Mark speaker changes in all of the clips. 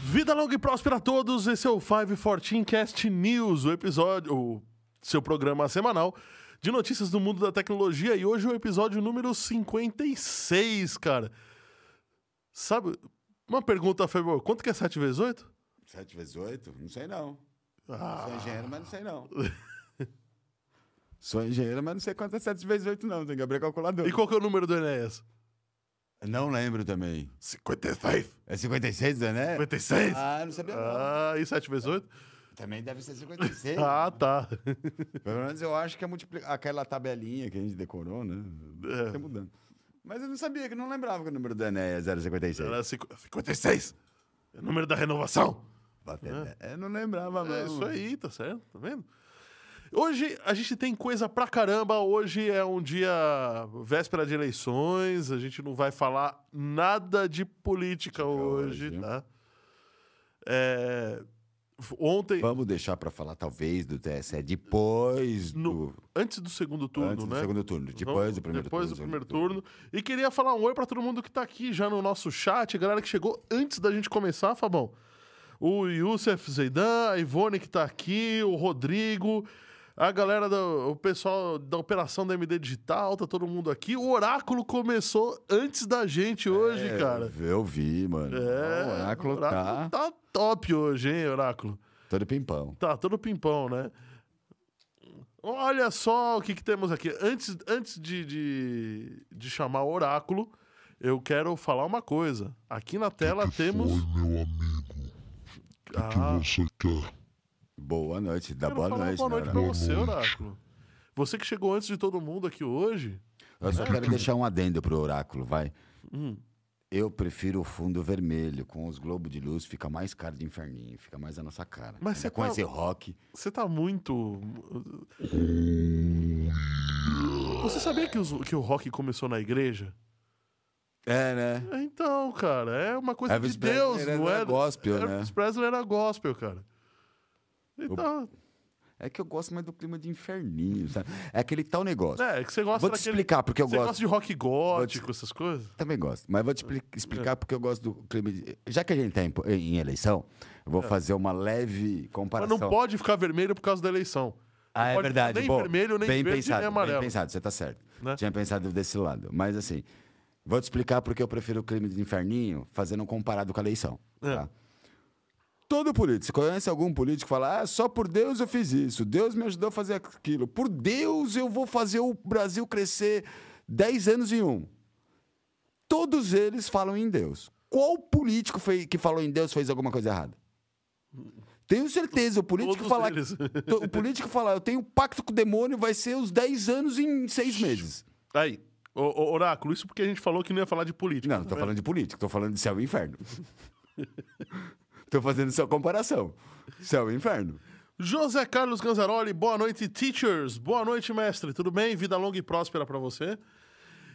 Speaker 1: Vida longa e próspera a todos. Esse é o 514 Cast News, o episódio, o seu programa semanal de notícias do mundo da tecnologia. E hoje é o episódio número 56, cara. Sabe, uma pergunta, Febor, quanto que é 7 vezes 8?
Speaker 2: 7 vezes 8? Não sei não.
Speaker 1: Ah.
Speaker 2: Sou engenheiro, mas não sei não. Sou engenheiro, mas não sei quanto é 7 vezes 8 não. Tem que abrir a calculadora.
Speaker 1: E qual que é o número do Enéas?
Speaker 2: Não lembro também.
Speaker 1: 56.
Speaker 2: É 56, né?
Speaker 1: 56?
Speaker 2: Ah, não sabia não.
Speaker 1: Ah, e 7 vezes 8?
Speaker 2: Também deve ser 56.
Speaker 1: Ah, tá.
Speaker 2: Pelo menos eu acho que é multiplicar aquela tabelinha que a gente decorou, né?
Speaker 1: É.
Speaker 2: Tá mudando. Mas eu não sabia, que eu não lembrava que o número do Enéas era 56.
Speaker 1: Era Então é cinqu- 56. É o número da renovação.
Speaker 2: Batata. Eu não lembrava mesmo.
Speaker 1: Ah. É isso aí, tá certo, tá vendo? Hoje a gente tem coisa pra caramba. Hoje é um dia véspera de eleições. A gente não vai falar nada de política hoje,
Speaker 2: hoje.
Speaker 1: tá? É, f- Ontem,
Speaker 2: Vamos deixar pra falar, talvez, do TSE depois
Speaker 1: no-
Speaker 2: do...
Speaker 1: antes do segundo turno,
Speaker 2: Antes do
Speaker 1: né?
Speaker 2: segundo turno. Depois
Speaker 1: Vamos-
Speaker 2: do primeiro
Speaker 1: depois
Speaker 2: turno.
Speaker 1: do primeiro turno. E queria falar um oi pra todo mundo que tá aqui já no nosso chat, a galera que chegou antes da gente começar, Fabão. O Youssef Zeidan, a Ivone que tá aqui, o Rodrigo, a galera do o pessoal da operação da MD Digital, tá todo mundo aqui. O Oráculo começou antes da gente hoje,
Speaker 2: É,
Speaker 1: cara. É,
Speaker 2: Eu vi, mano. o
Speaker 1: o
Speaker 2: oráculo tá
Speaker 1: Oráculo tá top hoje, hein, Oráculo?
Speaker 2: todo pimpão.
Speaker 1: Tá, todo pimpão, né? Olha só o que, que temos aqui. Antes, antes de, de, de chamar o oráculo, eu quero falar uma coisa. Aqui na tela temos.
Speaker 3: Oi, meu amigo. O que,
Speaker 1: Ah.
Speaker 3: que você quer?
Speaker 2: Boa noite, dá
Speaker 1: Quero
Speaker 2: boa
Speaker 1: falar
Speaker 2: noite,
Speaker 1: boa
Speaker 2: né,
Speaker 1: noite pra
Speaker 2: oráculo?
Speaker 1: você, oráculo. Você que chegou antes de todo mundo aqui hoje.
Speaker 2: Eu só quero deixar um adendo pro oráculo, vai.
Speaker 1: Hum.
Speaker 2: Eu prefiro o fundo vermelho, com os globos de luz, fica mais cara de inferninho, fica mais a nossa cara.
Speaker 1: Mas
Speaker 2: Ainda
Speaker 1: você
Speaker 2: com
Speaker 1: tá-
Speaker 2: esse rock.
Speaker 1: Você tá muito.
Speaker 3: Oh,
Speaker 1: Você sabia que, os- que o rock começou na igreja?
Speaker 2: É, né?
Speaker 1: É, Então, cara, é uma coisa
Speaker 2: Elvis
Speaker 1: de
Speaker 2: Presley
Speaker 1: Deus,
Speaker 2: era-
Speaker 1: não
Speaker 2: era
Speaker 1: é?
Speaker 2: gospel, né?
Speaker 1: Elvis Presley era gospel, cara. Então,
Speaker 2: É que eu gosto mais do clima de inferninho, sabe? É aquele tal negócio.
Speaker 1: É, é que você gosta
Speaker 2: Vou te
Speaker 1: daquele...
Speaker 2: explicar porque eu
Speaker 1: você
Speaker 2: gosto.
Speaker 1: gosta de rock gótico, essas coisas?
Speaker 2: Também gosto, mas vou te expli-
Speaker 1: É.
Speaker 2: explicar porque eu gosto do clima de... Já que a gente tá em, po- em eleição, eu vou fazer uma leve
Speaker 1: É. Mas
Speaker 2: comparação.
Speaker 1: não pode ficar vermelho por causa da eleição.
Speaker 2: Ah,
Speaker 1: Não
Speaker 2: é
Speaker 1: pode ficar
Speaker 2: verdade.
Speaker 1: Nem
Speaker 2: Bom,
Speaker 1: vermelho, nem
Speaker 2: bem
Speaker 1: verde,
Speaker 2: pensado,
Speaker 1: nem amarelo.
Speaker 2: Bem pensado, você tá certo.
Speaker 1: Né?
Speaker 2: Tinha pensado desse lado. Mas assim, vou te explicar porque eu prefiro o clima de inferninho fazendo um comparado com a eleição.
Speaker 1: É.
Speaker 2: tá? Todo político, você conhece algum político que fala, ah, só por Deus eu fiz isso, Deus me ajudou a fazer aquilo, por Deus eu vou fazer o Brasil crescer 10 anos em um. Todos eles falam em Deus. Qual político fe- que falou em Deus fez alguma coisa errada? Tenho certeza, o político
Speaker 1: Todos
Speaker 2: falar.
Speaker 1: eles.
Speaker 2: To- O político falar, eu tenho um pacto com o demônio, vai ser os 10 anos em 6 meses.
Speaker 1: Aí, ô, ô, Oráculo, isso porque a gente falou que não ia falar de política.
Speaker 2: Não, não tô falando de político, tô falando de céu e inferno. tô fazendo só comparação. Céu e inferno.
Speaker 1: José Carlos Ganzaroli, boa noite, teachers. Boa noite, mestre. Tudo bem? Vida longa e próspera pra você.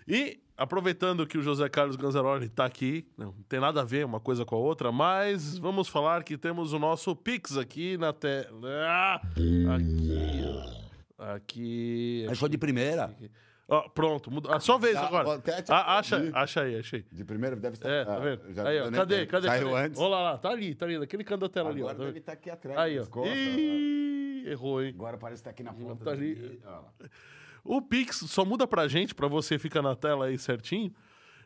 Speaker 1: E, aproveitando que o José Carlos Ganzaroli tá aqui, não tem nada a ver uma coisa com a outra, mas vamos falar que temos o nosso Pix aqui na tela. Ah, Aqui, ó. aqui.
Speaker 2: Achou de primeira?
Speaker 1: Ó, pronto, muda. a sua vez
Speaker 2: Dá- vou
Speaker 1: agora.
Speaker 2: Tá, até te
Speaker 1: Ah, acha,
Speaker 2: aplaudir.
Speaker 1: acha aí, achei.
Speaker 2: De primeira deve estar.
Speaker 1: É,
Speaker 2: ah,
Speaker 1: tá vendo?
Speaker 2: já-
Speaker 1: aí,
Speaker 2: eu
Speaker 1: ó,
Speaker 2: nem-
Speaker 1: cadê, cadê?
Speaker 2: Saiu
Speaker 1: cadê?
Speaker 2: antes.
Speaker 1: Olha lá, tá ali, tá ali, naquele canto da tela ali, ó.
Speaker 2: Agora
Speaker 1: tá
Speaker 2: deve
Speaker 1: vendo?
Speaker 2: estar aqui atrás.
Speaker 1: Aí, ó.
Speaker 2: nas costas,
Speaker 1: Ih, errou, hein?
Speaker 2: Agora parece que tá aqui na ponta.
Speaker 1: tá
Speaker 2: do
Speaker 1: ali.
Speaker 2: dedo, ó lá.
Speaker 1: O Pix só muda pra gente, pra você fica na tela aí certinho.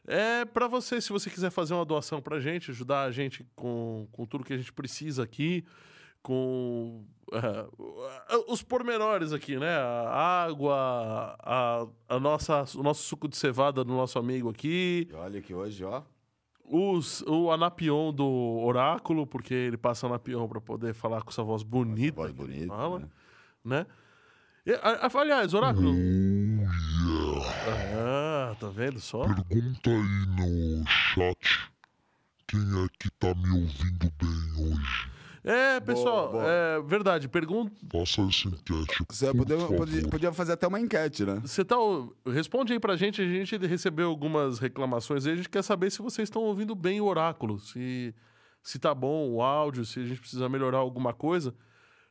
Speaker 1: É pra você, se você quiser fazer uma doação pra gente, ajudar a gente com, com tudo que a gente precisa aqui, com ah, os pormenores aqui, né? A água, a, a nossa, o nosso suco de cevada do nosso amigo aqui,
Speaker 2: E olha que hoje, ó.
Speaker 1: os, o anapion do oráculo, porque ele passa anapion pra poder falar com essa voz bonita.
Speaker 2: voz
Speaker 1: que ele
Speaker 2: bonita,
Speaker 1: Fala,
Speaker 2: né?
Speaker 1: né? E, a- a- aliás, oráculo...
Speaker 3: Uhum. Oh yeah!
Speaker 1: Ah, tá vendo só?
Speaker 3: Pergunta aí no chat quem é que tá me ouvindo bem hoje.
Speaker 1: É, pessoal,
Speaker 2: boa.
Speaker 1: é verdade. Pergunta.
Speaker 3: Faça essa enquete.
Speaker 2: Você
Speaker 3: por
Speaker 2: podia,
Speaker 3: favor.
Speaker 2: podia, podia fazer até uma enquete, né?
Speaker 1: Você tá. ou- Responde aí pra gente. A gente recebeu algumas reclamações aí. A gente quer saber se vocês estão ouvindo bem o oráculo. Se, se tá bom o áudio, se a gente precisa melhorar alguma coisa.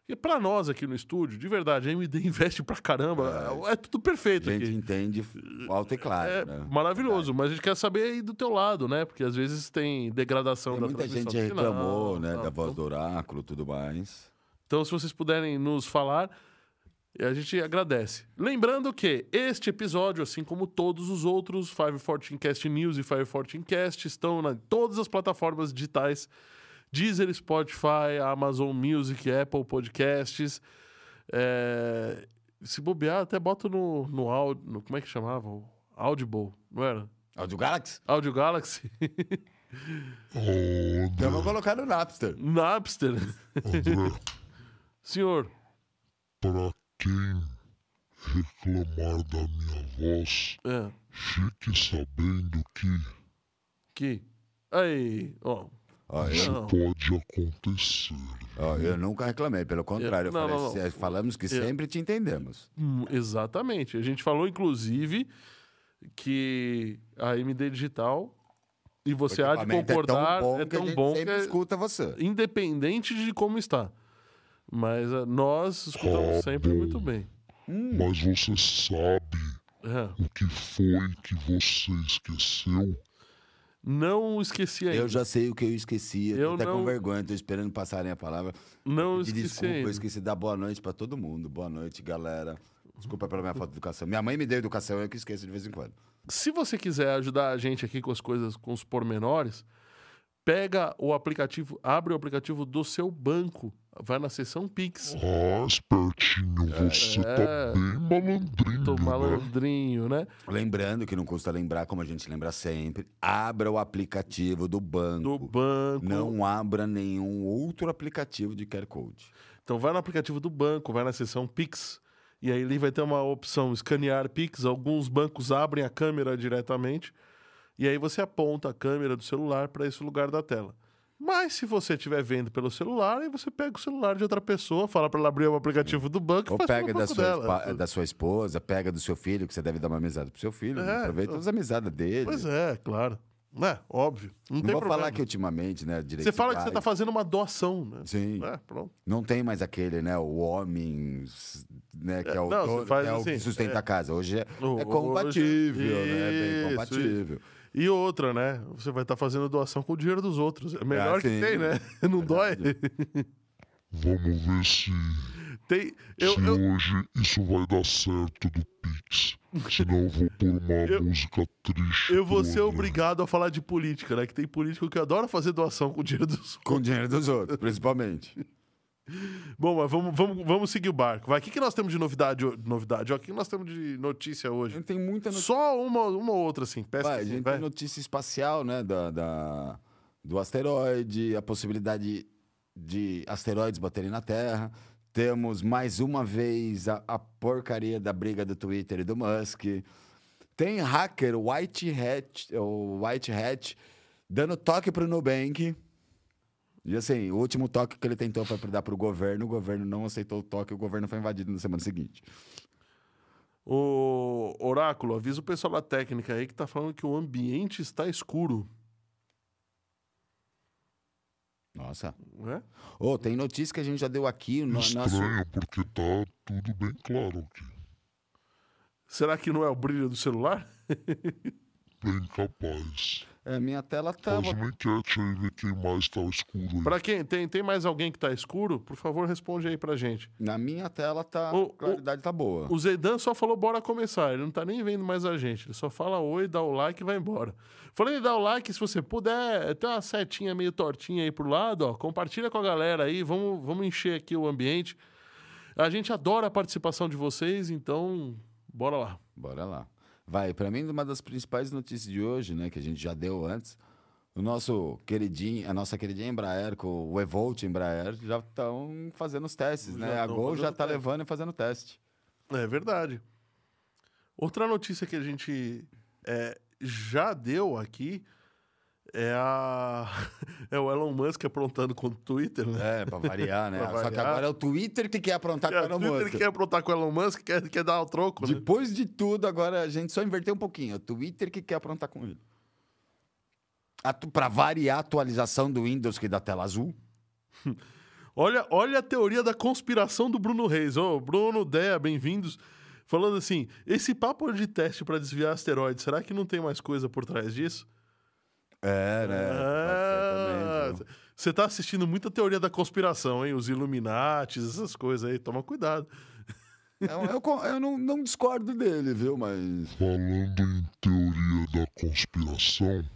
Speaker 1: E pra nós aqui no estúdio, de verdade, a MD investe pra caramba. É, tudo perfeito
Speaker 2: A gente
Speaker 1: aqui.
Speaker 2: entende alto e claro.
Speaker 1: É
Speaker 2: né?
Speaker 1: maravilhoso, mas a gente quer saber aí do teu lado, né? Porque às vezes tem degradação
Speaker 2: Tem
Speaker 1: Então, da
Speaker 2: muita
Speaker 1: transmissão. tá
Speaker 2: gente
Speaker 1: Não,
Speaker 2: reclamou, né?
Speaker 1: não,
Speaker 2: da voz do oráculo e tudo mais.
Speaker 1: Então, se vocês puderem nos falar, a gente agradece. Lembrando que este episódio, assim como todos os outros, Five Cast News e Five Cast estão na- em todas as plataformas digitais: Deezer, Spotify, Amazon Music, Apple Podcasts. É, Se bobear, até boto no, no áudio. no- como é que chamava? O Audible, não era?
Speaker 2: Áudio Galaxy?
Speaker 1: Audio É Galaxy?
Speaker 3: Oh,
Speaker 2: Então vou colocar no Napster.
Speaker 1: Napster?
Speaker 3: André,
Speaker 1: Senhor,
Speaker 3: para quem reclamar da minha voz,
Speaker 1: é,
Speaker 3: fique sabendo que
Speaker 1: que. Aí, ó.
Speaker 2: Ó, eu,
Speaker 3: isso
Speaker 1: Não.
Speaker 3: pode acontecer.
Speaker 2: ó, eu nunca reclamei, pelo contrário. Eu
Speaker 1: Não,
Speaker 2: falei,
Speaker 1: não, não. É.
Speaker 2: "Se- Falamos que sempre te entendemos.
Speaker 1: Hum, Exatamente. A gente falou, inclusive, que a MD Digital e você há de
Speaker 2: equipamento
Speaker 1: concordar,
Speaker 2: é tão bom que a gente sempre
Speaker 1: é
Speaker 2: escuta você.
Speaker 1: independente de como está. Mas ah, nós escutamos
Speaker 3: Ah,
Speaker 1: sempre
Speaker 3: bom.
Speaker 1: muito bem.
Speaker 3: Mas você sabe
Speaker 1: É.
Speaker 3: o que foi que você esqueceu?
Speaker 1: Não esqueci ainda.
Speaker 2: Eu já sei o que eu esqueci. Eu,
Speaker 1: Eu
Speaker 2: tô até
Speaker 1: não-
Speaker 2: com vergonha, tô esperando passarem a palavra.
Speaker 1: Não
Speaker 2: Pedir
Speaker 1: esqueci
Speaker 2: desculpa,
Speaker 1: ainda.
Speaker 2: eu esqueci de dar boa noite pra todo mundo. Boa noite, galera. Desculpa pela minha falta de educação. Minha mãe me deu educação, eu que esqueço de vez em quando.
Speaker 1: Se você quiser ajudar a gente aqui com as coisas, com os pormenores, pega o aplicativo, abre o aplicativo do seu banco, vai na seção Pix.
Speaker 3: Ah, espertinho, você
Speaker 1: É.
Speaker 3: tá bem malandrinho.
Speaker 1: Tô
Speaker 3: né?
Speaker 1: malandrinho, né?
Speaker 2: Lembrando que não custa lembrar, como a gente lembra sempre, abra o aplicativo do banco.
Speaker 1: Do banco.
Speaker 2: Não abra nenhum outro aplicativo de QR Code.
Speaker 1: Então vai no aplicativo do banco, vai na seção Pix, e aí ali vai ter uma opção escanear Pix. Alguns bancos abrem a câmera diretamente, e aí você aponta a câmera do celular para esse lugar da tela. Mas se você estiver vendo pelo celular, aí você pega o celular de outra pessoa, fala para ela abrir o aplicativo do banco
Speaker 2: Ou
Speaker 1: e faz
Speaker 2: pega
Speaker 1: pelo
Speaker 2: da
Speaker 1: banco
Speaker 2: sua,
Speaker 1: dela.
Speaker 2: espa- da sua esposa, pega do seu filho, que você deve dar uma amizade pro seu filho. né?
Speaker 1: É,
Speaker 2: Aproveita as amizades dele.
Speaker 1: Pois é, claro. Né? Óbvio. Não,
Speaker 2: Não
Speaker 1: tem
Speaker 2: vou
Speaker 1: problema.
Speaker 2: falar que ultimamente, né? Direito
Speaker 1: Você fala que você
Speaker 2: vai.
Speaker 1: está fazendo uma doação, né?
Speaker 2: Sim.
Speaker 1: É, pronto.
Speaker 2: Não tem mais aquele, né? O homem, s- né? Que é o,
Speaker 1: não,
Speaker 2: dono,
Speaker 1: você faz
Speaker 2: que é o
Speaker 1: assim,
Speaker 2: que sustenta
Speaker 1: é.
Speaker 2: a casa. Hoje é,
Speaker 1: O-
Speaker 2: é
Speaker 1: hoje-
Speaker 2: compatível, né? É
Speaker 1: Isso,
Speaker 2: bem compatível.
Speaker 1: E outra, né? Você vai estar fazendo doação com o dinheiro dos outros. É melhor que
Speaker 2: Ah, sim.
Speaker 1: tem, né? Não dói.
Speaker 3: Vamos ver se,
Speaker 1: Tem. Eu,
Speaker 3: se
Speaker 1: eu,
Speaker 3: hoje isso vai dar certo do Pix. Senão eu vou pôr uma
Speaker 1: Eu-
Speaker 3: música triste.
Speaker 1: eu vou
Speaker 3: pro
Speaker 1: ser
Speaker 3: André.
Speaker 1: obrigado a falar de política, né? Que tem político que adora fazer doação com o dinheiro dos.
Speaker 2: Com o dinheiro dos outros, principalmente.
Speaker 1: Bom, mas vamos, vamos, vamos seguir o barco. Vai. O que, que nós temos de novidade? ho- Novidade, ó. O que nós temos de notícia
Speaker 2: A
Speaker 1: hoje?
Speaker 2: gente tem muita notícia.
Speaker 1: Só uma, uma outra, assim. Pesca,
Speaker 2: Vai, a
Speaker 1: assim,
Speaker 2: gente
Speaker 1: vai.
Speaker 2: tem notícia espacial, né? Da, da- do asteroide, a possibilidade de asteroides baterem na Terra. Temos mais uma vez a, a porcaria da briga do Twitter e do Musk. Tem hacker White Hat, o White Hat dando toque pro Nubank. E assim, o último toque que ele tentou foi pra dar pro governo, o governo não aceitou o toque, o governo foi invadido na semana seguinte.
Speaker 1: O Oráculo, avisa o pessoal da técnica aí que tá falando que o ambiente está escuro,
Speaker 2: Nossa.
Speaker 1: né?
Speaker 2: Ô, tem notícia que a gente já deu aqui, o no, nosso
Speaker 3: Estranho, porque tá tudo bem claro aqui.
Speaker 1: Será que não é o brilho do celular?
Speaker 3: Bem capaz.
Speaker 2: É, minha tela
Speaker 3: Faz
Speaker 2: tava.
Speaker 3: uma enquete aí, ver quem mais tá escuro aí.
Speaker 1: Tá Pra quem? Tem, tem mais alguém que tá escuro? Por favor, responde aí pra gente.
Speaker 2: Na minha tela tá.
Speaker 1: O-
Speaker 2: a claridade tá boa.
Speaker 1: O Zeidan só falou bora começar. Ele não tá nem vendo mais a gente. Ele só fala oi, dá o like e vai embora. Falando em dar o like, se você puder, tem uma setinha meio tortinha aí pro lado, ó. Compartilha com a galera aí. Vamos, vamos encher aqui o ambiente. A gente adora a participação de vocês, então bora lá.
Speaker 2: Bora lá. Vai, pra mim, uma das principais notícias de hoje, né, que a gente já deu antes, o nosso queridinho, a nossa queridinha Embraer, com o Evolt Embraer, já estão fazendo os testes, né?
Speaker 1: Já
Speaker 2: A
Speaker 1: tão
Speaker 2: Gol já
Speaker 1: fazendo
Speaker 2: tá
Speaker 1: teste.
Speaker 2: levando e fazendo teste.
Speaker 1: É verdade. Outra notícia que a gente é, já deu aqui é a é o Elon Musk aprontando com o Twitter, né?
Speaker 2: É, pra variar, né?
Speaker 1: Pra
Speaker 2: Só que
Speaker 1: variar.
Speaker 2: agora é o Twitter que quer aprontar
Speaker 1: É,
Speaker 2: tá com a
Speaker 1: o
Speaker 2: Elon
Speaker 1: Twitter
Speaker 2: Musk.
Speaker 1: quer aprontar com o Elon Musk, quer, quer dar o troco, né?
Speaker 2: Depois de tudo, agora a gente só inverteu um pouquinho. É o Twitter que quer aprontar com ele. Atu pra variar a atualização do Windows que dá tela azul.
Speaker 1: Olha, olha a teoria da conspiração do Bruno Reis. Ô, Bruno, Dea, bem-vindos. Falando assim, esse papo de teste para desviar asteroides, será que não tem mais coisa por trás disso?
Speaker 2: É, né?
Speaker 1: Ah,
Speaker 2: Pode ser também, viu?
Speaker 1: Você tá assistindo muita teoria da conspiração, hein? Os Illuminates, essas coisas aí. Toma cuidado.
Speaker 2: Eu, eu um, é con- eu não, não discordo dele, viu? Mas.
Speaker 3: Falando em teoria da conspiração,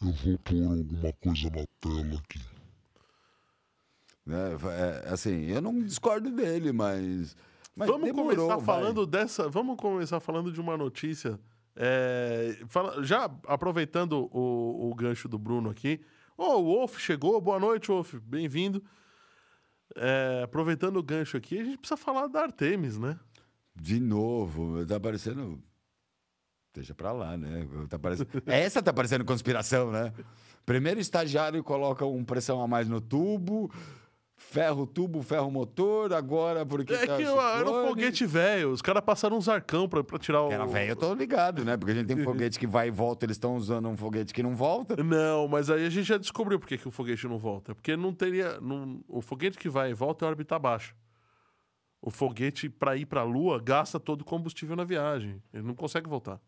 Speaker 3: eu vou pôr alguma coisa na tela aqui.
Speaker 2: né, é, assim, eu não discordo dele, mas. mas
Speaker 1: vamos
Speaker 2: demorou,
Speaker 1: começar
Speaker 2: vai.
Speaker 1: falando dessa. Vamos começar falando de uma notícia. é, fala- já aproveitando o, o gancho do Bruno aqui. Ô, o Wolf chegou. Boa noite, Wolf. Bem-vindo. É, aproveitando o gancho aqui, a gente precisa falar da Artemis, né?
Speaker 2: De novo, tá parecendo. Deixa pra lá, né? Tá parecendo... Essa tá parecendo conspiração, né? Primeiro o estagiário coloca um pressão a mais no tubo, ferro o tubo, ferro o motor, agora porque.
Speaker 1: é
Speaker 2: tá
Speaker 1: que eu- era um
Speaker 2: chiclone.
Speaker 1: foguete velho. Os caras passaram uns arcão pra, pra tirar o.
Speaker 2: Cara, velho, eu tô ligado, né? Porque a gente tem foguete que vai e volta, eles estão usando um foguete que não volta.
Speaker 1: Não, mas aí a gente já descobriu por que, que o foguete não volta. É Porque não teria. não- o foguete que vai e volta é órbita baixa. O foguete, para ir para a Lua, gasta todo o combustível na viagem. Ele não consegue voltar.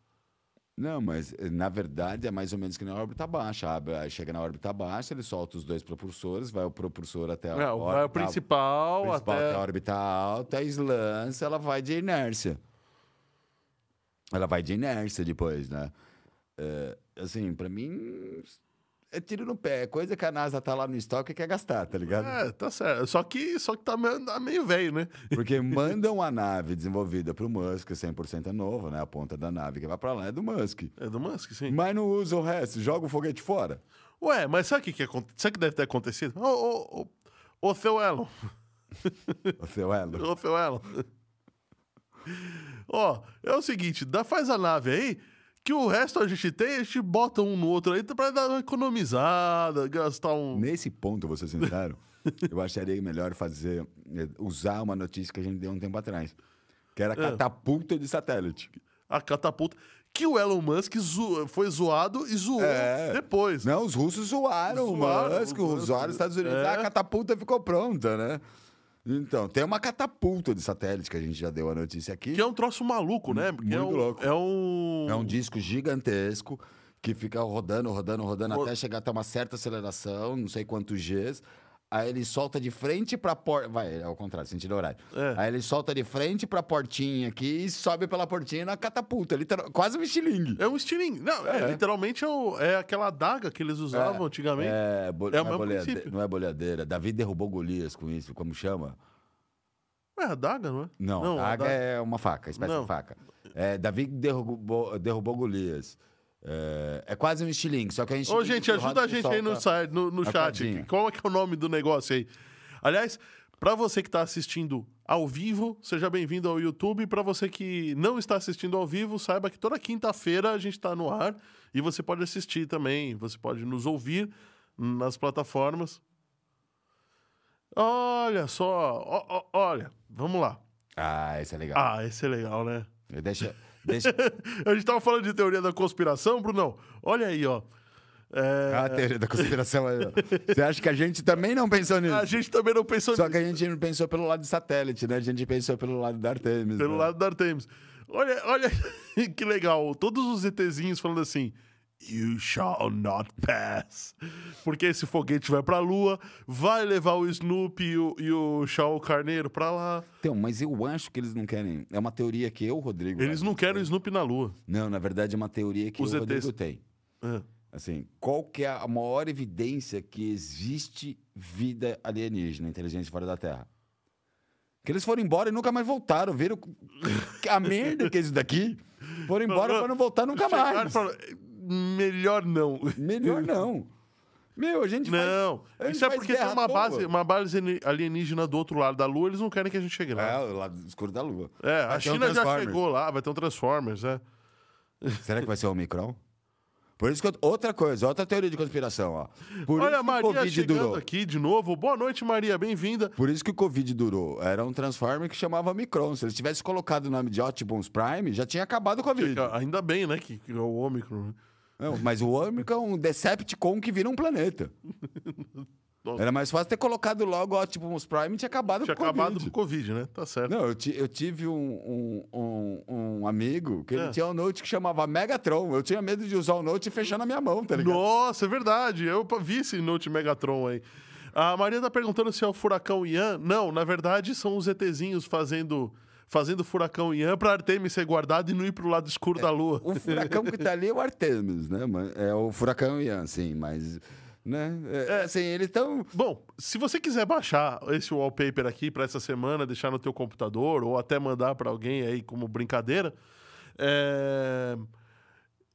Speaker 2: Não, mas eh, na verdade é mais ou menos que na órbita baixa. Abre- aí Chega na órbita baixa, ele solta os dois propulsores, vai o propulsor até a
Speaker 1: É, o- vai o principal, tá
Speaker 2: principal
Speaker 1: até.
Speaker 2: até a órbita alta, aí lança, ela vai de inércia. Ela vai de inércia depois, né? É, assim, pra mim é tiro no pé. É coisa que a NASA tá lá no estoque e quer gastar, tá ligado?
Speaker 1: É, tá certo. Só que, só que tá meio, tá meio velho, né?
Speaker 2: Porque mandam a nave desenvolvida pro Musk, 100% novo, né? A ponta da nave que vai pra lá é do Musk.
Speaker 1: É do Musk, sim.
Speaker 2: Mas não usa o resto, joga o foguete fora.
Speaker 1: Ué, mas sabe o que, que, aconte- sabe o que deve ter acontecido? Ô, ô, ô, ô, seu Elon.
Speaker 2: O seu elo.
Speaker 1: Ô, seu Elon. Ó, é o seguinte, dá, faz a nave aí, que o resto a gente tem, a gente bota um no outro aí pra dar uma economizada, gastar um.
Speaker 2: Nesse ponto, eu vou ser sincero, eu acharia melhor fazer, eh, usar uma notícia que a gente deu um tempo atrás, que
Speaker 1: É.
Speaker 2: era catapulta de satélite.
Speaker 1: a catapulta. Que o Elon Musk zo- foi zoado e zoou
Speaker 2: É.
Speaker 1: depois.
Speaker 2: Não, os russos zoaram, o
Speaker 1: Zoaram,
Speaker 2: Musk,
Speaker 1: o
Speaker 2: os
Speaker 1: Musk,
Speaker 2: zoaram os Estados Unidos.
Speaker 1: é.
Speaker 2: Ah, a catapulta ficou pronta, né? Então, tem uma catapulta de satélite que a gente já deu a notícia aqui.
Speaker 1: Que é um troço maluco, né? Porque é
Speaker 2: Muito
Speaker 1: um,
Speaker 2: louco.
Speaker 1: É um.
Speaker 2: É um disco gigantesco que fica rodando, rodando, rodando
Speaker 1: Ro-
Speaker 2: até chegar até uma certa aceleração, não sei quantos Gs. Aí ele solta de frente pra porta. Vai, é ao contrário, sentido horário.
Speaker 1: É.
Speaker 2: Aí ele solta de frente pra portinha aqui e sobe pela portinha na catapulta. Literal... Quase um estilingue.
Speaker 1: É um estilingue. Não, é,
Speaker 2: É.
Speaker 1: literalmente é, o- é aquela adaga que eles usavam antigamente.
Speaker 2: É, bo...
Speaker 1: É o
Speaker 2: não, é
Speaker 1: mesmo
Speaker 2: boleade-
Speaker 1: princípio.
Speaker 2: não é boleadeira. Davi derrubou Golias com isso, como chama?
Speaker 1: Não é adaga, não é?
Speaker 2: Não, adaga
Speaker 1: adaga-
Speaker 2: é uma faca, espécie
Speaker 1: Não.
Speaker 2: de faca. É, Davi derrubou, derrubou Golias. É, é quase um estilingue, só que a gente.
Speaker 1: Ô, gente, ajuda a gente aí no, site, no, no
Speaker 2: a
Speaker 1: chat.
Speaker 2: cordinha.
Speaker 1: aqui. Qual é que é o nome do negócio aí? Aliás, pra você que tá assistindo ao vivo, seja bem-vindo ao YouTube. Pra você que não está assistindo ao vivo, saiba que toda quinta-feira a gente tá no ar e você pode assistir também. Você pode nos ouvir nas plataformas. Olha só, ó, ó, olha, vamos lá.
Speaker 2: Ah, isso é legal.
Speaker 1: Ah, esse é legal, né?
Speaker 2: Deixa, deixa...
Speaker 1: A gente tava falando de teoria da conspiração, Brunão. Olha aí, ó. É,
Speaker 2: Ah, a teoria da conspiração aí. ó. Você acha que a gente também não pensou nisso?
Speaker 1: a gente também não pensou
Speaker 2: Só que a gente não pensou pelo lado de satélite, né? A gente pensou pelo lado da Artemis.
Speaker 1: Pelo
Speaker 2: né?
Speaker 1: lado da Artemis. Olha, olha que legal. Todos os ETzinhos falando assim. You shall not pass. Porque esse foguete vai pra lua, vai levar o Snoopy e o, e o Shao Carneiro pra lá.
Speaker 2: Então, mas eu acho que eles não querem. É uma teoria que eu, Rodrigo.
Speaker 1: Eles
Speaker 2: acho.
Speaker 1: não querem o Snoopy na lua.
Speaker 2: Não, na verdade é uma teoria que
Speaker 1: Os
Speaker 2: o
Speaker 1: ETs.
Speaker 2: Rodrigo tem.
Speaker 1: É.
Speaker 2: Assim, qual que é a maior evidência que existe vida alienígena, inteligência fora da Terra? Que eles foram embora e nunca mais voltaram. Viram que a merda que é isso daqui? Foram embora para não voltar nunca
Speaker 1: Chegaram e
Speaker 2: mais.
Speaker 1: falaram, Melhor não.
Speaker 2: Melhor não. Meu, a gente faz-
Speaker 1: Não,
Speaker 2: Ele
Speaker 1: isso é
Speaker 2: faz
Speaker 1: porque tem
Speaker 2: guerra à
Speaker 1: uma
Speaker 2: toa.
Speaker 1: base, uma base ali- alienígena do outro lado da Lua, eles não querem que a gente chegue
Speaker 2: É,
Speaker 1: lá.
Speaker 2: o lado escuro da lua.
Speaker 1: É, a
Speaker 2: Vai ter um
Speaker 1: China já
Speaker 2: Transformer.
Speaker 1: chegou lá, vai ter um Transformers, é.
Speaker 2: Será que vai ser o Omicron? Por isso que eu- outra coisa, outra teoria de conspiração, ó. Por
Speaker 1: Olha
Speaker 2: isso
Speaker 1: a
Speaker 2: que o
Speaker 1: Maria
Speaker 2: Covid
Speaker 1: chegando
Speaker 2: durou.
Speaker 1: aqui de novo. Boa noite, Maria, bem-vinda.
Speaker 2: Por isso que o Covid durou. Era um Transformer que chamava Omicron. Se eles tivessem colocado o nome de Optimus Prime, já tinha acabado o Covid.
Speaker 1: Ainda bem, né, que que é o Ômicron. né?
Speaker 2: Não, mas o Omicron é um Decepticon que vira um planeta.
Speaker 1: Nossa.
Speaker 2: Era mais fácil ter colocado logo Optimus Prime e tinha acabado
Speaker 1: Tinha
Speaker 2: com o É Covid.
Speaker 1: acabado com o Covid, né? Tá certo.
Speaker 2: Não, eu, ti- eu tive um, um- um- um amigo que ele
Speaker 1: É.
Speaker 2: tinha um note que chamava Megatron. Eu tinha medo de usar o note e fechar na minha mão, tá ligado?
Speaker 1: Nossa, é verdade. Eu pa- vi esse Note Megatron aí. A Maria tá perguntando se é o Furacão Ian. Não, na verdade são os ETzinhos fazendo, fazendo Furacão Ian pra Artemis ser guardado e não ir pro lado
Speaker 2: É.
Speaker 1: escuro da lua.
Speaker 2: O furacão que tá ali é o Artemis, né? mano? É o furacão Ian, sim, mas. Né? É, assim, eles tão.
Speaker 1: Bom, se você quiser baixar esse wallpaper aqui para essa semana, deixar no teu computador ou até mandar para alguém aí como brincadeira, é,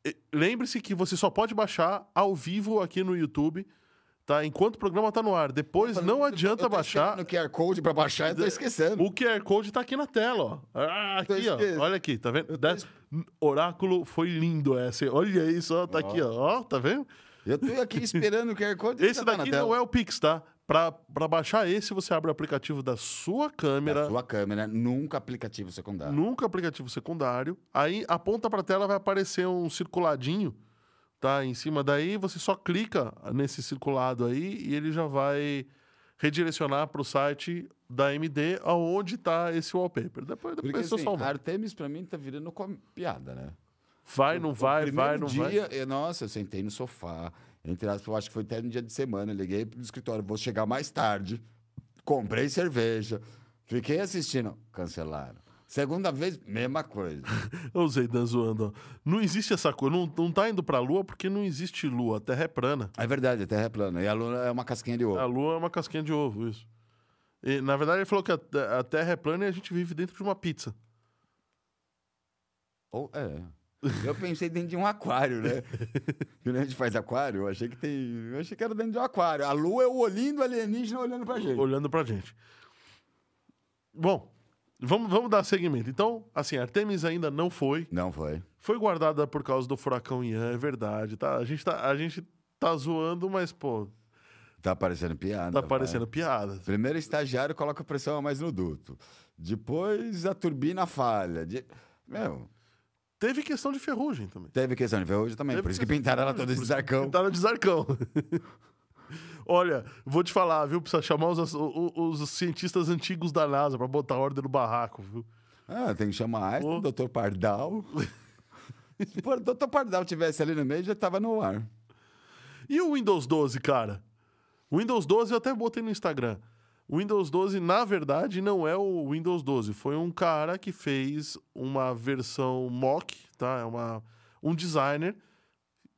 Speaker 1: e- lembre-se que você só pode baixar ao vivo aqui no YouTube, tá? Enquanto o programa tá no ar. Depois não adianta
Speaker 2: eu tô
Speaker 1: baixar.
Speaker 2: chegando No QR Code pra baixar, eu tô esquecendo.
Speaker 1: O QR Code tá aqui na tela, ó. Ah,
Speaker 2: tô
Speaker 1: aqui, ó.
Speaker 2: esquecendo.
Speaker 1: Olha aqui, tá vendo? Dez- Oráculo foi lindo essa. hein? Olha isso, ó, tá aqui, ó. Ó, tá vendo?
Speaker 2: Eu tô aqui esperando o QR Code.
Speaker 1: Esse daqui não é o Pix, tá? Pra, pra baixar esse, você abre o aplicativo da sua câmera,
Speaker 2: É a sua tá. câmera, nunca aplicativo secundário.
Speaker 1: nunca aplicativo secundário. Aí aponta pra tela, vai aparecer um circuladinho, tá? Em cima daí, você só clica nesse circulado aí e ele já vai redirecionar pro site da MD aonde tá esse wallpaper. Depois,
Speaker 2: Porque
Speaker 1: depois eu
Speaker 2: assim,
Speaker 1: só vai.
Speaker 2: Artemis pra mim tá virando com... piada, né?
Speaker 1: Vai, não vai, vai, não
Speaker 2: Primeiro
Speaker 1: vai.
Speaker 2: dia, eu- nossa, eu sentei no sofá. Entre aspas, eu acho que foi até no dia de semana. eu Liguei pro escritório, vou chegar mais tarde. Comprei cerveja. Fiquei assistindo. Cancelaram. Segunda vez, mesma coisa.
Speaker 1: Eu usei Dan zoando, ó. Não existe essa coisa. Não, não tá indo pra lua porque não existe lua. A Terra é plana.
Speaker 2: É verdade, a Terra é plana. E a Luna é uma casquinha de
Speaker 1: A
Speaker 2: ovo.
Speaker 1: lua é uma casquinha de ovo, isso. E, na verdade, ele falou que a, a Terra é plana e a gente vive dentro de uma pizza.
Speaker 2: Ou, é. Eu pensei dentro de um aquário, né? Quando a gente faz aquário, eu achei que tem. Eu achei que era dentro de um aquário. A Lua é o olhinho do alienígena olhando pra gente.
Speaker 1: Olhando pra gente. Bom, vamos, vamos dar seguimento. Então, assim, Artemis ainda não foi.
Speaker 2: Não foi.
Speaker 1: Foi guardada por causa do furacão Ian, é verdade. Tá? A, gente tá, a gente tá zoando, mas, pô,
Speaker 2: Tá parecendo piada.
Speaker 1: tá
Speaker 2: vai.
Speaker 1: parecendo piada.
Speaker 2: Primeiro estagiário coloca pressão a mais no duto. Depois a turbina falha. De- Meu,
Speaker 1: Teve questão de ferrugem também.
Speaker 2: teve questão de ferrugem também.
Speaker 1: Teve
Speaker 2: por isso que
Speaker 1: questão de Então
Speaker 2: pintaram ela
Speaker 1: ferrugem,
Speaker 2: toda
Speaker 1: por
Speaker 2: de
Speaker 1: isso que
Speaker 2: zarcão.
Speaker 1: Pintaram de zarcão. Olha, vou te falar, viu? Precisa chamar os, ass- o- o- os cientistas antigos da NASA pra botar ordem no barraco, viu?
Speaker 2: Ah, tem que chamar Einstein,
Speaker 1: Ô.
Speaker 2: doutor Pardal. Se o doutor Pardal tivesse ali no meio, já tava no ar.
Speaker 1: E o Windows 12, cara? O Windows 12 eu até botei no Instagram. O Windows 12, na verdade, não é o Windows 12. Foi um cara que fez uma versão mock, tá? É uma, um designer,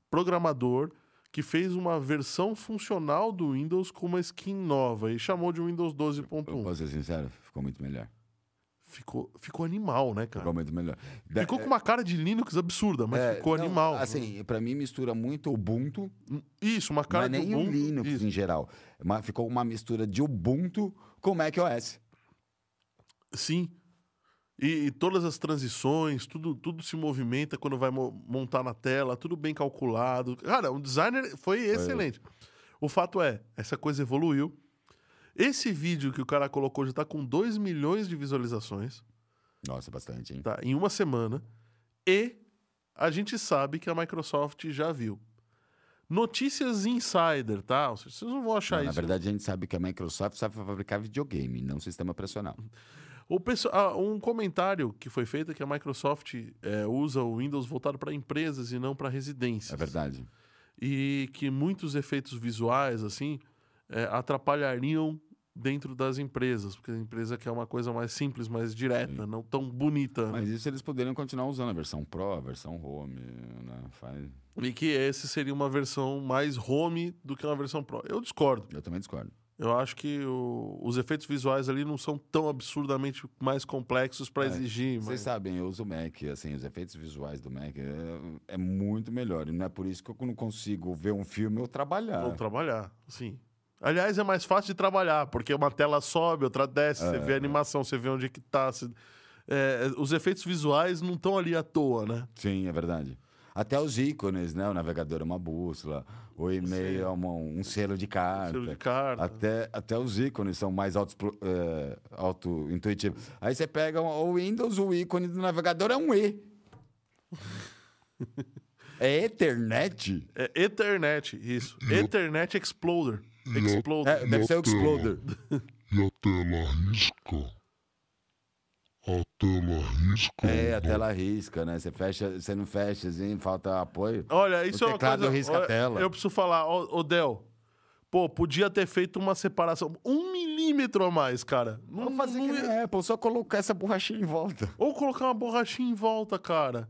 Speaker 1: programador, que fez uma versão funcional do Windows com uma skin nova e chamou de Windows
Speaker 2: Eu
Speaker 1: 12.1.
Speaker 2: posso ser sincero, ficou muito melhor.
Speaker 1: Ficou, ficou animal, né, cara?
Speaker 2: Ficou muito melhor.
Speaker 1: Ficou com uma cara de Linux absurda, mas
Speaker 2: É,
Speaker 1: ficou
Speaker 2: não,
Speaker 1: animal. né?
Speaker 2: Assim, pra mim mistura muito Ubuntu,
Speaker 1: isso, uma cara
Speaker 2: mas nem
Speaker 1: de
Speaker 2: o
Speaker 1: Ubuntu.
Speaker 2: Linux
Speaker 1: Isso.
Speaker 2: em geral. Mas ficou uma mistura de Ubuntu com macOS.
Speaker 1: Sim. E, e todas as transições, tudo, tudo se movimenta quando vai mo- montar na tela, tudo bem calculado. Cara, o designer foi excelente. O fato é, essa coisa evoluiu. Esse vídeo que o cara colocou já tá com 2 milhões de visualizações,
Speaker 2: Nossa, bastante, hein?
Speaker 1: tá? Em uma semana. E a gente sabe que a Microsoft já viu. Notícias insider, tá? Ou seja, Vocês não vão achar
Speaker 2: Não, na
Speaker 1: isso. né?
Speaker 2: verdade, a gente sabe que a Microsoft sabe fabricar videogame, não sistema operacional.
Speaker 1: O pesso- ah, um comentário que foi feito é que a Microsoft eh, usa o Windows voltado para empresas e não para residências.
Speaker 2: É verdade.
Speaker 1: E que muitos efeitos visuais, assim, eh, atrapalhariam dentro das empresas. Porque a empresa quer uma coisa mais simples, mais direta, não tão bonita. né?
Speaker 2: Mas isso eles poderiam continuar usando a versão Pro, a versão Home, né? Faz...
Speaker 1: E que esse seria uma versão mais home do que uma versão pro. Eu discordo.
Speaker 2: Eu também discordo.
Speaker 1: Eu acho que o- os efeitos visuais ali não são tão absurdamente mais complexos para
Speaker 2: É,
Speaker 1: exigir.
Speaker 2: Vocês
Speaker 1: Mas...
Speaker 2: sabem, eu uso o Mac, assim, os efeitos visuais do Mac é, é muito melhor. E não é por isso que eu não consigo ver um filme ou trabalhar.
Speaker 1: Ou trabalhar, sim. Aliás, é mais fácil de trabalhar, porque uma tela sobe, outra desce, você vê a animação, você vê onde é que tá. você- É, os efeitos visuais não estão ali à toa, né?
Speaker 2: Sim, é verdade. Até os ícones, né? O navegador é uma bússola, o e-mail é uma- um selo de carta.
Speaker 1: Selo de carta.
Speaker 2: Até, até os ícones são mais auto- eh, auto-intuitivos. Aí você pega o Windows, o ícone do navegador é um E. é Ethernet?
Speaker 1: É Ethernet, isso. Ethernet Exploder. Exploder.
Speaker 2: É, deve ser o Exploder.
Speaker 3: E a tela risca? A tela risca?
Speaker 2: É, a tela risca, né? Você fecha, você não fecha, assim, falta apoio.
Speaker 1: Olha, isso
Speaker 2: O
Speaker 1: é uma
Speaker 2: teclado
Speaker 1: coisa...
Speaker 2: risca a
Speaker 1: olha,
Speaker 2: tela.
Speaker 1: Eu preciso falar, ô, ô Del, pô, podia ter feito uma separação um milímetro a mais, cara. Não,
Speaker 2: Vamos fazer
Speaker 1: não
Speaker 2: que
Speaker 1: ia-
Speaker 2: nem a Apple, só colocar essa borrachinha em volta.
Speaker 1: Ou colocar uma borrachinha em volta, cara.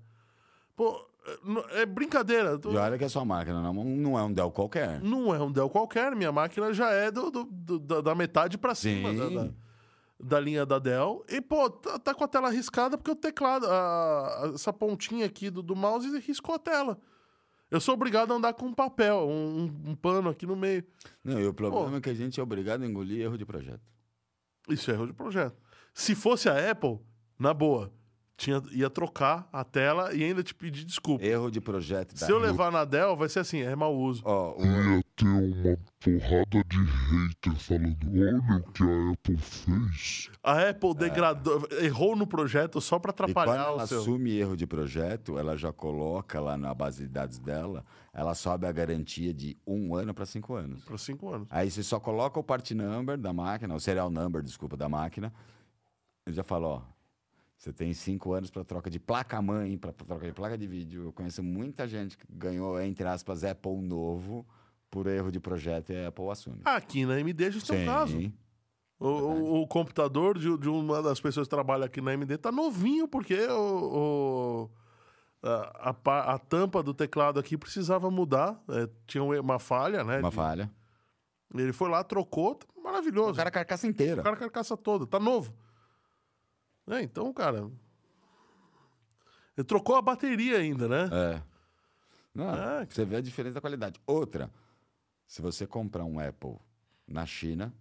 Speaker 1: Pô, é- não- é brincadeira. Tô-
Speaker 2: E olha que a sua máquina não, não é um Dell qualquer.
Speaker 1: Não é um Dell qualquer, minha máquina já é do, do- do- da, da metade pra cima da,
Speaker 2: Sim.
Speaker 1: da- da linha da Dell. E, pô, tá, tá com a tela riscada porque o teclado, a- a- essa pontinha aqui do, do mouse riscou a tela. Eu sou obrigado a andar com um papel, um, um- um pano aqui no meio.
Speaker 2: Não, e o problema é que a gente é obrigado a engolir erro de projeto.
Speaker 1: Isso é erro de projeto. Se fosse a Apple, na boa, tinha, ia trocar a tela e ainda te pedir desculpa.
Speaker 2: Erro de projeto. da-
Speaker 1: Se eu levar na Dell, vai ser assim, é mau uso.
Speaker 2: Ó, um, o-
Speaker 3: Ia um ter uma porrada de hater falando: olha o que a Apple fez.
Speaker 1: A Apple degradou, errou no projeto só pra
Speaker 2: Ah. e quando
Speaker 1: atrapalhar
Speaker 2: ela
Speaker 1: o seu.
Speaker 2: assume erro de projeto, ela já coloca lá na base de dados dela, ela sobe a garantia de um ano para cinco anos.
Speaker 1: Para cinco anos.
Speaker 2: Aí você só coloca o part number da máquina, o serial number, desculpa, da máquina. Ele já fala, ó, você tem cinco anos para troca de placa-mãe, para troca de placa de vídeo. Eu conheço muita gente que ganhou, entre aspas, Apple novo por erro de projeto e a Apple assume.
Speaker 1: Aqui na AMD a gente tem Ah, um caso. O, o- o computador de, de uma das pessoas que trabalha aqui na AMD tá novinho, porque o, o- a, a pa- a tampa do teclado aqui precisava mudar. é, tinha uma falha, né?
Speaker 2: Uma
Speaker 1: de-
Speaker 2: falha.
Speaker 1: Ele foi lá, trocou, tá maravilhoso.
Speaker 2: O cara carcaça inteira.
Speaker 1: O cara carcaça toda, tá novo. É, então, cara. Ele trocou a bateria ainda, né?
Speaker 2: É. Não,
Speaker 1: Ah,
Speaker 2: você vê a diferença da qualidade. Outra, se você comprar um Apple na China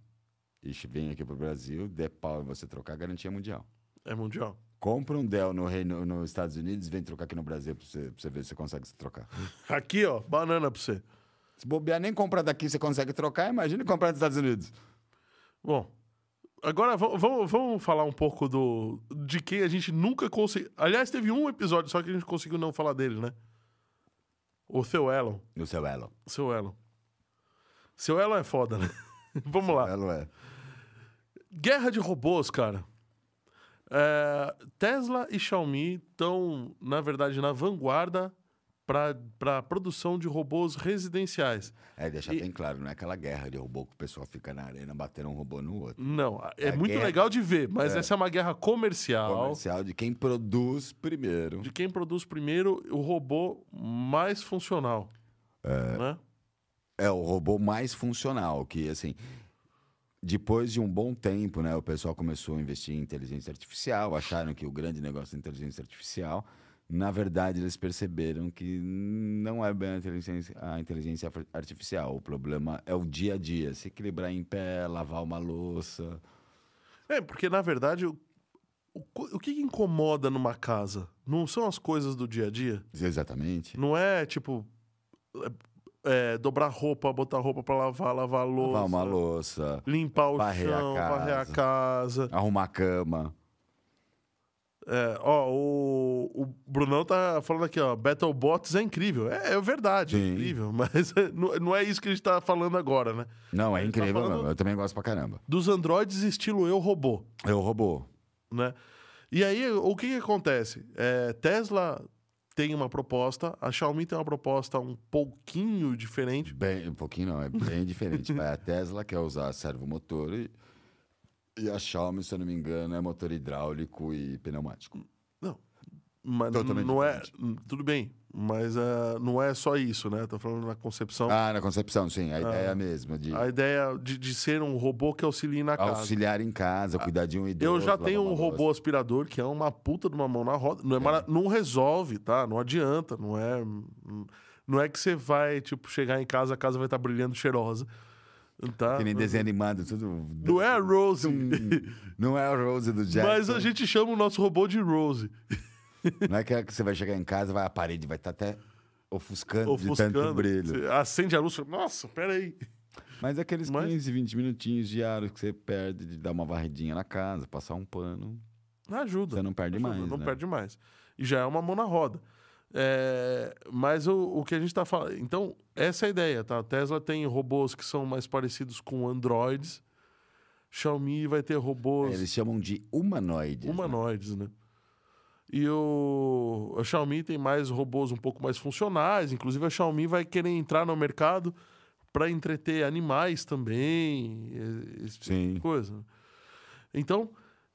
Speaker 2: e vem aqui pro Brasil, der pau e você trocar, garantia mundial.
Speaker 1: É mundial.
Speaker 2: Compra um Dell no Reino, nos Estados Unidos, vem trocar aqui no Brasil pra você, pra você ver se você consegue se trocar.
Speaker 1: Aqui, ó, banana pra você.
Speaker 2: Se bobear, nem comprar daqui você consegue trocar, imagina comprar nos Estados Unidos.
Speaker 1: Bom, agora va- vamos, vamos falar um pouco do de quem a gente nunca conseguiu. Aliás, teve um episódio só que a gente conseguiu não falar dele, né? O seu Elon.
Speaker 2: No seu Elo.
Speaker 1: O Seu Elon. Seu Elon é foda, né? vamos lá.
Speaker 2: Elo é.
Speaker 1: Guerra de robôs, cara. É, Tesla e Xiaomi estão, na verdade, na vanguarda para a produção de robôs residenciais.
Speaker 2: É, deixar
Speaker 1: E-
Speaker 2: bem claro, não é aquela guerra de robô que o pessoal fica na arena batendo um robô no outro.
Speaker 1: Não, é,
Speaker 2: É
Speaker 1: muito
Speaker 2: guerra-
Speaker 1: legal de ver, mas essa é uma guerra comercial.
Speaker 2: Comercial de quem produz primeiro.
Speaker 1: de quem produz primeiro o robô mais funcional. Né?
Speaker 2: É o robô mais funcional, que assim, depois de um bom tempo, né, o pessoal começou a investir em inteligência artificial, acharam que o grande negócio é inteligência artificial. Na verdade, eles perceberam que não é bem a inteligência, a inteligência ar- artificial. O problema é o dia a dia, se equilibrar em pé, lavar uma louça.
Speaker 1: É, porque na verdade, o, o co- o que que incomoda numa casa? Não são as coisas do dia a dia?
Speaker 2: Exatamente.
Speaker 1: Não é tipo. é, é, dobrar roupa, botar roupa pra lavar, lavar a louça,
Speaker 2: Lavar uma louça,
Speaker 1: limpar o
Speaker 2: varrer a
Speaker 1: chão,
Speaker 2: casa.
Speaker 1: varrer a casa.
Speaker 2: arrumar a cama.
Speaker 1: É, ó, o, o Brunão tá falando aqui, ó, Battlebots é incrível. É, é verdade, é
Speaker 2: Sim.
Speaker 1: incrível, mas não, não é isso que a gente tá falando agora, né?
Speaker 2: Não, é
Speaker 1: Ele tá
Speaker 2: incrível
Speaker 1: falando-
Speaker 2: mesmo. Eu também gosto pra caramba.
Speaker 1: Dos androides estilo eu robô.
Speaker 2: É o robô.
Speaker 1: né? E aí, o que, que acontece? É, Tesla tem uma proposta, a Xiaomi tem uma proposta um pouquinho diferente.
Speaker 2: Bem, um pouquinho não, é bem diferente. A Tesla quer usar servomotor e, e a Xiaomi, se eu não me engano, é motor hidráulico e pneumático.
Speaker 1: Mas
Speaker 2: Totalmente
Speaker 1: não é. Tudo bem, mas ah, não é só isso, né? Tô falando na concepção.
Speaker 2: Ah, na concepção, sim, a ideia é a mesma, de
Speaker 1: A ideia de, de ser um robô que auxilie na casa. Ah,
Speaker 2: auxiliar em casa, cuidar de um idoso.
Speaker 1: Eu já
Speaker 2: lavar
Speaker 1: tenho
Speaker 2: uma
Speaker 1: um
Speaker 2: louça.
Speaker 1: robô aspirador que é uma puta de uma mão na roda. Não, é mara- não resolve, tá? Não adianta. Não é, não é que você vai, tipo, chegar em casa, a casa vai estar brilhando cheirosa. Tá?
Speaker 2: Que nem
Speaker 1: Não-
Speaker 2: desenho animado, tudo.
Speaker 1: Não é a Rose,
Speaker 2: Não é a Rose do Jackson.
Speaker 1: mas a gente chama o nosso robô de Rose.
Speaker 2: Não é aquela que você vai chegar em casa, vai a parede, vai estar até ofuscando, de tanto
Speaker 1: Ofuscando.
Speaker 2: brilho.
Speaker 1: Você acende a luz. fala, Nossa, peraí.
Speaker 2: Mas é aqueles
Speaker 1: Mas-
Speaker 2: 15, 20 minutinhos diários que você perde de dar uma varridinha na casa, passar um pano,
Speaker 1: Ajuda.
Speaker 2: você não perde
Speaker 1: Ajuda,
Speaker 2: mais.
Speaker 1: Não
Speaker 2: né?
Speaker 1: perde mais. E já é uma mão na roda. É, mas o, o que a gente está falando. Então, essa é a ideia, tá? A Tesla tem robôs que são mais parecidos com androides. Xiaomi vai ter robôs
Speaker 2: É, Eles chamam de humanoides. né?
Speaker 1: humanoides, né? E o, a Xiaomi tem mais robôs um pouco mais funcionais. Inclusive, a Xiaomi vai querer entrar no mercado para entreter animais também. e- Esse tipo
Speaker 2: Sim.
Speaker 1: de coisa. Então,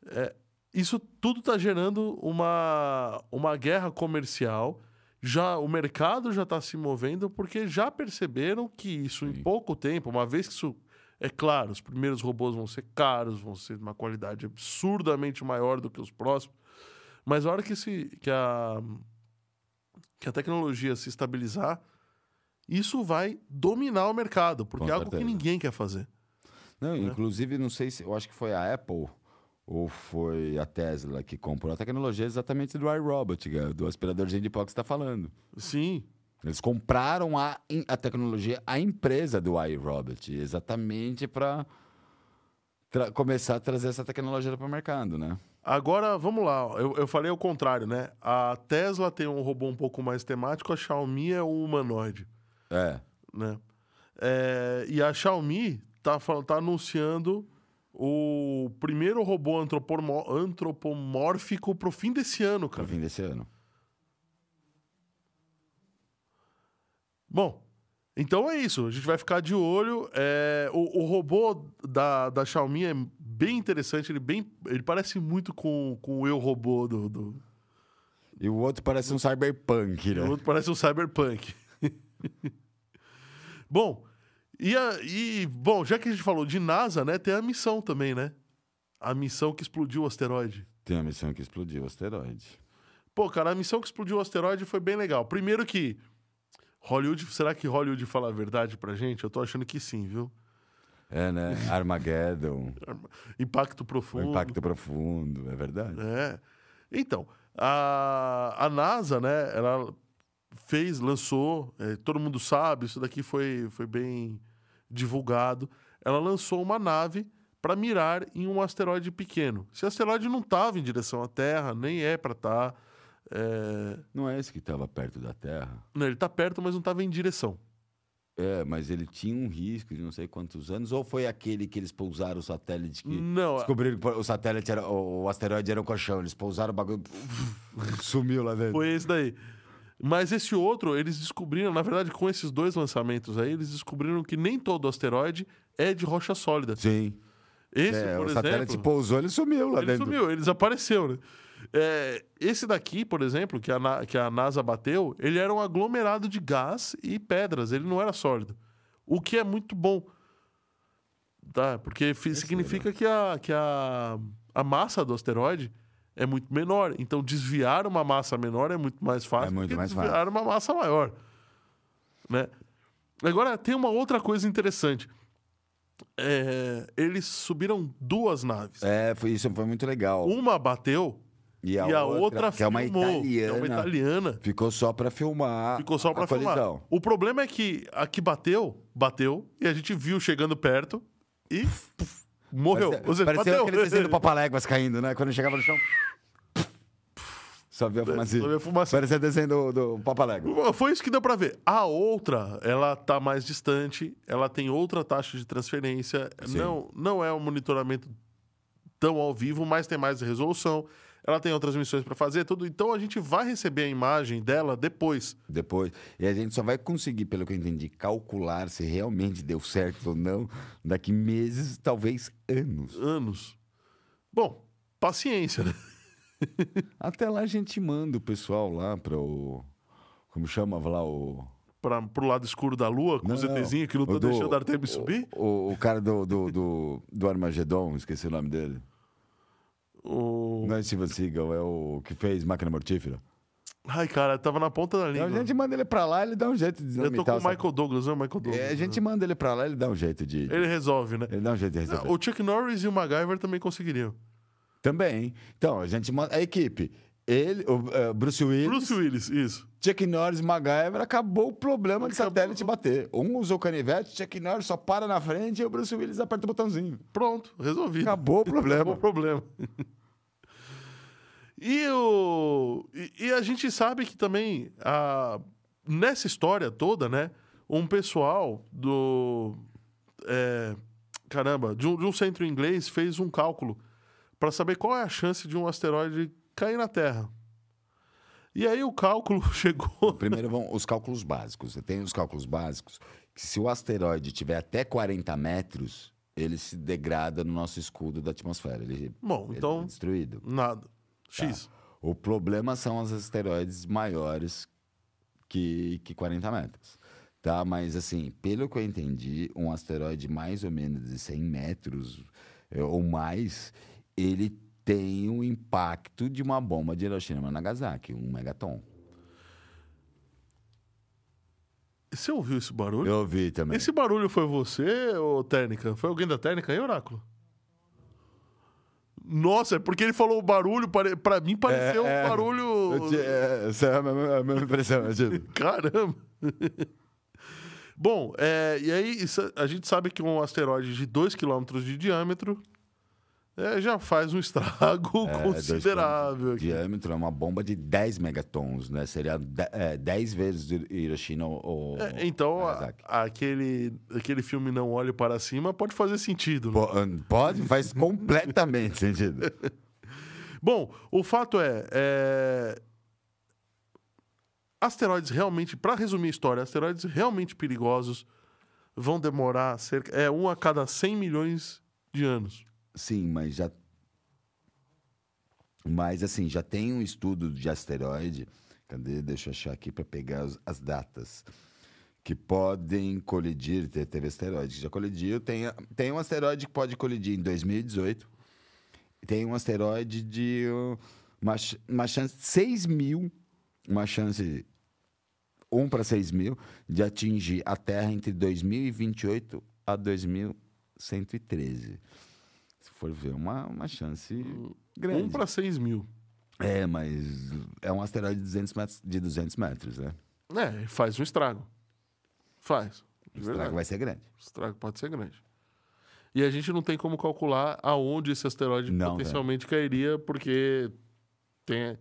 Speaker 1: é, isso tudo está gerando uma, uma guerra comercial. Já O mercado já está se movendo porque já perceberam que isso em pouco tempo, uma vez que isso. É claro, os primeiros robôs vão ser caros, vão ser de uma qualidade absurdamente maior do que os próximos. Mas a hora que, esse, que, a, que a tecnologia se estabilizar, isso vai dominar o mercado, porque
Speaker 2: Com
Speaker 1: é algo que
Speaker 2: certeza.
Speaker 1: ninguém quer fazer.
Speaker 2: Não,
Speaker 1: É.
Speaker 2: inclusive, não sei se. Eu acho que foi a Apple ou foi a Tesla que comprou a tecnologia exatamente do iRobot, cara, do aspiradorzinho de pó que você está falando.
Speaker 1: Sim,
Speaker 2: Eles compraram a, em- a tecnologia, a empresa do iRobot, exatamente para começar a trazer essa tecnologia para o mercado, né?
Speaker 1: Agora, vamos lá. ó. Eu, eu falei o contrário, né? A Tesla tem um robô um pouco mais temático, a Xiaomi é um humanoide,
Speaker 2: É.
Speaker 1: né? É, e a Xiaomi tá, fal- tá anunciando o primeiro robô antropomo- antropomórfico pro fim desse ano,
Speaker 2: Para
Speaker 1: cara.
Speaker 2: fim desse ano.
Speaker 1: Bom, então é isso. A gente vai ficar de olho. É, o, o robô da, da Xiaomi é bem interessante. Ele, bem, ele parece muito com, com o eu robô do- do,
Speaker 2: E o outro parece um cyberpunk, né?
Speaker 1: O outro parece um cyberpunk. bom, e, a- e, bom, já que a gente falou de NASA, né, tem a missão também, né? A missão que explodiu o asteroide.
Speaker 2: Tem a missão que explodiu o asteroide.
Speaker 1: Pô, cara, a missão que explodiu o asteroide foi bem legal. Primeiro que Hollywood, será que Hollywood fala a verdade pra gente? Eu tô achando que sim, viu?
Speaker 2: É, né? Armageddon,
Speaker 1: Impacto
Speaker 2: o
Speaker 1: profundo.
Speaker 2: um impacto profundo, é verdade.
Speaker 1: É. Então, a, a NASA, né, ela fez, lançou, eh, todo mundo sabe, isso daqui foi, foi bem divulgado. Ela lançou uma nave para mirar em um asteroide pequeno. Esse asteroide não estava em direção à Terra, nem é para estar.
Speaker 2: Não é esse que estava perto da Terra?
Speaker 1: Não, ele está perto, mas não estava em direção.
Speaker 2: É, mas ele tinha um risco de não sei quantos anos. Ou foi aquele que eles pousaram o satélite que.
Speaker 1: Não,
Speaker 2: Descobriram que o satélite era. O, o asteroide era um colchão. Eles pousaram o bagulho. sumiu lá dentro.
Speaker 1: Foi esse daí. Mas esse outro, eles descobriram, na verdade, com esses dois lançamentos aí, eles descobriram que nem todo asteroide é de rocha sólida.
Speaker 2: Sim.
Speaker 1: Esse,
Speaker 2: É,
Speaker 1: por
Speaker 2: o
Speaker 1: exemplo,
Speaker 2: satélite pousou, ele sumiu lá
Speaker 1: Ele
Speaker 2: dentro.
Speaker 1: sumiu, ele desapareceu, né? É, esse daqui, por exemplo, que a, Na- que a NASA bateu, ele era um aglomerado de gás e pedras, ele não era sólido. O que é muito bom. Tá? Porque fi- significa que, a, que a, a massa do asteroide é muito menor. Então, desviar uma massa menor é muito mais fácil
Speaker 2: É muito
Speaker 1: do que
Speaker 2: mais
Speaker 1: desviar
Speaker 2: fácil.
Speaker 1: uma massa maior. Né? Agora, tem uma outra coisa interessante. É, eles subiram duas naves.
Speaker 2: É, foi, isso foi muito legal.
Speaker 1: Uma bateu Um e a, outra,
Speaker 2: que é uma
Speaker 1: filmou, que é
Speaker 2: italiana,
Speaker 1: uma italiana,
Speaker 2: ficou só pra filmar.
Speaker 1: Ficou só
Speaker 2: a
Speaker 1: pra filmar.
Speaker 2: colisão.
Speaker 1: O problema é que a que bateu, bateu, e a gente viu chegando perto e puf, morreu.
Speaker 2: Parecia,
Speaker 1: Ou seja,
Speaker 2: parecia
Speaker 1: bateu.
Speaker 2: aquele desenho do Papaléguas caindo, né? Quando chegava no chão. Só via fumacinha.
Speaker 1: Só via fumacinha.
Speaker 2: Parecia desenho do, do Papaléguas.
Speaker 1: Foi isso que deu pra ver. A outra, ela tá mais distante, ela tem outra taxa de transferência,
Speaker 2: Sim.
Speaker 1: não, não é um monitoramento tão ao vivo, mas tem mais resolução. Ela tem outras missões para fazer, tudo. Então a gente vai receber a imagem dela depois.
Speaker 2: Depois. E a gente só vai conseguir, pelo que eu entendi, calcular se realmente deu certo ou não daqui meses, talvez anos.
Speaker 1: Anos. Bom, paciência, né?
Speaker 2: Até lá a gente manda o pessoal lá para o. Como chama lá o.
Speaker 1: Pra, pro lado escuro da lua, com o
Speaker 2: Não,
Speaker 1: ZTzinho que não
Speaker 2: o
Speaker 1: tá
Speaker 2: do-
Speaker 1: deixando a Artemis subir.
Speaker 2: O, o cara do, do, do, do Armagedon, esqueci o nome dele.
Speaker 1: O...
Speaker 2: Não é Steven Seagal, é o que fez Máquina Mortífera.
Speaker 1: Ai, cara, tava na ponta da
Speaker 2: Então
Speaker 1: língua.
Speaker 2: a gente manda ele pra lá, ele dá um jeito de
Speaker 1: Eu tô
Speaker 2: dinamitar.
Speaker 1: com o
Speaker 2: essa-
Speaker 1: Michael Douglas, né? Michael Douglas.
Speaker 2: É, a gente manda ele pra lá, ele dá um jeito de.
Speaker 1: Ele resolve, né?
Speaker 2: Ele dá um jeito de resolver.
Speaker 1: Não, o Chuck Norris e o MacGyver também conseguiriam.
Speaker 2: Também. Então, a gente manda. A equipe. Ele, o eh, Bruce Willis,
Speaker 1: Bruce Willis, isso.
Speaker 2: Chuck Norris e MacGyver, acabou o problema de
Speaker 1: Acabou.
Speaker 2: satélite bater. Um usou o canivete, Chuck Norris só para na frente e o Bruce Willis aperta o botãozinho.
Speaker 1: Pronto, resolvido.
Speaker 2: Acabou o
Speaker 1: Acabou o
Speaker 2: problema.
Speaker 1: problema. e, o... e, e a gente sabe que também, a... nessa história toda, né? Um pessoal do. é, Caramba, de um, de um centro inglês fez um cálculo para saber qual é a chance de um asteroide cair na Terra. E aí o cálculo chegou
Speaker 2: Primeiro vão os cálculos básicos. Você tem os cálculos básicos que se o asteroide tiver até 40 metros, ele se degrada no nosso escudo da atmosfera. Ele,
Speaker 1: Bom,
Speaker 2: ele
Speaker 1: então-
Speaker 2: é destruído.
Speaker 1: Nada. X.
Speaker 2: O problema são os asteroides maiores que, que 40 metros. Tá? Mas, assim, pelo que eu entendi, um asteroide mais ou menos de 100 metros eh, ou mais, ele tem o impacto de uma bomba de Hiroshima e Nagasaki, um megaton.
Speaker 1: Você ouviu esse barulho?
Speaker 2: Eu vi também.
Speaker 1: Esse barulho foi você, ô Técnica? Foi alguém da Técnica aí, Oráculo? Nossa, é porque ele falou o barulho, pare... pra mim pareceu
Speaker 2: É,
Speaker 1: um
Speaker 2: é. Eu
Speaker 1: barulho.
Speaker 2: te- é, essa é a mesma, a mesma impressão. eu tive.
Speaker 1: Caramba! Bom, é, e aí isso- a gente sabe que um asteroide de 2 km de diâmetro é, já faz um estrago
Speaker 2: É, dois
Speaker 1: considerável.
Speaker 2: quilômetros de
Speaker 1: aqui.
Speaker 2: Diâmetro é uma bomba de 10 megatons, né? Seria de- é, 10 vezes Hiroshima ou.
Speaker 1: É, então, a-
Speaker 2: Nagasaki.
Speaker 1: aquele, aquele filme Não Olhe Para Cima pode fazer sentido, né?
Speaker 2: Po- ah, Pode, faz completamente sentido.
Speaker 1: Bom, o fato é, é, asteroides realmente, para resumir a história, asteroides realmente perigosos vão demorar cerca é um a cada 100 milhões de anos.
Speaker 2: Sim, mas já. Mas assim, já tem um estudo de asteroide. Cadê? Deixa eu achar aqui para pegar os- as datas. Que podem colidir. te- Teve asteroide que já colidiu. Tem, a- tem um asteroide que pode colidir em 2018. Tem um asteroide de uh, uma, ch- uma chance. 6 mil. Uma chance. 1 para 6 mil de atingir a Terra entre 2028 a 2113. Se for ver, uma, uma chance grande.
Speaker 1: 1 para 6 Um mil.
Speaker 2: É, mas é um asteroide de 200 metros, de 200 metros né?
Speaker 1: É, faz um estrago. Faz.
Speaker 2: O
Speaker 1: De
Speaker 2: estrago
Speaker 1: verdade.
Speaker 2: vai ser grande.
Speaker 1: O estrago pode ser grande. E a gente não tem como calcular aonde esse asteroide
Speaker 2: Não,
Speaker 1: potencialmente cairia, porque tem,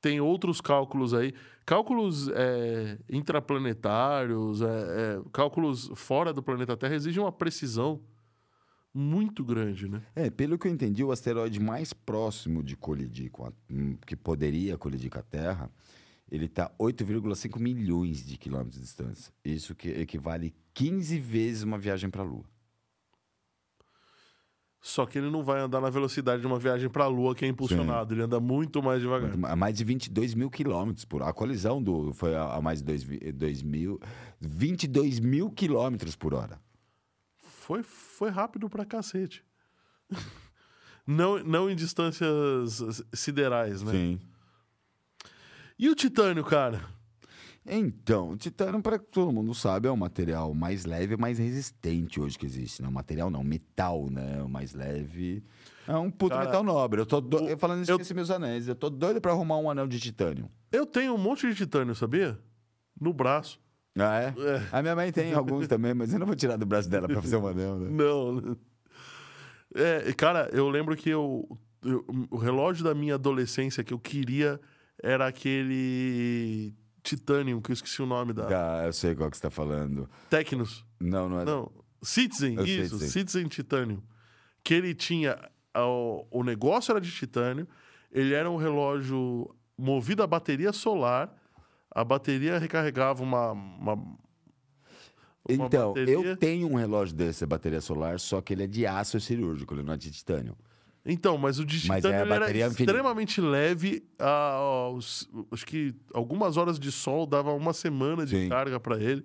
Speaker 1: tem outros cálculos aí. Cálculos é, intraplanetários, é, é, cálculos fora do planeta Terra exigem uma precisão muito grande, né?
Speaker 2: É, pelo que eu entendi, o asteroide mais próximo de colidir com a, hum, que poderia colidir com a Terra, ele tá está 8,5 milhões de quilômetros de distância. Isso que equivale 15 vezes uma viagem para a Lua.
Speaker 1: Só que ele não vai andar na velocidade de uma viagem para a Lua que é impulsionado. Ele anda muito mais devagar.
Speaker 2: A mais de 22 mil quilômetros por A colisão do, foi a, a mais de dois vi- dois mil, 22 mil quilômetros por hora.
Speaker 1: Foi, foi rápido pra cacete. Não, não em distâncias siderais, né?
Speaker 2: Sim.
Speaker 1: E o titânio, cara?
Speaker 2: Então, o titânio, para todo mundo sabe, é o material mais leve e mais resistente hoje que existe. Não, material não, metal, né? O mais leve. É um puto
Speaker 1: Cara,
Speaker 2: metal nobre. Eu tô do... eu falando isso,
Speaker 1: eu-
Speaker 2: esqueci meus anéis. Eu tô doido pra arrumar um anel de titânio.
Speaker 1: Eu tenho um monte de titânio, sabia? No braço.
Speaker 2: Ah, é? A minha mãe tem alguns também, mas eu não vou tirar do braço dela pra fazer um anel, né?
Speaker 1: Não. É, cara, eu lembro que eu, eu- o relógio da minha adolescência que eu queria era aquele titânio, que eu esqueci o nome da.
Speaker 2: Tá, eu sei qual que você tá falando.
Speaker 1: Tecnos.
Speaker 2: Não, não é.
Speaker 1: Não. Citizen,
Speaker 2: Eu sei,
Speaker 1: isso.
Speaker 2: sei.
Speaker 1: Citizen Titanium. Que ele tinha a- o, o negócio era de titânio, ele era um relógio movido a bateria solar, a bateria recarregava uma. uma- uma
Speaker 2: Então,
Speaker 1: bateria.
Speaker 2: eu tenho um relógio desse, bateria solar, só que ele é de aço cirúrgico, ele não é de titânio.
Speaker 1: Então, mas o de
Speaker 2: Mas
Speaker 1: titânio
Speaker 2: é a
Speaker 1: ele
Speaker 2: bateria
Speaker 1: era
Speaker 2: infinita.
Speaker 1: extremamente leve. a- aos- acho que algumas horas de sol dava uma semana de
Speaker 2: Sim.
Speaker 1: carga pra ele.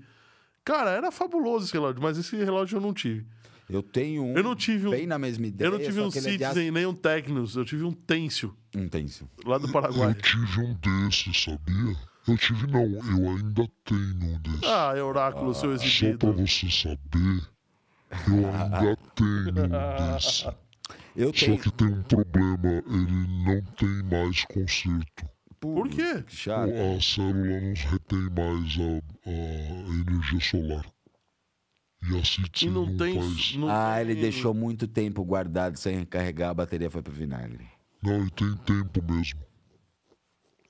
Speaker 1: Cara, era fabuloso esse relógio, mas esse relógio eu não tive.
Speaker 2: Eu tenho um
Speaker 1: Eu não tive um-
Speaker 2: bem na mesma ideia,
Speaker 1: eu não tive
Speaker 2: só
Speaker 1: um
Speaker 2: que ele é de aço
Speaker 1: Citizen nem um Tecnos, eu tive um Tencio,
Speaker 2: intenso.
Speaker 1: lá do Paraguai.
Speaker 3: Eu tive um desses, sabia? Eu tive não, eu ainda tenho um desses.
Speaker 1: ah, Euráculo, seu
Speaker 3: Só pra
Speaker 1: exibido.
Speaker 3: você saber, eu ainda tenho um desse.
Speaker 2: Eu
Speaker 3: Só
Speaker 2: tenho...
Speaker 3: que tem um problema, ele não tem mais conserto.
Speaker 1: Por quê?
Speaker 2: Que chato.
Speaker 3: A célula não retém mais a, a energia solar. E a
Speaker 1: E
Speaker 3: CITES não,
Speaker 1: não tem.
Speaker 3: faz.
Speaker 1: não
Speaker 2: Ah,
Speaker 1: tem-
Speaker 2: ele deixou muito tempo guardado sem recarregar, a bateria foi pro vinagre.
Speaker 3: Não, e tem tempo mesmo.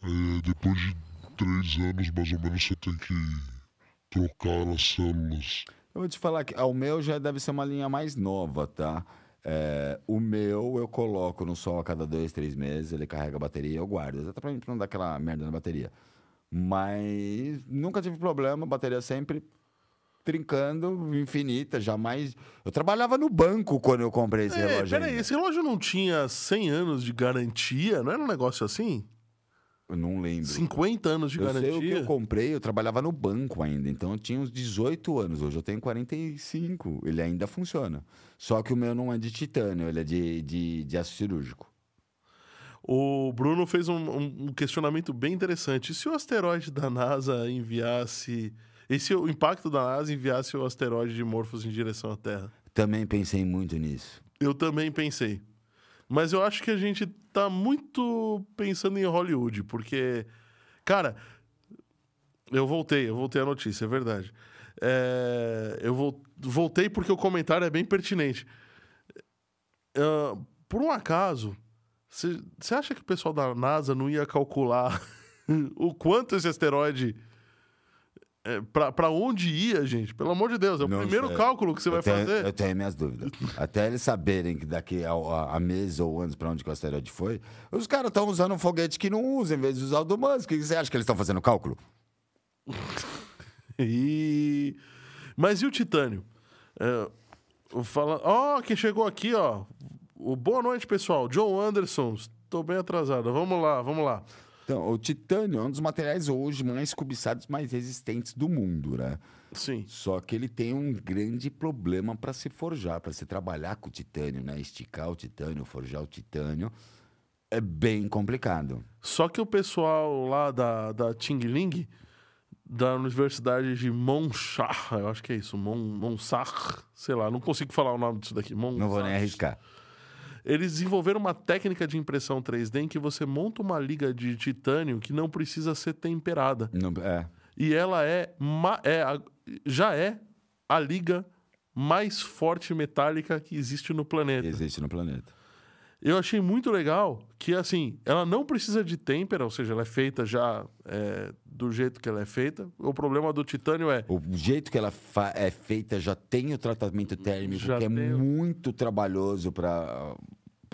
Speaker 3: É, depois de três anos, mais ou menos, você tem que trocar as células.
Speaker 2: Eu vou te falar que ah, o meu já deve ser uma linha mais nova, tá? É, o meu eu coloco no sol a cada dois, três meses, ele carrega a bateria e eu guardo. Exatamente pra, mim, pra não dar aquela merda na bateria. Mas nunca tive problema, bateria sempre trincando, infinita, jamais. Eu trabalhava no banco quando eu comprei esse
Speaker 1: É,
Speaker 2: relógio.
Speaker 1: peraí,
Speaker 2: ainda.
Speaker 1: esse relógio não tinha 100 anos de garantia? Não era um negócio assim?
Speaker 2: Eu não lembro.
Speaker 1: 50 anos de
Speaker 2: eu
Speaker 1: garantia?
Speaker 2: sei o que eu comprei, eu trabalhava no banco ainda, então eu tinha uns 18 anos, hoje eu tenho 45, ele ainda funciona. Só que o meu não é de titânio, ele é de, de, de aço cirúrgico.
Speaker 1: O Bruno fez um, um- um questionamento bem interessante. E se o asteroide da NASA enviasse. E se o impacto da NASA enviasse o asteroide de Morphos em direção à Terra?
Speaker 2: Também pensei muito nisso.
Speaker 1: Eu também pensei. Mas eu acho que a gente tá muito pensando em Hollywood, porque. Cara, eu voltei, eu voltei à notícia, é verdade. É, eu vol- voltei porque o comentário é bem pertinente. Ah, por um acaso, você acha que o pessoal da NASA não ia calcular o quanto esse asteroide. É, pra, pra onde ia, gente? Pelo amor de Deus, é o
Speaker 2: Não
Speaker 1: primeiro
Speaker 2: sei.
Speaker 1: cálculo que você
Speaker 2: eu
Speaker 1: vai
Speaker 2: tenho,
Speaker 1: fazer.
Speaker 2: Eu tenho minhas dúvidas. Até eles saberem que daqui a, a, a meses ou anos pra onde que o asteroide foi, os caras estão usando um foguete que não usa, em vez de usar o do Musk. O que você acha que eles estão fazendo cálculo?
Speaker 1: E... Mas e o Titânio? É, eu falo- Ó, quem chegou aqui, ó. O boa noite, pessoal. John Anderson. Estou bem atrasado. Vamos lá, vamos lá.
Speaker 2: Então, o titânio é um dos materiais hoje mais cobiçados, mais resistentes do mundo, né?
Speaker 1: Sim.
Speaker 2: Só que ele tem um grande problema para se forjar, para se trabalhar com o titânio, né? Esticar o titânio, forjar o titânio. É bem complicado.
Speaker 1: Só que o pessoal lá da, da Ting Ling, da Universidade de Monchar, eu acho que é isso, Mon, Monsar, sei lá, não consigo falar o nome disso daqui. Monsar.
Speaker 2: Não vou nem arriscar.
Speaker 1: Eles desenvolveram uma técnica de impressão 3D em que você monta uma liga de titânio que não precisa ser temperada.
Speaker 2: Não, é.
Speaker 1: E ela é, ma- é a- já é a liga mais forte metálica que existe no planeta.
Speaker 2: Existe no planeta.
Speaker 1: Eu achei muito legal que, assim, ela não precisa de têmpera, ou seja, ela é feita já é, do jeito que ela é feita. O problema do titânio é...
Speaker 2: O jeito que ela fa- é feita já tem o tratamento térmico,
Speaker 1: Já
Speaker 2: que é
Speaker 1: tem o-
Speaker 2: muito trabalhoso para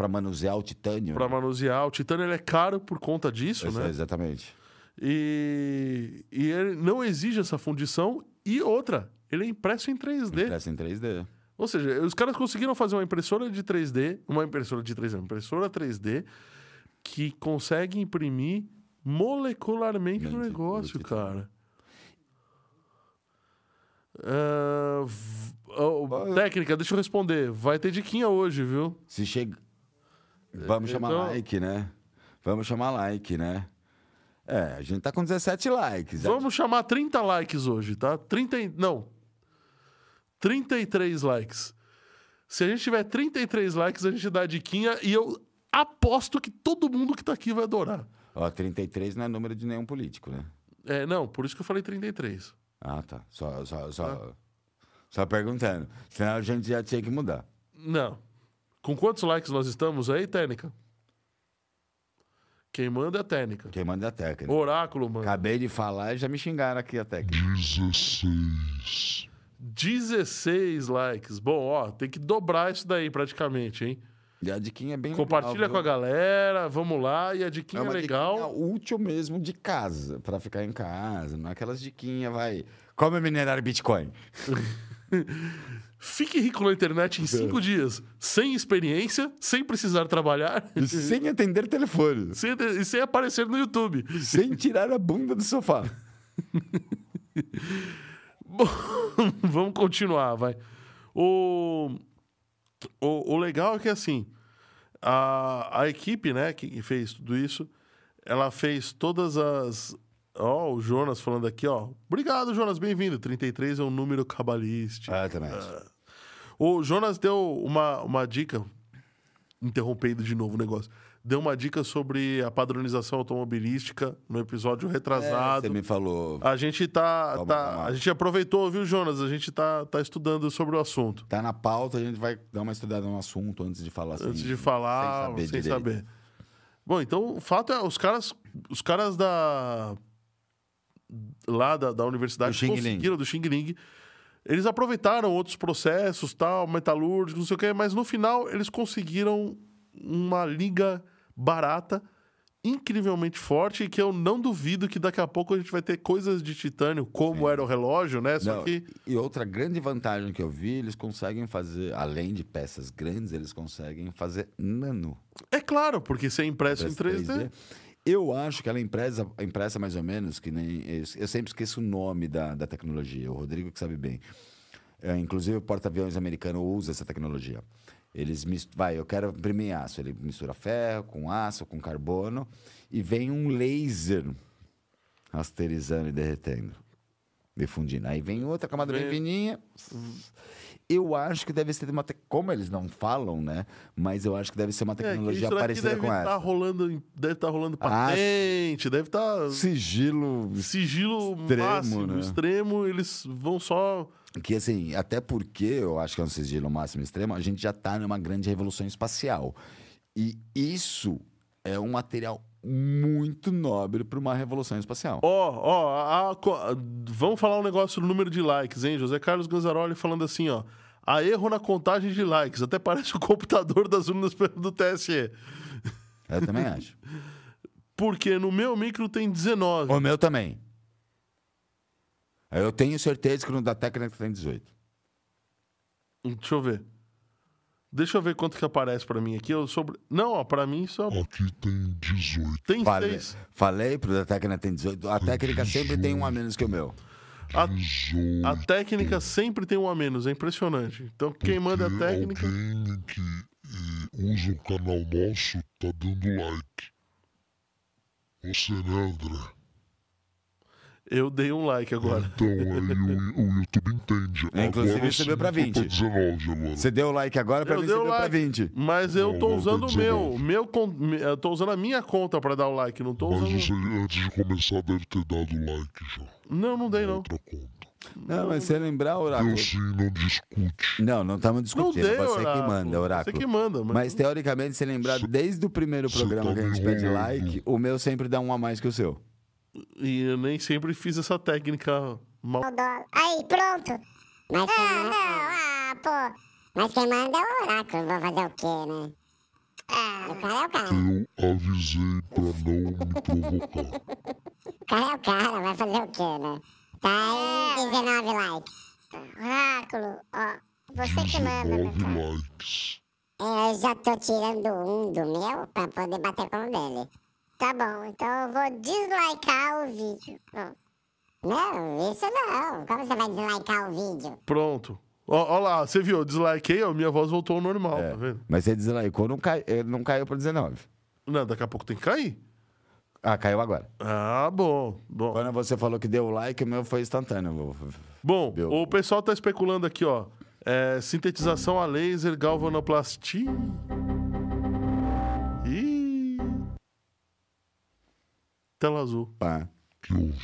Speaker 2: manusear o titânio.
Speaker 1: Para
Speaker 2: né?
Speaker 1: manusear, o titânio ele é caro por conta disso,
Speaker 2: Exa-
Speaker 1: né?
Speaker 2: Exatamente.
Speaker 1: E, e ele não exige essa fundição. E outra, ele é impresso em 3D.
Speaker 2: Impressa em 3D.
Speaker 1: Ou seja, os caras conseguiram fazer uma impressora de 3D, uma impressora de 3D, uma impressora 3D, que consegue imprimir molecularmente o
Speaker 2: Mente,
Speaker 1: negócio,
Speaker 2: tudo que
Speaker 1: cara. Ah, v- oh,
Speaker 2: Ah, eu-
Speaker 1: técnica, deixa eu responder. Vai ter diquinha hoje, viu?
Speaker 2: Se chega. Vamos chamar
Speaker 1: então-
Speaker 2: like, né? Vamos chamar like, né? É, a gente tá com 17 likes. É.
Speaker 1: Vamos chamar 30 likes hoje, tá? 30, e- não. 33 likes. Se a gente tiver 33 likes, a gente dá a diquinha e eu aposto que todo mundo que tá aqui vai adorar.
Speaker 2: Ó, 33 não é número de nenhum político, né?
Speaker 1: É, não, por isso que eu falei 33.
Speaker 2: Ah, tá. Só, só,
Speaker 1: Ah.
Speaker 2: só, só perguntando. Senão a gente já tinha que mudar.
Speaker 1: Não. Com quantos likes nós estamos aí, Técnica? Quem manda é a Técnica.
Speaker 2: Quem manda é a técnica.
Speaker 1: Oráculo, mano.
Speaker 2: Acabei de falar e já me xingaram aqui a técnica.
Speaker 3: 16.
Speaker 1: 16 likes. Bom, ó, tem que dobrar isso daí praticamente, hein?
Speaker 2: E a diquinha é bem
Speaker 1: Compartilha
Speaker 2: legal,
Speaker 1: com a
Speaker 2: viu?
Speaker 1: galera, vamos lá. E a diquinha Ah, é,
Speaker 2: uma
Speaker 1: legal.
Speaker 2: diquinha útil mesmo de casa, pra ficar em casa. Não é aquelas diquinhas, vai. Como minerar Bitcoin?
Speaker 1: Fique rico na internet em cinco dias, sem experiência, sem precisar trabalhar
Speaker 2: E sem atender telefone.
Speaker 1: sem- e sem aparecer no YouTube.
Speaker 2: sem tirar a bunda do sofá.
Speaker 1: Bom, vamos continuar, vai. O, o, o legal é que, assim, a, a equipe, né, que, que fez tudo isso, ela fez todas as... Ó, o Jonas falando aqui, ó. Obrigado, Jonas, bem-vindo. 33 é um número cabalístico.
Speaker 2: Ah, também.
Speaker 1: É. O Jonas deu uma, uma dica, interrompendo de novo o negócio, deu uma dica sobre a padronização automobilística no episódio retrasado.
Speaker 2: Você me falou.
Speaker 1: A gente tá,
Speaker 2: Calma,
Speaker 1: tá-
Speaker 2: calma.
Speaker 1: A gente aproveitou, viu, Jonas? A gente tá, tá estudando sobre o assunto.
Speaker 2: Tá na pauta, a gente vai dar uma estudada no assunto antes de falar assim.
Speaker 1: antes de falar, sem
Speaker 2: saber
Speaker 1: saber.
Speaker 2: direito.
Speaker 1: Bom, então o fato é, os caras. Os caras da. Lá da, da universidade
Speaker 2: Do Xing Ling.
Speaker 1: conseguiram do Xing Ling. Eles aproveitaram outros processos, tal, metalúrgicos, não sei o quê, mas no final eles conseguiram uma liga barata, incrivelmente forte, e que eu não duvido que daqui a pouco a gente vai ter coisas de titânio, como era o relógio, né? Só
Speaker 2: Não,
Speaker 1: que.
Speaker 2: E outra grande vantagem que eu vi, eles conseguem fazer, além de peças grandes, eles conseguem fazer nano.
Speaker 1: É claro, porque ser impresso em
Speaker 2: peças
Speaker 1: 3D.
Speaker 2: é. Eu acho que ela impressa, impressa mais ou menos, que nem. Eu, eu sempre esqueço o nome da, da tecnologia, o Rodrigo que sabe bem. É, inclusive o porta-aviões americano usa essa tecnologia. Eles misturam, vai, eu quero imprimir aço. Ele mistura ferro com aço, com carbono, e vem um laser rasterizando e derretendo, difundindo. Aí vem outra camada bem
Speaker 1: Vem-
Speaker 2: fininha. Eu acho que deve ser uma. Te... Como eles não falam, né? Mas eu acho que deve ser uma tecnologia
Speaker 1: é, que isso daqui
Speaker 2: parecida
Speaker 1: deve
Speaker 2: com
Speaker 1: tá
Speaker 2: essa.
Speaker 1: rolando, em- deve estar rolando
Speaker 2: Ah,
Speaker 1: patente, deve estar
Speaker 2: sigilo
Speaker 1: sigilo
Speaker 2: Extremo,
Speaker 1: máximo,
Speaker 2: né?
Speaker 1: extremo, eles vão só
Speaker 2: que assim, até porque eu acho que é um sigilo máximo e extremo, a gente já está numa grande revolução espacial. E isso é um material muito nobre para uma revolução espacial.
Speaker 1: Ó, ó, a- a- co- a- vamos falar um negócio do número de likes, hein? José Carlos Ganzaroli falando assim, ó. Há erro na contagem de likes, até parece o computador das urnas do TSE.
Speaker 2: Eu também acho.
Speaker 1: Porque no meu micro tem 19.
Speaker 2: O meu também. Eu tenho certeza que no da técnica tem 18.
Speaker 1: Deixa eu ver. Deixa eu ver quanto que aparece pra mim aqui. Eu sobre... Não, ó, pra mim só
Speaker 3: Aqui tem 18.
Speaker 1: tem
Speaker 2: Falei,
Speaker 1: 6.
Speaker 2: falei pro da técnica tem 18. A técnica sempre tem um a menos que o meu.
Speaker 1: A-
Speaker 3: 18.
Speaker 1: A técnica sempre tem um a menos, é impressionante. Então quem manda a
Speaker 3: Porque
Speaker 1: técnica.
Speaker 3: Alguém que eh, usa o canal nosso tá dando like. Você, né, André?
Speaker 1: Eu dei um like agora.
Speaker 3: Então, aí o, o YouTube entende.
Speaker 2: Inclusive,
Speaker 3: Agora
Speaker 2: subiu
Speaker 3: sim,
Speaker 2: pra 20.
Speaker 3: Tá 19 agora.
Speaker 2: Você deu o like agora para
Speaker 1: Eu
Speaker 2: ver se
Speaker 1: dei o
Speaker 2: deu para
Speaker 1: like.
Speaker 2: 20.
Speaker 1: Mas eu tô
Speaker 3: Não,
Speaker 1: usando o
Speaker 3: tô
Speaker 1: meu.
Speaker 3: dizendo.
Speaker 1: meu con- me- eu tô usando a minha conta pra dar o like. Não tô
Speaker 3: Mas
Speaker 1: usando.
Speaker 3: você, antes de começar, deve ter dado like já.
Speaker 1: Não, não dei, não.
Speaker 3: Outra conta.
Speaker 2: Não, mas você lembrar, oráculo.
Speaker 3: Eu sim, não discute.
Speaker 2: Não, não estamos
Speaker 1: Não
Speaker 2: discutindo. é
Speaker 1: dei,
Speaker 2: você que manda,
Speaker 1: Você
Speaker 2: oráculo.
Speaker 1: que manda, mas.
Speaker 2: Mas teoricamente, se lembrar desde o primeiro
Speaker 3: Você
Speaker 2: programa
Speaker 3: tá
Speaker 2: que a gente
Speaker 3: me
Speaker 2: pede
Speaker 3: enrolando.
Speaker 2: like, o meu sempre dá um a mais que o seu.
Speaker 1: E eu nem sempre fiz essa técnica mal.
Speaker 4: Dó- Aí, pronto.
Speaker 5: Mas quem,
Speaker 4: Ah,
Speaker 5: ma-
Speaker 4: não, ah, pô.
Speaker 5: mas quem manda é o oráculo, vou fazer o quê, né?
Speaker 4: Ah,
Speaker 5: O cara é o cara,
Speaker 3: Eu avisei pra não me provocar.
Speaker 5: o cara é o cara, vai fazer o quê, né? Tá aí 19 likes.
Speaker 4: É. oráculo, ó. Você é que manda, meu
Speaker 3: 19
Speaker 4: cara.
Speaker 3: likes.
Speaker 5: Eu já tô tirando um do meu pra poder bater com o dele.
Speaker 4: Tá bom, então eu vou deslicar o vídeo. Ó,
Speaker 5: Não, isso não. Como você vai deslicar o vídeo?
Speaker 1: Pronto. Ó, ó lá, você viu? Eu deslikei, ó, minha voz voltou ao normal,
Speaker 2: É.
Speaker 1: tá vendo?
Speaker 2: Mas você deslicou, não, cai, eh, não caiu para 19.
Speaker 1: Não, daqui a pouco tem que cair.
Speaker 2: Ah, caiu agora.
Speaker 1: Ah, bom. Bom.
Speaker 2: Quando você falou que deu o like, o meu foi instantâneo.
Speaker 1: Bom,
Speaker 2: Deu.
Speaker 1: o pessoal tá especulando aqui, ó. É, sintetização a laser, galvanoplastia. Ih. Tela azul.
Speaker 2: Pá,
Speaker 3: Que houve?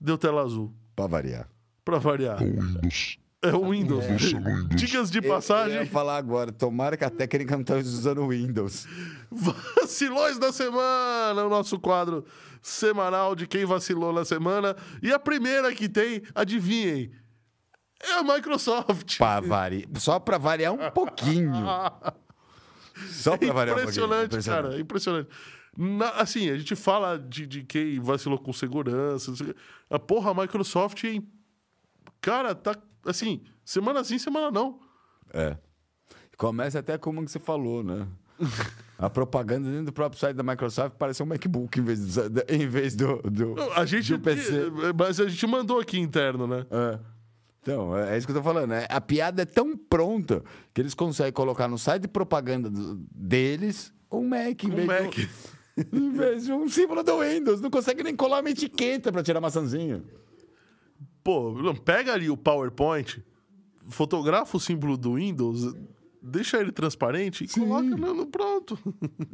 Speaker 1: Deu tela azul.
Speaker 2: pra variar.
Speaker 1: Pra variar.
Speaker 3: É o Windows.
Speaker 1: É o Windows.
Speaker 3: Você no Windows.
Speaker 1: Dicas de
Speaker 2: Eu, eu ia
Speaker 1: passagem.
Speaker 2: falar agora, tomara que a técnica não tá usando o Windows.
Speaker 1: Vacilões da semana. O nosso quadro semanal de quem vacilou na semana. E a primeira que tem, adivinhem. É a Microsoft.
Speaker 2: Pra vari... Só pra variar um pouquinho. Só pra variar um pouquinho.
Speaker 1: impressionante, cara. Impressionante. Na- assim, a gente fala de, de quem vacilou com segurança. não sei o quê. A porra, a Microsoft, hein, cara, tá assim, semana sim, semana não.
Speaker 2: É. Começa até como que você falou, né? A propaganda dentro do próprio site da Microsoft pareceu um MacBook em vez do, em vez do, do,
Speaker 1: A gente,
Speaker 2: do PC.
Speaker 1: mas a gente mandou aqui interno, né?
Speaker 2: É. Então, é é isso que eu tô falando. né? A piada é tão pronta que eles conseguem colocar no site de propaganda do- deles um Mac em
Speaker 1: Um
Speaker 2: vez de
Speaker 1: Mac.
Speaker 2: Em vez de um símbolo do Windows. Não consegue nem colar uma etiqueta pra tirar maçãzinha.
Speaker 1: Pô, não, pega ali o PowerPoint, fotografa o símbolo do Windows, deixa ele transparente e coloca no, no pronto.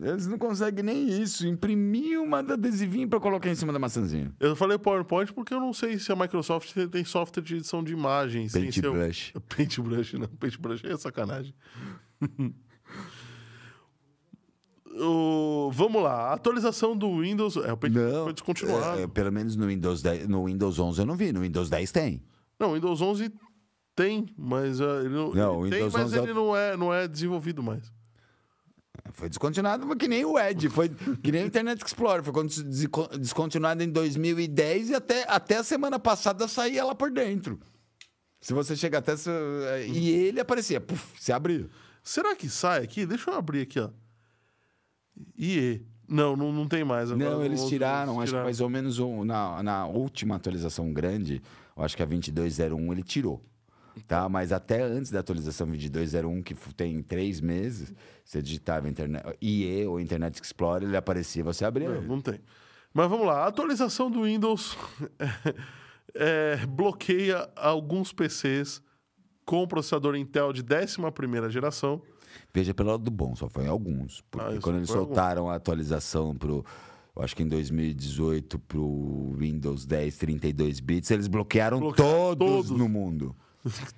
Speaker 2: Eles não conseguem nem isso. Imprimir uma adesivinha pra colocar em cima da maçãzinha.
Speaker 1: Eu falei PowerPoint porque eu não sei se a Microsoft tem- tem software de edição de imagens. sem ser o-
Speaker 2: Paintbrush.
Speaker 1: Paintbrush, não. Paintbrush é sacanagem. O- vamos lá. Atualização do Windows. É, o Paintbrush
Speaker 2: Não.
Speaker 1: foi descontinuado.
Speaker 2: é, é, pelo menos no Windows, 10 no Windows 11 eu não vi. No Windows 10 tem.
Speaker 1: Não, o Windows 11 tem, mas ah, ele não,
Speaker 2: Não,
Speaker 1: ele
Speaker 2: o Windows
Speaker 1: tem, mas
Speaker 2: 11 é o-
Speaker 1: ele não é, não é desenvolvido mais.
Speaker 2: Foi descontinuado, mas que nem o Edge, foi que nem o Internet Explorer, foi quando desco- descontinuado em 2010 e até, até a semana passada saía lá por dentro. Se você chegar até. essa- E ele aparecia, puf, se abria.
Speaker 1: Será que sai aqui? Deixa eu abrir aqui, ó. IE. Não, não, não tem mais. agora.
Speaker 2: Não, eles
Speaker 1: Outros
Speaker 2: tiraram, acho que
Speaker 1: tiraram.
Speaker 2: mais ou menos um- na, na última atualização grande, eu acho que a 2201 ele tirou. Tá, mas até antes da atualização 2201, que f- tem três meses, você digitava internet, IE ou Internet Explorer, ele aparecia, você abria.
Speaker 1: Não,
Speaker 2: ele.
Speaker 1: não tem. Mas vamos lá. A atualização do Windows é, bloqueia alguns PCs com processador Intel de 11ª geração.
Speaker 2: Veja pelo lado do bom, só foi em alguns.
Speaker 1: Ah,
Speaker 2: Porque
Speaker 1: isso
Speaker 2: quando eles
Speaker 1: foi algum.
Speaker 2: soltaram a atualização pro. Eu acho que em 2018 pro Windows 10 32 bits, eles bloquearam,
Speaker 1: Bloquearam
Speaker 2: todos,
Speaker 1: todos.
Speaker 2: no mundo.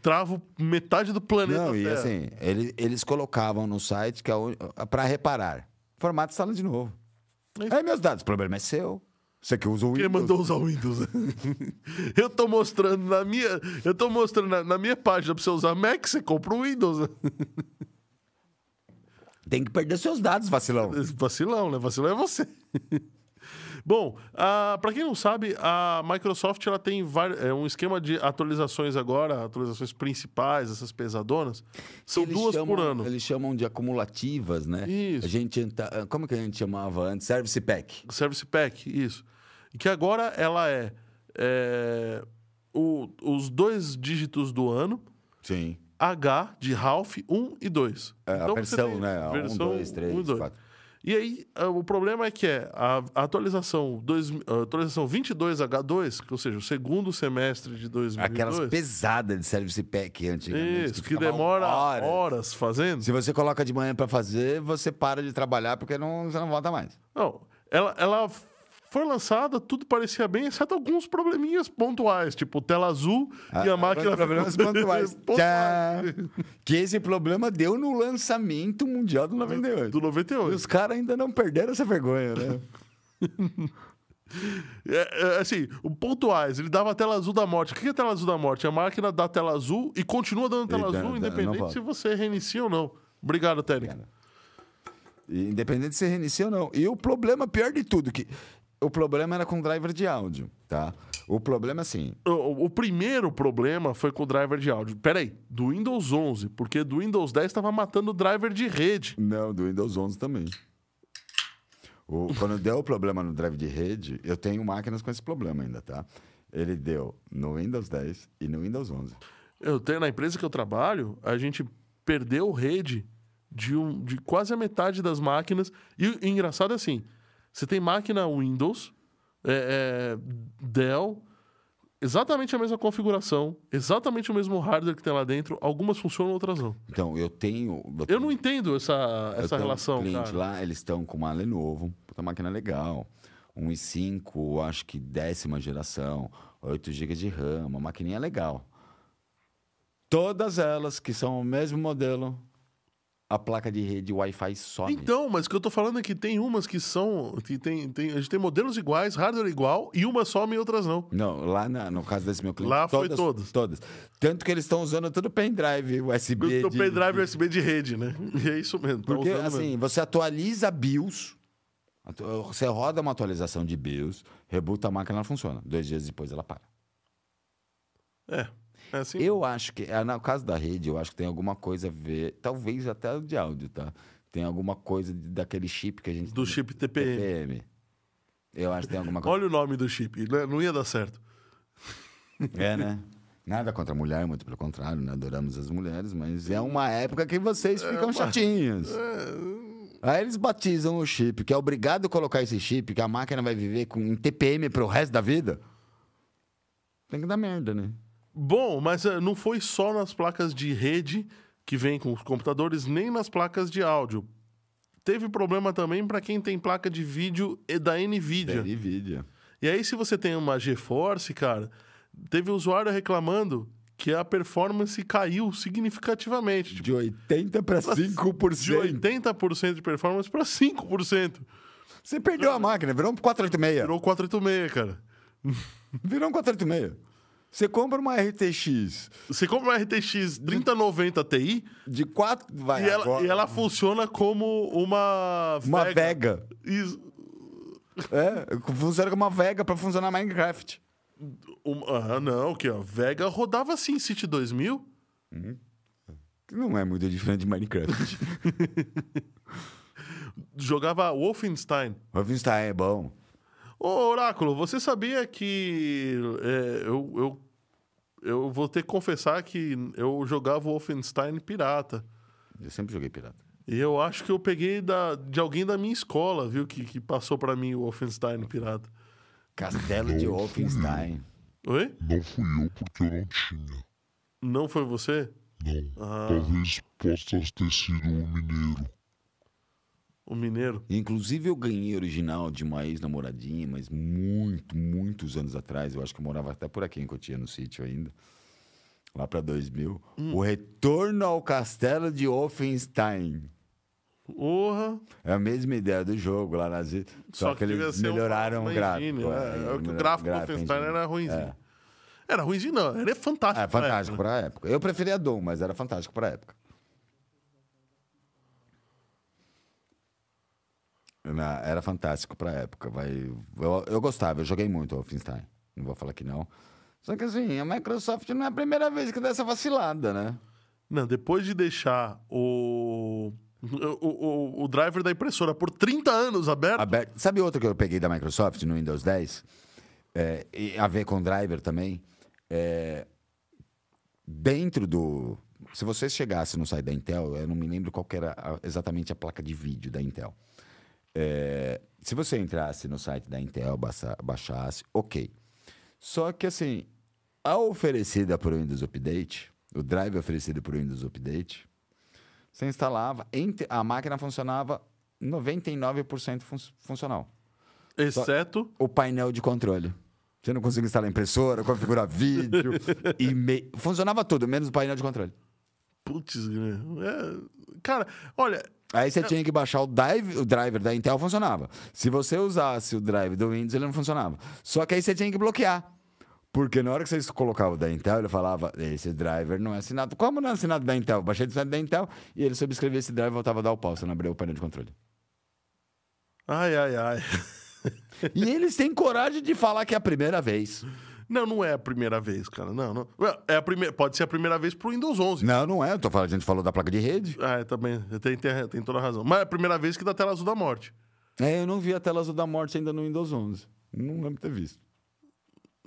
Speaker 1: Trava metade do planeta
Speaker 2: Não, e
Speaker 1: Terra.
Speaker 2: assim, eles, eles colocavam no site que é para reparar. Formato instala de novo.
Speaker 1: É isso.
Speaker 2: É meus dados, o problema é seu. Você que usa o
Speaker 1: Quem
Speaker 2: Windows.
Speaker 1: mandou usar o Windows? eu tô mostrando na minha, eu tô mostrando na, na minha página pra você usar Mac, você compra o Windows.
Speaker 2: Tem que perder seus dados, vacilão.
Speaker 1: Esse Vacilão, né? Vacilão é você. Bom, ah, para quem não sabe, a Microsoft ela tem vari- é, um esquema de atualizações agora, atualizações principais, essas pesadonas. São
Speaker 2: Eles
Speaker 1: duas por
Speaker 2: chamam-
Speaker 1: ano.
Speaker 2: Eles chamam de acumulativas, né?
Speaker 1: Isso.
Speaker 2: A gente, enta- como que a gente chamava antes? Service Pack.
Speaker 1: Service Pack, isso. E que agora ela é, é, o- os dois dígitos do ano,
Speaker 2: Sim.
Speaker 1: H de Ralph 1 e 2.
Speaker 2: É, a
Speaker 1: você
Speaker 2: versão,
Speaker 1: tem
Speaker 2: né? A um, dois, três,
Speaker 1: um e dois.
Speaker 2: quatro.
Speaker 1: E aí, ah, o problema é que é a a atualização, dois, a atualização 22H2, que, ou seja, o segundo semestre de 2002.
Speaker 2: Aquelas pesadas de service pack antigamente.
Speaker 1: Uhum. Isso, que
Speaker 2: ficavam
Speaker 1: demora horas,
Speaker 2: horas.
Speaker 1: fazendo.
Speaker 2: Se você coloca de manhã pra fazer, você para de trabalhar porque não, você não volta mais.
Speaker 1: Não, ela, ela foi lançada, tudo parecia bem, exceto alguns probleminhas pontuais, tipo tela azul e a máquina...
Speaker 2: Ah, problemas
Speaker 1: ficou-
Speaker 2: pontuais.
Speaker 1: pontuais.
Speaker 2: Tchau. que esse problema deu no lançamento mundial do 98.
Speaker 1: Do
Speaker 2: E
Speaker 1: 98.
Speaker 2: os caras ainda não perderam essa vergonha, né?
Speaker 1: É, é, assim, o pontuais, ele dava a tela azul da morte. O que é a tela azul da morte? A máquina dá tela azul e continua dando tela
Speaker 2: Ele dá-
Speaker 1: azul,
Speaker 2: dá- não
Speaker 1: independente
Speaker 2: volta.
Speaker 1: se você reinicia ou não. Obrigado, técnico.
Speaker 2: E Independente se reinicia ou não. E o problema, pior de tudo, que o problema era com driver de áudio, tá? O problema, assim,
Speaker 1: O, o primeiro problema foi com o driver de áudio. Peraí, do Windows 11, porque do Windows 10 estava matando o driver de rede.
Speaker 2: Não, do Windows 11 também. O- quando deu o problema no drive de rede, eu tenho máquinas com esse problema ainda, tá? Ele deu no Windows 10 e no Windows 11.
Speaker 1: Eu tenho na empresa que eu trabalho, a gente perdeu rede de, um, de quase a metade das máquinas. E, o engraçado é assim: você tem máquina Windows, é, é, Dell, exatamente a mesma configuração, exatamente o mesmo hardware que tem lá dentro. Algumas funcionam, outras não.
Speaker 2: Então, eu tenho...
Speaker 1: Eu não entendo essa,
Speaker 2: eu
Speaker 1: essa
Speaker 2: tenho um
Speaker 1: relação,
Speaker 2: cliente
Speaker 1: cara.
Speaker 2: lá, eles estão com uma Lenovo, puta máquina legal. Um i5, acho que décima geração, 8 GB de RAM, uma maquininha legal. Todas elas que são o mesmo modelo, a placa de rede Wi-Fi some.
Speaker 1: Então, mas o que eu tô falando é que tem umas que são. Que tem, tem, a gente tem modelos iguais, hardware igual, e umas some e outras não.
Speaker 2: Não, lá na- no caso desse meu cliente.
Speaker 1: Lá foi
Speaker 2: todas. Todas. Tanto que eles estão usando tudo pendrive, USB.
Speaker 1: Do
Speaker 2: de-
Speaker 1: pendrive USB de rede, né? E é isso mesmo. tá
Speaker 2: Porque,
Speaker 1: usando mesmo.
Speaker 2: assim, você atualiza BIOS, atu- você roda uma atualização de BIOS, rebuta a máquina, ela funciona. Dois dias depois ela para.
Speaker 1: É. É assim.
Speaker 2: Eu acho que, ah, no caso da rede, eu acho que tem alguma coisa a ver, talvez até de áudio, tá? Tem alguma coisa de- daquele chip que a gente.
Speaker 1: Do chip TPM.
Speaker 2: Eu acho que tem alguma coisa.
Speaker 1: Olha o nome do chip, né? não ia dar certo.
Speaker 2: É, né? Nada contra a mulher, muito pelo contrário, né? Adoramos as mulheres, mas é uma época que
Speaker 1: É
Speaker 2: vocês ficam chatinhos. Aí eles batizam o chip, que é obrigado a colocar esse chip, que a máquina vai viver com em TPM pro resto da vida. Tem que dar merda, né?
Speaker 1: Bom, mas eh, não foi só nas placas de rede que vem com os computadores, nem nas placas de áudio. Teve problema também para quem tem placa de vídeo e da Nvidia.
Speaker 2: Nvidia.
Speaker 1: E aí, se você tem uma GeForce, cara, teve usuário reclamando que a performance caiu significativamente. Tipo,
Speaker 2: De 80 para 5%.
Speaker 1: de 80% de performance para 5%.
Speaker 2: Você perdeu a máquina, virou um 486.
Speaker 1: Virou 486, cara.
Speaker 2: Virou um 486. Você compra uma RTX
Speaker 1: Você compra uma RTX 3090 Ti
Speaker 2: de 4. Vai,
Speaker 1: e ela,
Speaker 2: agora-
Speaker 1: e ela funciona como uma
Speaker 2: Uma Vega.
Speaker 1: Isso.
Speaker 2: É, funciona como uma Vega pra funcionar Minecraft.
Speaker 1: Um- ah, não, que ó. Vega rodava assim, City 2000.
Speaker 2: Que não é muito diferente de Minecraft.
Speaker 1: Jogava Wolfenstein.
Speaker 2: Wolfenstein é bom.
Speaker 1: Ô, Oráculo, você sabia que. é, eu, eu, eu vou ter que confessar que eu jogava Wolfenstein pirata.
Speaker 2: Eu sempre joguei pirata.
Speaker 1: E eu acho que eu peguei da, de alguém da minha escola, viu? Que, que passou pra mim o Wolfenstein pirata.
Speaker 2: Castelo de Wolfenstein.
Speaker 1: Oi?
Speaker 3: Não fui eu porque eu não tinha.
Speaker 1: Não foi você?
Speaker 3: Não. Talvez possa ter sido o mineiro.
Speaker 1: O mineiro?
Speaker 2: Inclusive, eu ganhei original de uma ex-namoradinha, mas muito, muitos anos atrás. Eu acho que eu morava até por aqui em Cotia, no sítio ainda. Lá pra 2000. O Retorno ao Castelo de Wolfenstein.
Speaker 1: Porra.
Speaker 2: É a mesma ideia do jogo lá nas ilhas. Só, que,
Speaker 1: devia
Speaker 2: eles
Speaker 1: ser um
Speaker 2: melhoraram o
Speaker 1: engine,
Speaker 2: gráfico.
Speaker 1: né? É, o
Speaker 2: eles
Speaker 1: que o
Speaker 2: melhoraram
Speaker 1: gráfico do
Speaker 2: a
Speaker 1: Wolfenstein
Speaker 2: engine.
Speaker 1: era ruimzinho. Era ruimzinho, não. Era fantástico.
Speaker 2: É,
Speaker 1: pra
Speaker 2: fantástico
Speaker 1: época, né?
Speaker 2: pra época. Eu preferia Doom, mas era fantástico pra época. Na- Era fantástico pra época. Vai... Eu, eu gostava, eu joguei muito Wolfenstein. Não vou falar que não. Só que assim, a Microsoft não é a primeira vez que dá essa vacilada, né?
Speaker 1: Não, depois de deixar o, o, o, o driver da impressora por 30 anos aberto,
Speaker 2: Aberto. Sabe outra que eu peguei da Microsoft no Windows 10? É, e a ver com driver também. É, dentro do. Se você chegasse no site da Intel, eu não me lembro qual que era a- exatamente a placa de vídeo da Intel. É, se você entrasse no site da Intel, baça- baixasse, ok. Só que assim, a oferecida por Windows Update, o drive oferecido por Windows Update, você instalava, ente- a máquina funcionava 99% fun- funcional. Ah,
Speaker 1: exceto.
Speaker 2: O painel de controle. Você não conseguia instalar impressora, configurar vídeo, e-mail. Funcionava tudo, menos o painel de controle.
Speaker 1: Putz, grilo. É, cara, olha,
Speaker 2: Aí você tinha que baixar o, drive, o driver da Intel, funcionava. Se você usasse o drive do Windows, ele não funcionava. Só que aí você tinha que bloquear. Porque na hora que você colocava o da Intel, ele falava: esse driver não é assinado. Como não é assinado da Intel? Baixei do site da Intel e ele subscrevia esse driver e voltava a dar o pau, você não abriu o painel de controle.
Speaker 1: ai, ai, ai.
Speaker 2: E eles têm coragem de falar que é a primeira vez.
Speaker 1: Não, não é a primeira vez, cara. Não, não. Well, É a primeira, pode ser a primeira vez pro Windows 11.
Speaker 2: Não, não é. Eu tô falando, a gente falou da placa de rede.
Speaker 1: Ah, é, também. Tem, tem, tem toda a razão. Mas é a primeira vez que dá tela azul da morte.
Speaker 2: É, eu não vi a tela azul da morte ainda no Windows 11. Não lembro de ter visto.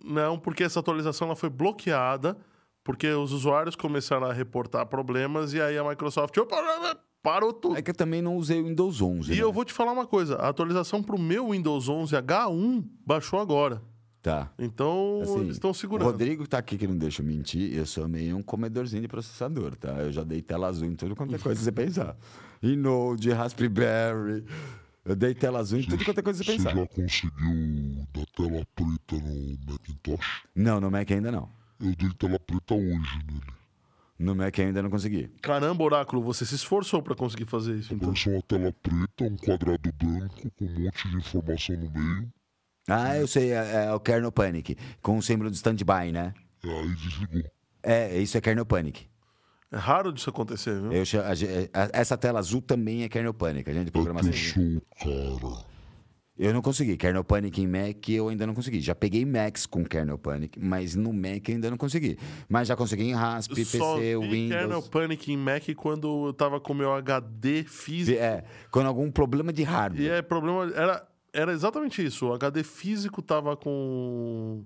Speaker 1: Não, porque essa atualização ela foi bloqueada, porque os usuários começaram a reportar problemas e aí a Microsoft opa, né, parou tudo.
Speaker 2: É que eu também não usei o Windows 11.
Speaker 1: E
Speaker 2: né?
Speaker 1: eu vou te falar uma coisa, a atualização pro meu Windows 11 H1 baixou agora.
Speaker 2: Tá.
Speaker 1: Então,
Speaker 2: Assim,
Speaker 1: eles estão segurando.
Speaker 2: O Rodrigo tá aqui que não deixa eu mentir. Eu sou meio um comedorzinho de processador, tá? Eu já dei tela azul em tudo quanto é coisa que você pensar. Em Node, Raspberry. Eu dei tela azul em tudo quanto é coisa que você
Speaker 3: Você
Speaker 2: pensar.
Speaker 3: já conseguiu dar tela preta no Macintosh?
Speaker 2: Não, no Mac ainda não.
Speaker 3: Eu dei tela preta hoje nele.
Speaker 2: No Mac ainda não consegui.
Speaker 1: Caramba, Oráculo, você se esforçou pra conseguir fazer isso, então.
Speaker 3: Apareceu uma tela preta, um quadrado branco com um monte de informação no meio.
Speaker 2: Ah, eu sei, é, é o Kernel Panic, com o símbolo de standby, né?
Speaker 3: Aí desligou.
Speaker 2: É, isso é Kernel Panic.
Speaker 1: É raro disso acontecer, viu?
Speaker 2: Eu cha- a ge- a- essa tela azul também é Kernel Panic, a gente
Speaker 3: É
Speaker 2: programa
Speaker 3: que eu
Speaker 2: assim.
Speaker 3: sou o cara.
Speaker 2: Eu não consegui. Kernel Panic em Mac eu ainda não consegui. Já peguei Macs com Kernel Panic, mas no Mac ainda não consegui. Mas já consegui em Rasp,
Speaker 1: Só
Speaker 2: PC,
Speaker 1: vi
Speaker 2: Windows.
Speaker 1: Kernel Panic em Mac quando eu tava com meu HD físico.
Speaker 2: É, quando algum problema de
Speaker 1: E
Speaker 2: hardware.
Speaker 1: é problema. Era, era exatamente isso. O HD físico tava com.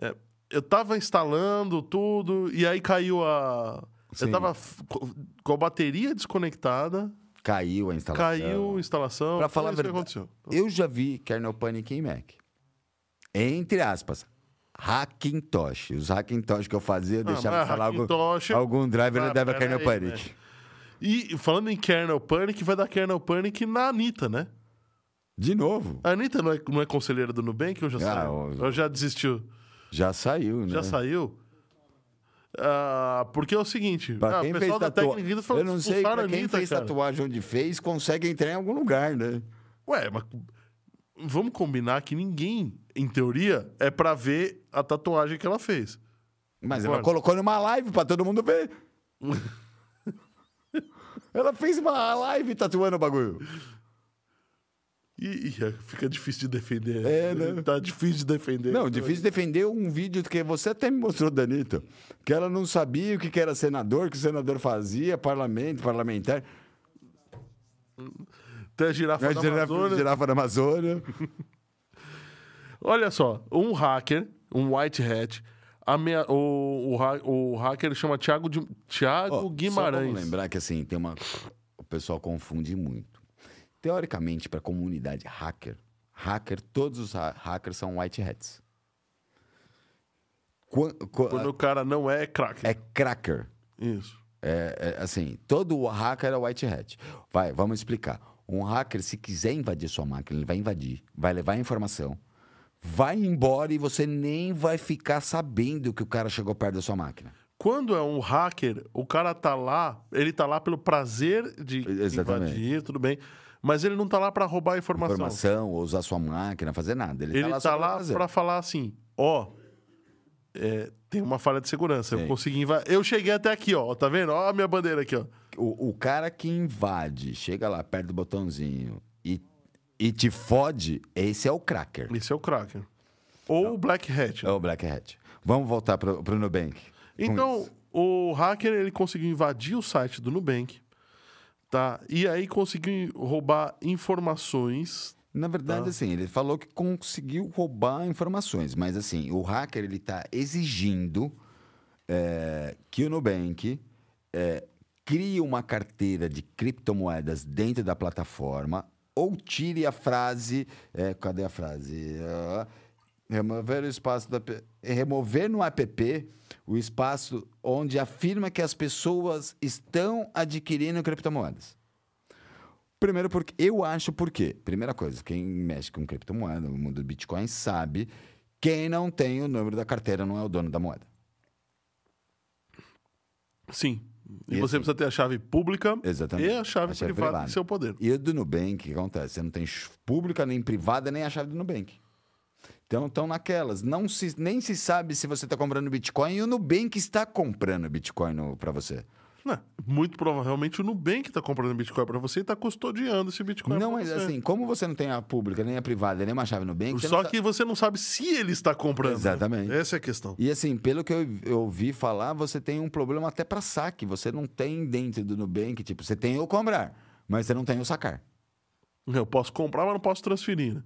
Speaker 1: é, eu tava instalando tudo, e aí caiu a. Eu
Speaker 2: Sim.
Speaker 1: tava f- co- com a bateria desconectada,
Speaker 2: Caiu a instalação.
Speaker 1: é- caiu a instalação.
Speaker 2: Pra falar
Speaker 1: foi
Speaker 2: a
Speaker 1: isso que
Speaker 2: verdade,
Speaker 1: aconteceu.
Speaker 2: Eu já vi Kernel Panic em Mac. Entre aspas. Hackintosh. Os Hackintosh que eu fazia, eu deixava
Speaker 1: Ah, mas
Speaker 2: instalar algum,
Speaker 1: Hackintosh-
Speaker 2: algum driver
Speaker 1: Ah,
Speaker 2: e dava
Speaker 1: pera
Speaker 2: Kernel
Speaker 1: aí,
Speaker 2: Panic.
Speaker 1: E falando em Kernel Panic, vai dar Kernel Panic na Anitta, né?
Speaker 2: De novo.
Speaker 1: A Anitta não é, não é conselheira do Nubank ou já
Speaker 2: Ah,
Speaker 1: saiu?
Speaker 2: ó.
Speaker 1: Ou já desistiu?
Speaker 2: Já saiu, né?
Speaker 1: Já saiu? Ah, porque é o seguinte,
Speaker 2: Pra
Speaker 1: ah,
Speaker 2: quem
Speaker 1: o
Speaker 2: fez
Speaker 1: pessoal da
Speaker 2: tatuagem.
Speaker 1: Tecniclida falou
Speaker 2: Eu não sei
Speaker 1: expulsaram
Speaker 2: pra
Speaker 1: a
Speaker 2: quem
Speaker 1: Anitta,
Speaker 2: fez
Speaker 1: cara.
Speaker 2: tatuagem onde fez, consegue entrar em algum lugar, né?
Speaker 1: Ué, mas vamos combinar que ninguém, em teoria, é pra ver a tatuagem que ela fez.
Speaker 2: Mas
Speaker 1: Concordo.
Speaker 2: ela colocou numa live pra todo mundo ver. ela fez uma live tatuando o bagulho.
Speaker 1: E, e é- fica difícil de defender.
Speaker 2: É, né?
Speaker 1: Tá difícil de defender.
Speaker 2: Não, difícil defender um vídeo que você até me mostrou, Danito. Que ela não sabia o que que era senador, o que o senador fazia, parlamento, parlamentar.
Speaker 1: Até a girafa
Speaker 2: A
Speaker 1: da
Speaker 2: girafa,
Speaker 1: Amazônia.
Speaker 2: girafa da Amazônia.
Speaker 1: Olha só, um hacker, um white hat, amea- o, o, ha- o hacker chama Thiago, de, Thiago
Speaker 2: Ó, Só
Speaker 1: Guimarães.
Speaker 2: vamos lembrar que assim, tem uma. O pessoal confunde muito. Teoricamente, para a comunidade hacker, hacker, todos os ha- hackers são white hats. Quan- qua-
Speaker 1: Quando o cara não é craque.
Speaker 2: é cracker.
Speaker 1: Isso.
Speaker 2: É, é, assim, todo hacker é white hat. Vai, vamos explicar. Um hacker, se quiser invadir sua máquina, ele vai invadir, vai levar a informação, vai embora e você nem vai ficar sabendo que o cara chegou perto da sua máquina.
Speaker 1: Quando é um hacker, o cara tá lá, ele tá lá pelo prazer de
Speaker 2: Exatamente.
Speaker 1: invadir, tudo bem. Mas ele não tá lá pra roubar a informação.
Speaker 2: informação, ou usar sua máquina, fazer nada. Ele,
Speaker 1: Ele
Speaker 2: só
Speaker 1: tá lá
Speaker 2: fazer.
Speaker 1: pra falar assim, ó, é, tem uma falha de segurança, eu
Speaker 2: Sim.
Speaker 1: consegui invadir. Eu cheguei até aqui, ó, tá vendo? Ó a minha bandeira aqui, ó.
Speaker 2: O, o cara que invade, chega lá perto do botãozinho e, e te fode, esse é o cracker.
Speaker 1: Esse é o cracker. Ou o black hat.
Speaker 2: É o Black Hat. Vamos voltar pro, pro Nubank. com
Speaker 1: Então,
Speaker 2: isso.
Speaker 1: o hacker ele conseguiu invadir o site do Nubank, tá? E aí conseguiu roubar informações.
Speaker 2: Na verdade, assim, ele falou que conseguiu roubar informações, mas assim, o hacker ele tá exigindo é, que o Nubank é, crie uma carteira de criptomoedas dentro da plataforma ou tire a frase. é, cadê a frase? Ah, remover o espaço da. pe- Remover no app o espaço onde afirma que as pessoas estão adquirindo criptomoedas. Primeiro porque eu acho por quê? Primeira coisa, quem mexe com criptomoeda, no mundo do Bitcoin sabe, quem não tem o número da carteira não é o dono da moeda.
Speaker 1: Sim. E
Speaker 2: E
Speaker 1: você
Speaker 2: assim-
Speaker 1: precisa ter a chave pública
Speaker 2: Exatamente.
Speaker 1: e a chave,
Speaker 2: A chave
Speaker 1: privada,
Speaker 2: privada.
Speaker 1: em seu poder.
Speaker 2: E o do Nubank, o que acontece? Você não tem ch- pública, nem privada, nem a chave do Nubank. Então estão naquelas. Não se, nem se sabe se você está comprando Bitcoin e o Nubank está comprando Bitcoin para você.
Speaker 1: Né? Muito provavelmente o Nubank tá comprando Bitcoin para você e tá custodiando esse Bitcoin. é
Speaker 2: não,
Speaker 1: pra
Speaker 2: mas
Speaker 1: você.
Speaker 2: assim, como você não tem a pública, nem a privada, nem uma chave Nubank... você não tá-
Speaker 1: Só
Speaker 2: sa-
Speaker 1: que você não sabe se ele está comprando. né?
Speaker 2: Exatamente.
Speaker 1: Essa é a questão.
Speaker 2: E assim, pelo que eu eu ouvi falar, você tem um problema até para saque. Você não tem dentro do Nubank, tipo, você tem o comprar, mas você não tem o sacar.
Speaker 1: Eu posso comprar, mas não posso transferir. né?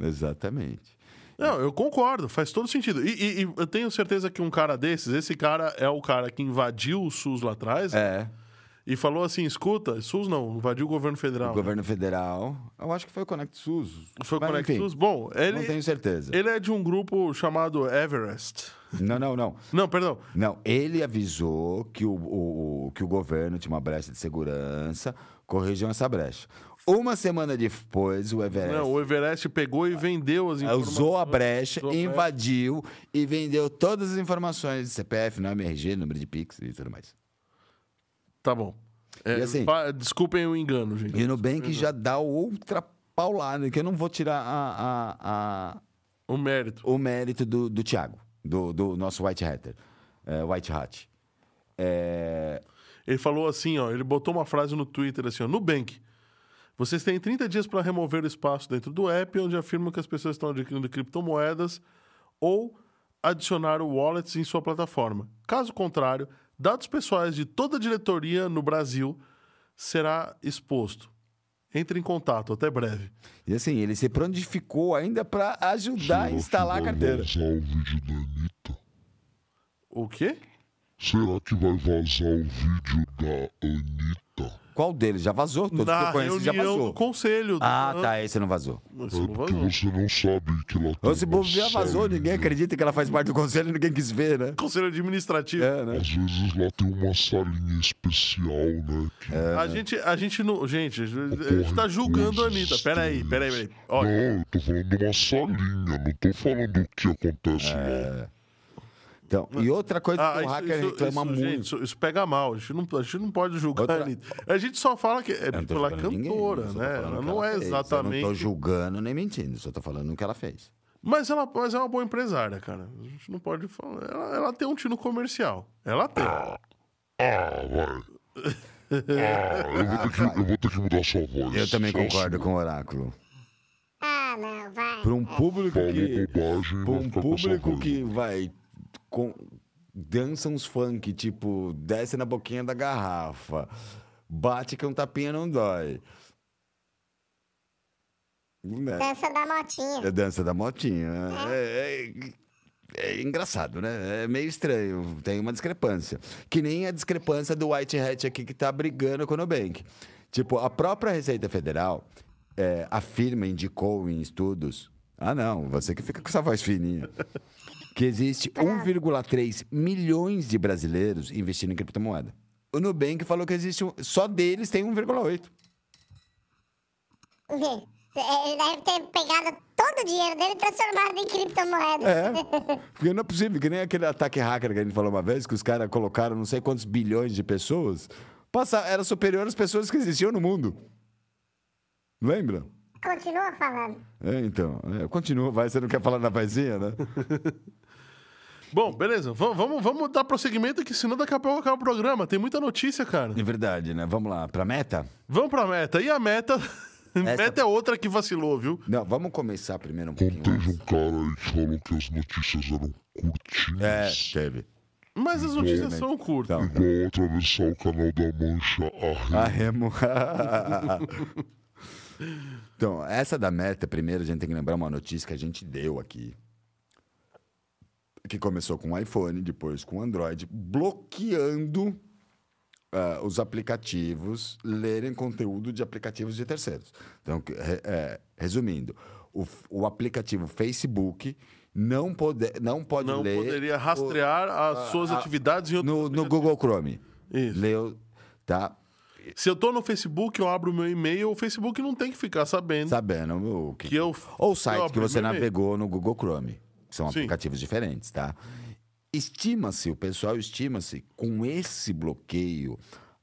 Speaker 2: Exatamente.
Speaker 1: Não, eu concordo, faz todo sentido. E, e- e eu tenho certeza que um cara desses, esse cara é o cara que invadiu o SUS lá atrás
Speaker 2: É,
Speaker 1: e falou assim: escuta, SUS não, invadiu o governo
Speaker 2: o
Speaker 1: federal.
Speaker 2: governo federal. Eu acho que foi o Conect SUS.
Speaker 1: Foi o
Speaker 2: mas,
Speaker 1: Conect
Speaker 2: enfim,
Speaker 1: SUS. Bom,
Speaker 2: Não
Speaker 1: ele,
Speaker 2: tenho certeza.
Speaker 1: ele é de um grupo chamado Everest.
Speaker 2: Não, não, não.
Speaker 1: Não, perdão.
Speaker 2: Não, ele avisou que o, o- o- que o governo tinha uma brecha de segurança, corrigiam essa brecha. Uma semana depois, o Everest
Speaker 1: Não, o Everest pegou e vendeu as informações.
Speaker 2: É. Ah, usou a brecha,
Speaker 1: usou a brecha.
Speaker 2: invadiu e vendeu todas as informações de CPF, nome, RG, número de Pix e tudo mais.
Speaker 1: Tá bom. É,
Speaker 2: E assim?
Speaker 1: fa- Desculpem o engano, gente.
Speaker 2: E o Nubank já dá outra paulada, que eu não vou tirar a- a- a,
Speaker 1: O mérito.
Speaker 2: o mérito do, do Thiago, do, do nosso White Hatter. é, White Hat. É,
Speaker 1: Ele falou assim, ó, ele botou uma frase no Twitter assim, ó, Nubank. Vocês têm 30 dias para remover o espaço dentro do app, onde afirmam que as pessoas estão adquirindo criptomoedas ou adicionar o wallets em sua plataforma. Caso contrário, dados pessoais de toda a diretoria no Brasil será exposto. Entre em contato, até breve.
Speaker 2: e assim, ele se prontificou ainda para ajudar a instalar a
Speaker 3: vai
Speaker 2: carteira.
Speaker 3: vazar o vídeo da Anitta?
Speaker 1: O quê?
Speaker 3: Será que vai vazar o vídeo da Anitta?
Speaker 2: Qual deles? Já vazou? Todos que
Speaker 1: Na
Speaker 2: eu conheço já
Speaker 1: reunião do
Speaker 2: vazou.
Speaker 1: conselho. do-
Speaker 2: Ah, tá, esse não vazou.
Speaker 1: Esse
Speaker 3: É
Speaker 1: não
Speaker 3: porque
Speaker 1: vazou.
Speaker 3: você não sabe que ela tem
Speaker 2: Ou se bobear
Speaker 3: uma
Speaker 2: vazou,
Speaker 3: saída.
Speaker 2: ninguém acredita que ela faz parte do conselho, ninguém quis ver, né?
Speaker 1: Conselho administrativo.
Speaker 2: É, né?
Speaker 3: Às vezes lá tem uma salinha especial, né? Que
Speaker 1: A gente, a gente não. Gente, a gente É. tá julgando a Anitta. Peraí, peraí, peraí. Olha,
Speaker 3: Não, eu tô falando de uma salinha, não tô falando o que acontece
Speaker 1: É.
Speaker 3: lá.
Speaker 2: Então, e outra coisa
Speaker 1: ah,
Speaker 2: que o
Speaker 1: isso-
Speaker 2: hacker
Speaker 1: isso-
Speaker 2: reclama
Speaker 1: isso,
Speaker 2: muito.
Speaker 1: gente, isso, isso pega mal. A gente não, a gente não pode julgar
Speaker 2: Outra-
Speaker 1: a Anitta. A gente só fala que é
Speaker 2: Eu né? não tô
Speaker 1: pela
Speaker 2: julgando ninguém,
Speaker 1: cantora,
Speaker 2: eu só tô
Speaker 1: né?
Speaker 2: falando o
Speaker 1: Ela
Speaker 2: que
Speaker 1: não é
Speaker 2: fez, Eu não tô
Speaker 1: exatamente.
Speaker 2: julgando nem mentindo, só tô falando o que ela fez.
Speaker 1: mas, ela, mas é uma boa empresária, cara. A gente não pode falar. Ela, ela tem um tino comercial. Ela tem.
Speaker 3: Ah, vai. Ah, eu vou, ter que, eu vou ter que mudar sua voz.
Speaker 2: Eu também
Speaker 3: Só
Speaker 2: concordo
Speaker 3: assim,
Speaker 2: com o oráculo.
Speaker 4: Ah, não, vai.
Speaker 2: Para um público
Speaker 3: Falou
Speaker 2: que.
Speaker 3: bobagem e
Speaker 2: Pra
Speaker 3: vai
Speaker 2: um
Speaker 3: ficar com essa
Speaker 2: público
Speaker 3: voz.
Speaker 2: que vai. com- dança uns funk, tipo, desce na boquinha da garrafa, bate que um tapinha não dói. Né?
Speaker 4: Dança da motinha.
Speaker 2: É a dança da motinha. né? É, é- é engraçado, né? É meio estranho. Tem uma discrepância. Que nem a discrepância do White Hat aqui que tá brigando com o Nubank. Tipo, a própria Receita Federal é, afirma, indicou em estudos. Ah, não, você que fica com essa voz fininha. Que existe 1,3 milhões de brasileiros investindo em criptomoeda. O Nubank falou que existe. um- Só deles tem 1,8.
Speaker 4: Ele deve ter pegado todo o dinheiro dele e transformado em criptomoeda.
Speaker 2: É. Porque não é possível, que nem aquele ataque hacker que a gente falou uma vez, que os caras colocaram não sei quantos bilhões de pessoas. Passa, era superior às pessoas que existiam no mundo. Lembra?
Speaker 4: Continua falando.
Speaker 2: É, então. É, continua, vai. Você não quer falar na vozinha, né?
Speaker 1: Bom, beleza. Vamos, vamos, vamos dar prosseguimento, que senão daqui a pouco acaba o programa. Tem muita notícia, cara.
Speaker 2: É verdade, né? Vamos lá, pra meta?
Speaker 1: Vamos pra meta. E a meta. Meta é outra que vacilou, viu?
Speaker 2: Não, vamos começar primeiro um pouquinho.
Speaker 3: Como teve um
Speaker 2: antes.
Speaker 3: cara aí que falou que as notícias eram
Speaker 2: É,
Speaker 3: curtinhas.
Speaker 2: teve.
Speaker 1: Mas as notícias
Speaker 2: Realmente.
Speaker 1: são curtas.
Speaker 2: Então,
Speaker 3: Igual atravessar o canal da Mancha a
Speaker 2: a remo. então, essa da meta, primeiro a gente tem que lembrar uma notícia que a gente deu aqui. que começou com o iPhone, depois com o Android, bloqueando ah, os aplicativos lerem conteúdo de aplicativos de terceiros. Então, que- re- é, resumindo, o, f- o aplicativo Facebook não, pode, não pode
Speaker 1: Não
Speaker 2: ler.
Speaker 1: poderia
Speaker 2: o-
Speaker 1: rastrear as suas
Speaker 2: a-
Speaker 1: atividades em outro
Speaker 2: no, no Google Chrome.
Speaker 1: Isso.
Speaker 2: Leu, tá?
Speaker 1: Se eu tô no Facebook, eu abro meu e-mail, o Facebook não tem que ficar sabendo
Speaker 2: Sabendo o que,
Speaker 1: que eu.
Speaker 2: Ou o
Speaker 1: eu
Speaker 2: site que
Speaker 1: abri
Speaker 2: você
Speaker 1: meu e-mail.
Speaker 2: navegou no Google Chrome, que são
Speaker 1: Sim.
Speaker 2: aplicativos diferentes, tá? Estima-se, o pessoal estima-se, com esse bloqueio,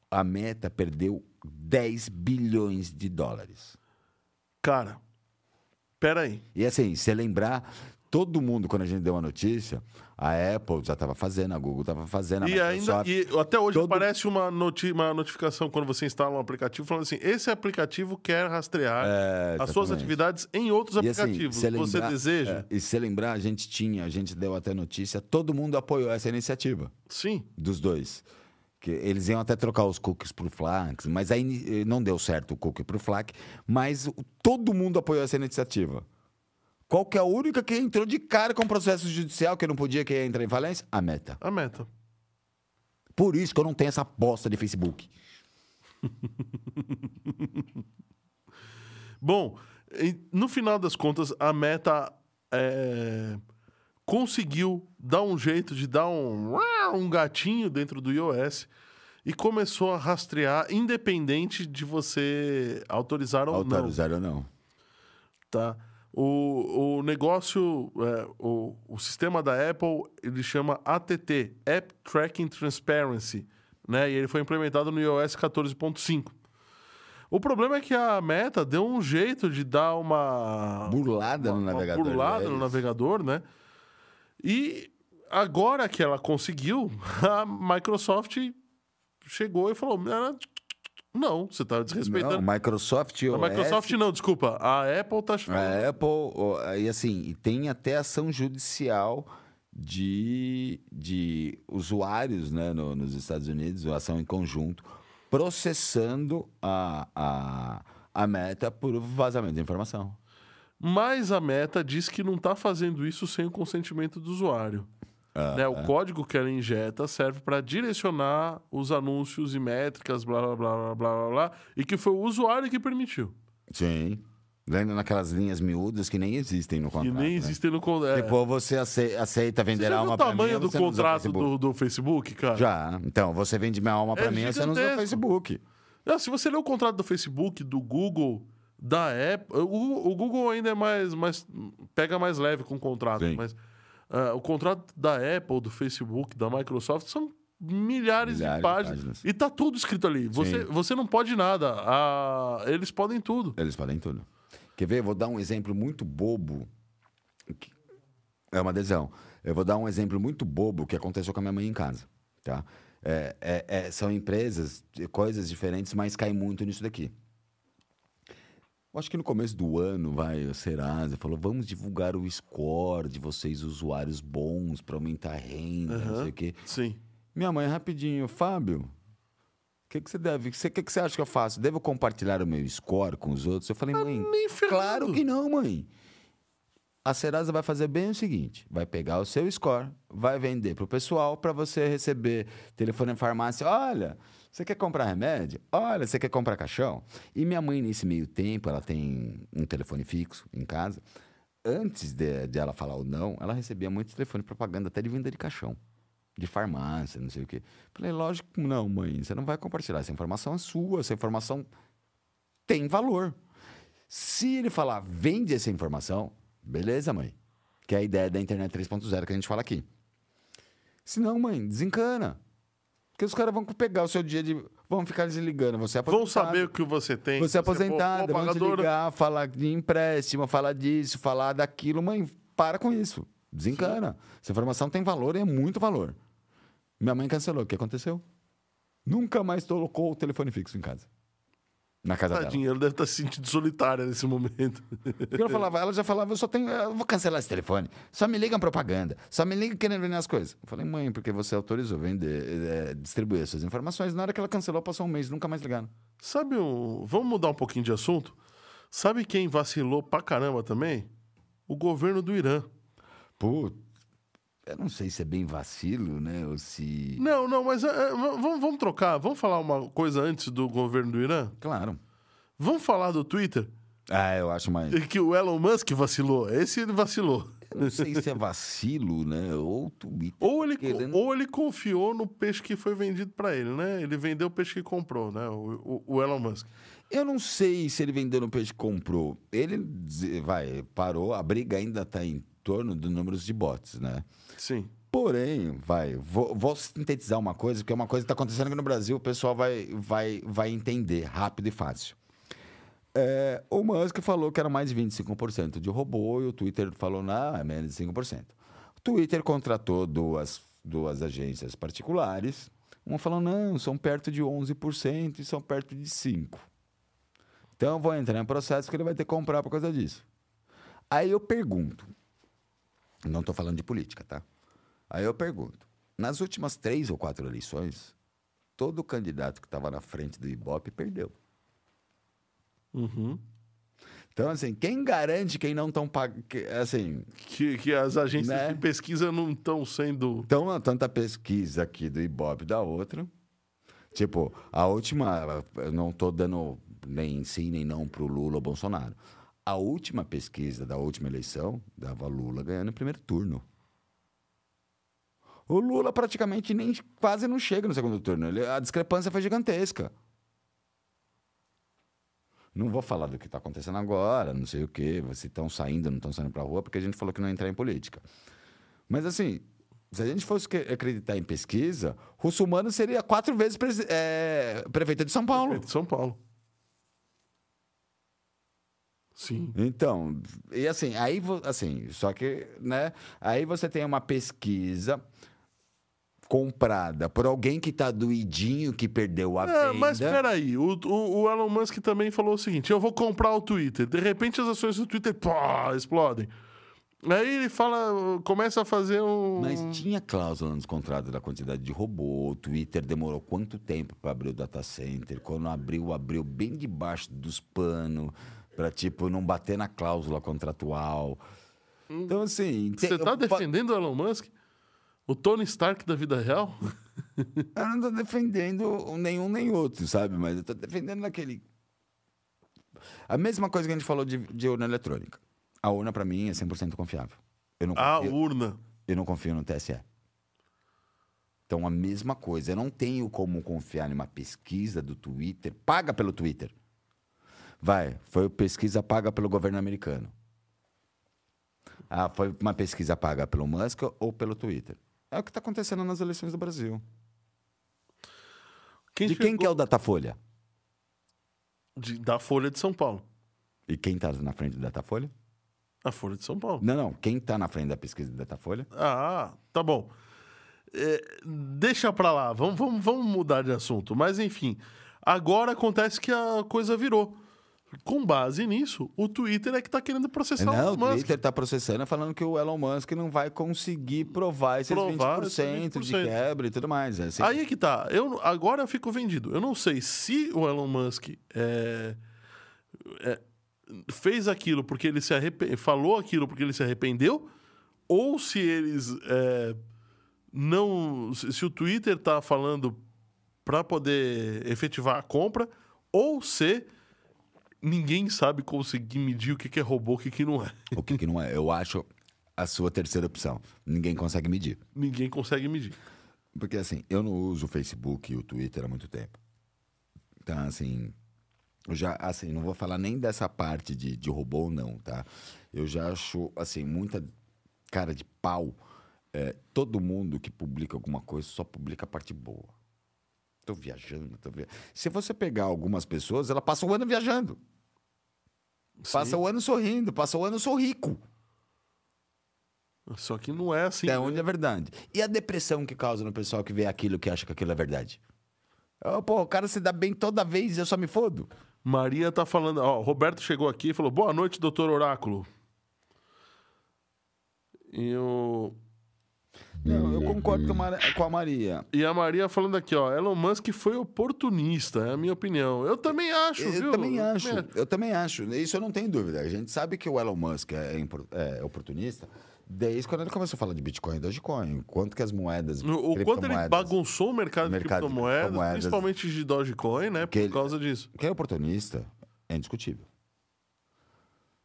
Speaker 2: a Meta perdeu 10 bilhões de dólares.
Speaker 1: Cara, peraí.
Speaker 2: E assim, se lembrar, todo mundo, quando a gente deu a notícia, a Apple já estava fazendo, a Google estava fazendo, a
Speaker 1: E ainda.
Speaker 2: Microsoft...
Speaker 1: E até hoje
Speaker 2: todo-
Speaker 1: aparece uma, noti- uma notificação quando você instala um aplicativo falando assim: esse aplicativo quer rastrear as suas
Speaker 2: É, exatamente.
Speaker 1: atividades em outros
Speaker 2: E assim,
Speaker 1: aplicativos.
Speaker 2: se
Speaker 1: você
Speaker 2: lembrar-
Speaker 1: deseja?
Speaker 2: é, e se lembrar, a gente tinha, a gente deu até notícia, todo mundo apoiou essa iniciativa.
Speaker 1: Sim.
Speaker 2: dos dois. Que eles iam até trocar os cookies pro Flax, mas aí ni- eh, não deu certo o cookie pro Flax, mas o- todo mundo apoiou essa iniciativa. Qual que é a única que entrou de cara com o processo judicial que não podia que ia entrar em falência? A Meta.
Speaker 1: A meta.
Speaker 2: Por isso que eu não tenho essa bosta de Facebook.
Speaker 1: Bom, em- no final das contas, a meta é, conseguiu dar um jeito de dar um, um gatinho dentro do iOS e começou a rastrear, independente de você autorizar ou não.
Speaker 2: Autorizar ou não.
Speaker 1: Tá. O, o negócio, é, o, o sistema da Apple, ele chama ATT, App Tracking Transparency, né? E ele foi implementado no iOS 14.5. O problema é que a Meta deu um jeito de dar uma...
Speaker 2: Burlada no
Speaker 1: uma
Speaker 2: navegador.
Speaker 1: burlada no
Speaker 2: deles.
Speaker 1: navegador, né? E agora que ela conseguiu, a Microsoft chegou e falou... "Ah, Não, você está desrespeitando.
Speaker 2: Não, É, Microsoft
Speaker 1: A
Speaker 2: OS,
Speaker 1: Microsoft não, desculpa. A Apple tá
Speaker 2: a Apple, ó, e assim, e tem até ação judicial de, de usuários né, no- nos Estados Unidos, uma ação em conjunto, processando a, a, a meta por vazamento de informação.
Speaker 1: Mas a Meta diz que não tá fazendo isso sem o consentimento do usuário. né? O código que ela injeta serve para direcionar os anúncios e métricas, blá, blá, blá, blá, blá, blá, blá, e que foi o usuário que permitiu.
Speaker 2: Sim. Lembra naquelas linhas miúdas que nem existem no
Speaker 1: que
Speaker 2: contrato.
Speaker 1: nem
Speaker 2: né?
Speaker 1: existem no contrato.
Speaker 2: Tipo, você ace- aceita
Speaker 1: você
Speaker 2: vender
Speaker 1: já viu
Speaker 2: a alma
Speaker 1: o
Speaker 2: pra mim,
Speaker 1: tamanho do
Speaker 2: você não usa o
Speaker 1: contrato
Speaker 2: Facebook.
Speaker 1: do, do Facebook, cara?
Speaker 2: Já. Então, você vende minha alma pra
Speaker 1: É
Speaker 2: mim, você não usa o
Speaker 1: gigantesco.
Speaker 2: Facebook.
Speaker 1: Não, se você lê o contrato do Facebook, do Google, da Apple. O Google, o Google ainda é mais, mais. pega mais leve com o contrato.
Speaker 2: Sim.
Speaker 1: Mas ah, o contrato da Apple, do Facebook, da Microsoft são milhares,
Speaker 2: Milhares
Speaker 1: de
Speaker 2: de
Speaker 1: páginas.
Speaker 2: páginas.
Speaker 1: E tá tudo escrito ali. Você, você não pode nada. Ah, eles podem tudo.
Speaker 2: Eles podem tudo. Quer ver? Eu Vou dar um exemplo muito bobo. que- É uma adesão. Eu vou dar um exemplo muito bobo que aconteceu com a minha mãe em casa. Tá? É- é- é- são empresas, de coisas diferentes, mas cai muito nisso daqui. Eu acho que no começo do ano, vai, o Serasa falou: vamos divulgar o score de vocês, usuários bons, para aumentar a renda, não
Speaker 1: Aham.
Speaker 2: sei o quê.
Speaker 1: Sim.
Speaker 2: Minha mãe, rapidinho, Fábio, o que, que você deve? O que, que, que você acha que eu faço? Devo compartilhar o meu score com os outros? Eu falei, mãe,
Speaker 1: nem ferrando.
Speaker 2: claro que não, mãe. A Serasa vai fazer bem o seguinte: vai pegar o seu score, vai vender pro pessoal para você receber telefone em farmácia. Olha, você quer comprar remédio? Olha, você quer comprar caixão? E minha mãe, nesse meio tempo, ela tem um telefone fixo em casa. Antes de, de ela falar ou não, ela recebia muito telefone de propaganda, até de venda de caixão de farmácia, não sei o quê. Falei, lógico, que não, mãe, você não vai compartilhar. Essa informação é sua, essa informação tem valor. Se ele falar, vende essa informação, beleza, mãe. Que é a ideia da internet 3.0 que a gente fala aqui. Se não, mãe, desencana. Porque os caras vão pegar o seu dia de. vão ficar desligando. Você é
Speaker 1: Vão
Speaker 2: aposentado.
Speaker 1: saber o que você tem. é um
Speaker 2: Você é aposentado,
Speaker 1: pô,
Speaker 2: vão te
Speaker 1: pagadora.
Speaker 2: ligar, falar de empréstimo, falar disso, falar daquilo. Mãe, para com isso. Desencana. Essa informação tem valor e é muito valor. Minha mãe cancelou. O que aconteceu? Nunca mais colocou o telefone fixo em casa. Na casa dela.
Speaker 1: Tadinha, ela deve estar se sentindo solitária nesse momento.
Speaker 2: Porque ela, falava, ela já falava, eu só tenho... Eu vou cancelar esse telefone. Só me ligam propaganda. Só me ligam querendo vender as coisas. Eu falei, mãe, porque você autorizou vender, eh, distribuir essas informações. Na hora que ela cancelou, passou um mês. Nunca mais ligaram.
Speaker 1: Sabe um. Vamos mudar um pouquinho de assunto? Sabe quem vacilou pra caramba também? O governo do Irã.
Speaker 2: Pô, eu não sei se é bem vacilo, né? Ou se...
Speaker 1: Não, não, mas é, é, v- vamos, vamos trocar. Vamos falar uma coisa antes do governo do Irã?
Speaker 2: Claro.
Speaker 1: Vamos falar do Twitter?
Speaker 2: Ah, eu acho mais.
Speaker 1: Que o Elon Musk vacilou. Esse ele vacilou.
Speaker 2: Eu não sei se é vacilo, né? Ou Twitter.
Speaker 1: Ou ele,
Speaker 2: Querendo-
Speaker 1: ou ele confiou no peixe que foi vendido pra ele, né? Ele vendeu o peixe que comprou, né? O, o- o Elon Musk.
Speaker 2: Eu não sei se ele vendeu no peixe que comprou. Ele diz- vai, parou, a briga ainda está em torno dos números de bots, né?
Speaker 1: Sim.
Speaker 2: Porém, vai, vou, vou sintetizar uma coisa, porque é uma coisa que está acontecendo aqui no Brasil, o pessoal vai, vai, vai entender rápido e fácil. É, o Musk falou que era mais de 25% de robô e o Twitter falou, não, é menos de 5%. O Twitter contratou duas, duas agências particulares, uma falou, não, são perto de 11% e são perto de 5%. Então, eu vou entrar em processo que ele vai ter que comprar por causa disso. Aí eu pergunto, não estou falando de política, tá? Aí eu pergunto: nas últimas três ou quatro eleições, todo candidato que estava na frente do Ibope perdeu.
Speaker 1: Uhum.
Speaker 2: Então, assim, quem garante quem não estão pagando. Assim,
Speaker 1: Que, que as agências
Speaker 2: Né?
Speaker 1: de pesquisa não estão sendo.
Speaker 2: então, tanta pesquisa aqui do Ibope da outra. Tipo, a última. Eu não estou dando nem sim nem não para o Lula ou Bolsonaro. A última pesquisa da última eleição dava Lula ganhando o primeiro turno. O Lula praticamente nem quase não chega no segundo turno. Ele- a discrepância foi gigantesca. Não vou falar do que está acontecendo agora, não sei o quê, se estão saindo, não estão saindo para rua, porque a gente falou que não ia entrar em política. Mas assim, se a gente fosse que- acreditar em pesquisa, Russumano seria quatro vezes presi- eh, prefeito de São Paulo.
Speaker 1: Prefeito É de São Paulo. Sim.
Speaker 2: Então, e assim, aí vo- assim, só que, né? Aí você tem uma pesquisa comprada por alguém que tá doidinho, que perdeu a
Speaker 1: É,
Speaker 2: venda.
Speaker 1: mas peraí, o, o, o Elon Musk também falou o seguinte: eu vou comprar o Twitter. De repente as ações do Twitter pá, explodem. Aí ele fala, começa a fazer um.
Speaker 2: Mas tinha cláusula nos contratos da quantidade de robô. O Twitter demorou quanto tempo para abrir o data center? Quando abriu, abriu bem debaixo dos panos, para tipo não bater na cláusula contratual. Então assim,
Speaker 1: Hum. Você
Speaker 2: tem-
Speaker 1: tá
Speaker 2: eu pa-
Speaker 1: defendendo o Elon Musk? O Tony Stark da vida real?
Speaker 2: Eu não tô defendendo nenhum nem outro, sabe? Mas eu tô defendendo aquele. A mesma coisa que a gente falou de, de urna eletrônica. A urna, pra mim, é 100% confiável. Eu não,
Speaker 1: A
Speaker 2: confio,
Speaker 1: urna.
Speaker 2: eu não confio no TSE. Então, a mesma coisa. Eu não tenho como confiar em uma pesquisa do Twitter, paga pelo Twitter. Vai, foi pesquisa paga pelo governo americano. Ah, foi uma pesquisa paga pelo Musk ou pelo Twitter. É o que está acontecendo nas eleições do Brasil.
Speaker 1: Quem
Speaker 2: De quem
Speaker 1: chegou-
Speaker 2: que é o Datafolha?
Speaker 1: De- da Folha de São Paulo.
Speaker 2: E quem tá na frente do Datafolha?
Speaker 1: A Folha de São Paulo.
Speaker 2: Não, não. Quem tá na frente da pesquisa do Datafolha?
Speaker 1: Ah, tá bom. É, deixa pra lá, vamos, vamos, vamos mudar de assunto. Mas enfim, agora acontece que a coisa virou. Com base nisso, o Twitter é que tá querendo processar
Speaker 2: não,
Speaker 1: o
Speaker 2: o
Speaker 1: Musk.
Speaker 2: Twitter tá processando falando que o Elon Musk não vai conseguir provar esses
Speaker 1: Provar
Speaker 2: 20%,
Speaker 1: esses 20%.
Speaker 2: de quebra e tudo mais. É assim.
Speaker 1: Aí é que tá. Eu, agora eu fico vendido. Eu não sei se o Elon Musk é, é, fez aquilo porque ele se arrepe- falou aquilo porque ele se arrependeu, ou se eles é, não. Se se o Twitter tá falando para poder efetivar a compra, ou se ninguém sabe conseguir medir o que que é robô, o que, que não é.
Speaker 2: O que, que não é? Eu acho a sua terceira opção. Ninguém consegue medir.
Speaker 1: Ninguém consegue medir.
Speaker 2: Porque assim, eu não uso o Facebook e o Twitter há muito tempo. Então, assim, eu já, assim, não vou falar nem dessa parte de, de robô, não, tá? Eu já acho, assim, muita cara de pau. É, todo mundo que publica alguma coisa só publica a parte boa. Tô viajando, tô viajando. Se você pegar algumas pessoas, ela passa o ano viajando. Passa o ano sorrindo, passa o ano sou rico.
Speaker 1: Só que não é assim.
Speaker 2: Até onde é verdade. E a depressão que causa no pessoal que vê aquilo que acha que aquilo é verdade? Ô, pô, o cara se dá bem toda vez e eu só me fodo.
Speaker 1: Maria tá falando, ó, Roberto chegou aqui e falou: "Boa noite, doutor Oráculo". E o
Speaker 2: Não,
Speaker 1: Hum.
Speaker 2: eu concordo com a, Mara- com a Maria.
Speaker 1: e a Maria falando aqui, ó, Elon Musk foi oportunista, é a minha opinião. Eu também acho,
Speaker 2: Eu
Speaker 1: viu?
Speaker 2: também acho, eu também acho. Isso eu não tenho dúvida. A gente sabe que o Elon Musk é, impor- é oportunista desde quando ele começou a falar de Bitcoin e Dogecoin. Quanto que as moedas.
Speaker 1: O o quanto ele
Speaker 2: criptomoedas-
Speaker 1: bagunçou o mercado,
Speaker 2: Mercado
Speaker 1: de
Speaker 2: de
Speaker 1: criptomoedas,
Speaker 2: criptomoedas.
Speaker 1: principalmente de Dogecoin, né, por
Speaker 2: Que ele-
Speaker 1: causa disso.
Speaker 2: Que é oportunista, é indiscutível.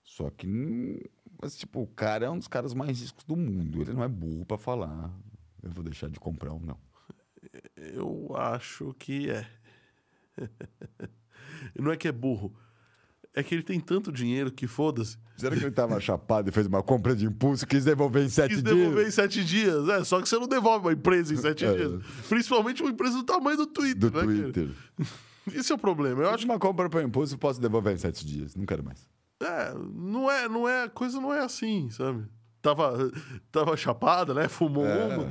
Speaker 2: Só que, hum, mas, tipo, o cara é um dos caras mais ricos do mundo. Ele não é burro pra falar. Eu vou deixar de comprar ou não.
Speaker 1: Eu acho que é. não é que é burro. É que ele tem tanto dinheiro que foda-se.
Speaker 2: Será que ele tava chapado e fez uma compra de impulso e quis devolver em sete
Speaker 1: quis
Speaker 2: dias?
Speaker 1: devolver em sete dias. É, só que você não devolve uma empresa em sete
Speaker 2: É.
Speaker 1: dias. Principalmente uma empresa do tamanho do Twitter,
Speaker 2: Do
Speaker 1: né? cara?
Speaker 2: Twitter.
Speaker 1: Esse é o problema. Eu
Speaker 2: Eu
Speaker 1: acho
Speaker 2: acho uma compra para impulso, posso devolver em sete dias. Não quero mais.
Speaker 1: que é, não é, não é, a coisa não é assim, sabe? Tava, tava chapada, né? Fumou
Speaker 2: É.
Speaker 1: uma,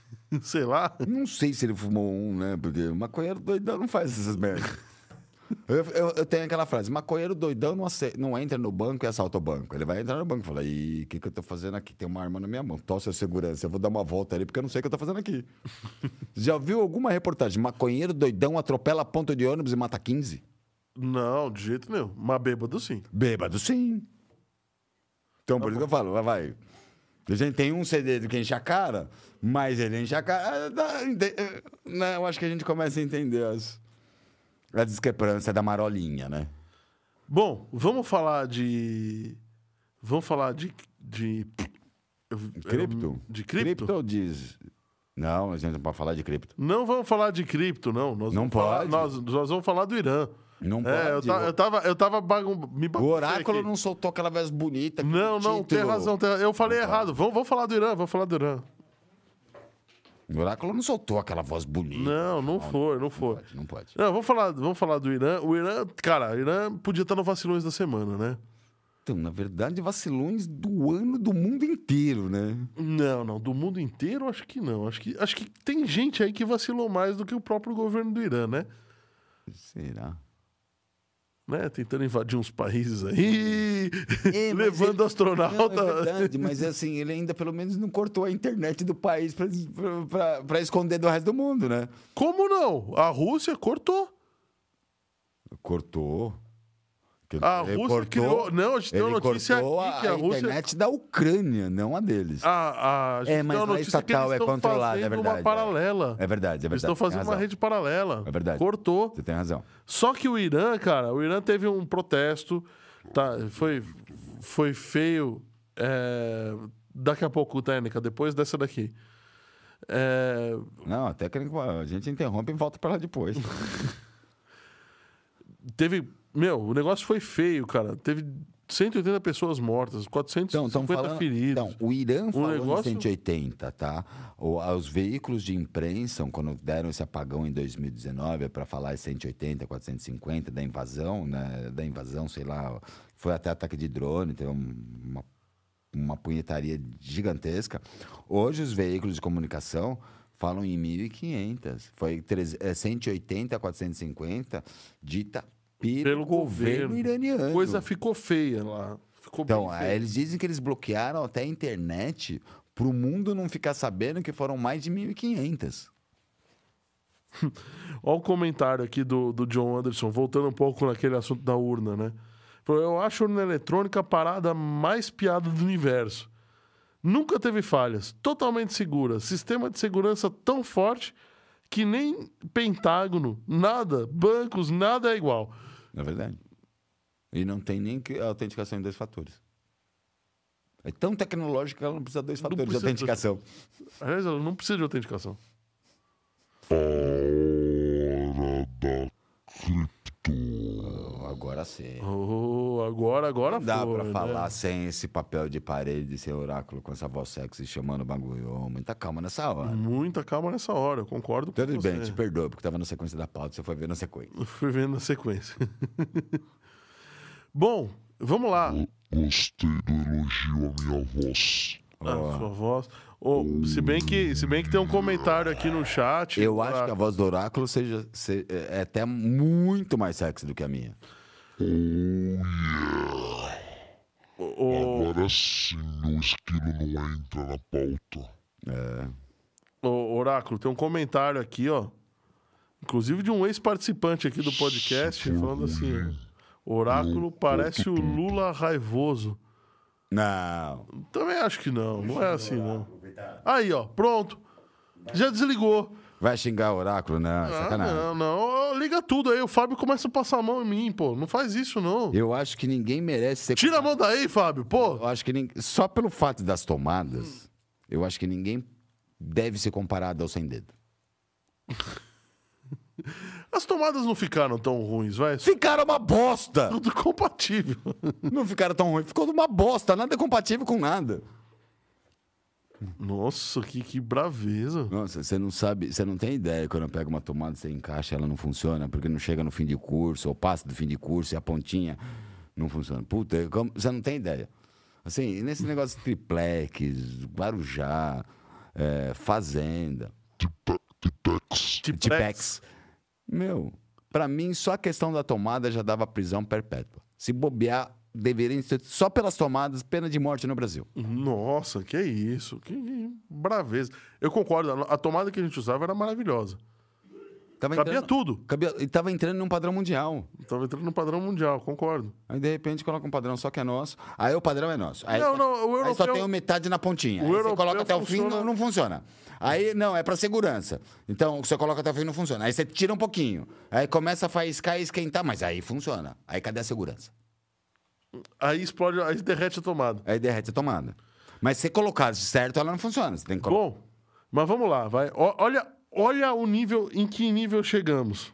Speaker 1: sei lá.
Speaker 2: Não sei se ele fumou um, né? Porque maconheiro doidão não faz essas merdas. Eu, eu- eu tenho aquela frase: maconheiro doidão não, ace- não entra no banco e assalta o banco. Ele vai entrar no banco e fala: Ih, o que, que eu tô fazendo aqui? Tem uma arma na minha mão. Tosse a segurança, eu vou dar uma volta ali porque eu não sei o que eu tô fazendo aqui. Já viu alguma reportagem? Maconheiro doidão atropela ponto de ônibus e mata 15?
Speaker 1: Não, de jeito nenhum. Mas bêbado sim.
Speaker 2: Bêbado, sim. Então,
Speaker 1: Tá
Speaker 2: por isso que eu falo, vai, vai. A gente tem um CD do que enche a cara, mas ele enche a cara. Ah, dá, ente- eh, né, Eu acho que a gente começa a entender as, a discrepância da marolinha, né?
Speaker 1: Bom, vamos falar de. Vamos falar de. de
Speaker 2: Cripto?
Speaker 1: De cripto?
Speaker 2: diz. Não, a gente não pode falar de cripto.
Speaker 1: Não vamos falar de cripto, não. Nós
Speaker 2: Não
Speaker 1: vamos falar-
Speaker 2: pode.
Speaker 1: nós, nós vamos falar do Irã.
Speaker 2: Não
Speaker 1: É, eu,
Speaker 2: pode.
Speaker 1: ta- eu tava, eu tava bagun- me
Speaker 2: O
Speaker 1: baguncei
Speaker 2: oráculo
Speaker 1: aqui.
Speaker 2: não soltou aquela voz bonita. aquele
Speaker 1: Não, não, tem
Speaker 2: título.
Speaker 1: razão. tem- Eu falei errado. Vamos, vamos falar do Irã, vamos falar do Irã.
Speaker 2: O oráculo não soltou aquela voz bonita.
Speaker 1: Não, não foi, não
Speaker 2: Não
Speaker 1: foi.
Speaker 2: pode, não pode.
Speaker 1: Não, vamos falar, vamos falar do Irã. O Irã, cara, o Irã podia estar no vacilões da semana, né?
Speaker 2: Então, na verdade, vacilões do ano do mundo inteiro, né?
Speaker 1: Não, não, do mundo inteiro acho que não. Acho que, acho que tem gente aí que vacilou mais do que o próprio governo do Irã, né?
Speaker 2: Será?
Speaker 1: Né? Tentando invadir uns países aí,
Speaker 2: É, mas
Speaker 1: levando
Speaker 2: ele-
Speaker 1: astronauta.
Speaker 2: Não, é verdade, mas assim, ele ainda pelo menos não cortou a internet do país pra- pra- pra pra esconder do resto do mundo, né?
Speaker 1: Como não? A Rússia cortou.
Speaker 2: Cortou. Que-
Speaker 1: A
Speaker 2: ele
Speaker 1: Ah, Rússia criou- não, a gente tem
Speaker 2: ele
Speaker 1: uma notícia
Speaker 2: cortou
Speaker 1: aqui
Speaker 2: a,
Speaker 1: que a
Speaker 2: a
Speaker 1: Rússia- Ah,
Speaker 2: internet da Ucrânia, não a deles.
Speaker 1: A, a, a gente
Speaker 2: É,
Speaker 1: tem
Speaker 2: mas
Speaker 1: uma
Speaker 2: não é
Speaker 1: notícia que eles
Speaker 2: estatal, é
Speaker 1: estão
Speaker 2: controlada, é
Speaker 1: fazendo
Speaker 2: verdade,
Speaker 1: Uma
Speaker 2: é.
Speaker 1: paralela.
Speaker 2: É verdade, é verdade.
Speaker 1: Eles estão
Speaker 2: tem
Speaker 1: fazendo uma
Speaker 2: razão.
Speaker 1: rede paralela.
Speaker 2: É verdade.
Speaker 1: Cortou.
Speaker 2: Você tem razão.
Speaker 1: Só que o Irã, cara, o Irã teve um protesto, tá? Foi, foi feio. é, daqui a pouco, técnica, depois dessa daqui. É,
Speaker 2: Não, a técnica, a gente interrompe e volta pra lá depois.
Speaker 1: teve. Meu, o negócio foi feio, cara. Teve 180 pessoas mortas, 450
Speaker 2: tamo
Speaker 1: feridos. Um
Speaker 2: Então, o Irã falou
Speaker 1: negócio-
Speaker 2: em 180, tá? O, os veículos de imprensa, quando deram esse apagão em 2019, para é falar em 180, 450 da invasão, né? Da invasão, sei lá, foi até ataque de drone, teve um- uma, uma punhetaria gigantesca. Hoje, os veículos de comunicação falam em 1.500. Foi treze- é, 180, 450, dita pelo,
Speaker 1: pelo
Speaker 2: governo,
Speaker 1: governo.
Speaker 2: iraniano.
Speaker 1: coisa ficou feia lá. Ficou
Speaker 2: Então,
Speaker 1: bem
Speaker 2: ah,
Speaker 1: feia.
Speaker 2: eles dizem que eles bloquearam até a internet pro mundo não ficar sabendo que foram mais de 1.500.
Speaker 1: Olha o comentário aqui do, do John Anderson, voltando um pouco naquele assunto da urna, né? Falou, Eu acho a urna eletrônica a parada mais piada do universo. Nunca teve falhas, totalmente segura, sistema de segurança tão forte que nem Pentágono, nada, bancos, nada é igual.
Speaker 2: Na verdade. E não tem nem que- autenticação em dois fatores. É tão tecnológico que ela não precisa de dois fatores
Speaker 1: precisa de
Speaker 2: de autenticação.
Speaker 1: Aliás, ela não precisa de autenticação.
Speaker 3: A hora da cripto.
Speaker 2: Agora sim.
Speaker 1: Oh, agora, agora
Speaker 2: Não dá
Speaker 1: foi,
Speaker 2: pra
Speaker 1: né?
Speaker 2: falar sem esse papel de parede, sem oráculo, com essa voz sexy chamando o bagulho. Ô, Muita calma nessa hora.
Speaker 1: Muita calma nessa hora, eu concordo com
Speaker 2: Tudo
Speaker 1: você.
Speaker 2: bem, tipo- te perdoa, porque tava na sequência da pauta, você foi ver na sequência.
Speaker 1: Fui vendo na sequência. Bom, vamos lá.
Speaker 3: Gostei do elogio à minha voz.
Speaker 1: Ah, sua voz. Ô, se, bem que, se bem que tem um comentário aqui no chat.
Speaker 2: Eu acho
Speaker 1: Ah,
Speaker 2: que a voz do oráculo seja, se- é é até muito mais sexy do que a minha. é
Speaker 1: o,
Speaker 3: Agora sim, meu esquilo não entra na pauta.
Speaker 1: o- o Oráculo, tem um comentário aqui, ó. Inclusive de um ex-participante aqui do podcast, falando assim: Oráculo parece o Lula raivoso.
Speaker 2: Não.
Speaker 1: Também acho que não, não é assim não. Aí, ó, pronto. Já desligou.
Speaker 2: Vai xingar o oráculo? Não, é
Speaker 1: Ah,
Speaker 2: sacanagem.
Speaker 1: não, não. Ó, Liga tudo aí. O Fábio começa a passar a mão em mim, pô. Não faz isso, não.
Speaker 2: Eu acho que ninguém merece ser.
Speaker 1: Tira a mão daí, Fábio, pô.
Speaker 2: Eu acho que nin- Só pelo fato das tomadas, eu acho que ninguém deve ser comparado ao sem dedo.
Speaker 1: As tomadas não ficaram tão ruins, vai. É
Speaker 2: Ficaram uma bosta!
Speaker 1: Tudo compatível.
Speaker 2: Não ficaram tão ruins. Ficou uma bosta. Nada é compatível com nada.
Speaker 1: Nossa, que, que braveza.
Speaker 2: Nossa, você não sabe, você não tem ideia quando eu pego uma tomada, você encaixa, ela não funciona, porque não chega no fim de curso, ou passa do fim de curso e a pontinha não funciona. Puta, é como- você não tem ideia. Assim, e nesse negócio de triplex, Guarujá, é, Fazenda,
Speaker 3: Tipex.
Speaker 1: Tipo,
Speaker 2: Tipo,
Speaker 1: é,
Speaker 2: Tipex. Meu, pra mim, só a questão da tomada já dava prisão perpétua. Se bobear, deveriam ser só pelas tomadas, pena de morte no Brasil.
Speaker 1: Hum. Nossa, que é isso. Que, que braveza. Eu concordo, a a tomada que a gente usava era maravilhosa.
Speaker 2: Tava
Speaker 1: Cabia
Speaker 2: entrando-
Speaker 1: tudo.
Speaker 2: Cabia, e tava entrando num padrão mundial.
Speaker 1: Tava entrando no padrão mundial, concordo.
Speaker 2: Aí de repente coloca um padrão só que é nosso. Aí o padrão é nosso. Aí,
Speaker 1: Não,
Speaker 2: só-
Speaker 1: não, o
Speaker 2: aí só
Speaker 1: europeu-
Speaker 2: tem metade na pontinha.
Speaker 1: O
Speaker 2: Aí você
Speaker 1: europeu
Speaker 2: coloca até o fim
Speaker 1: funciona-
Speaker 2: não, não funciona. Aí não, é pra segurança. Então você coloca até o fim não funciona. Aí você tira um pouquinho. Aí começa a faiscar e esquentar, mas aí funciona. Aí cadê a segurança?
Speaker 1: Aí explode, aí derrete a tomada.
Speaker 2: tá Aí derrete a tomada. Mas se colocar certo, ela não funciona. Você tem que colocar.
Speaker 1: Bom, Mas vamos lá, vai. Ó- olha, olha o nível, em que nível chegamos.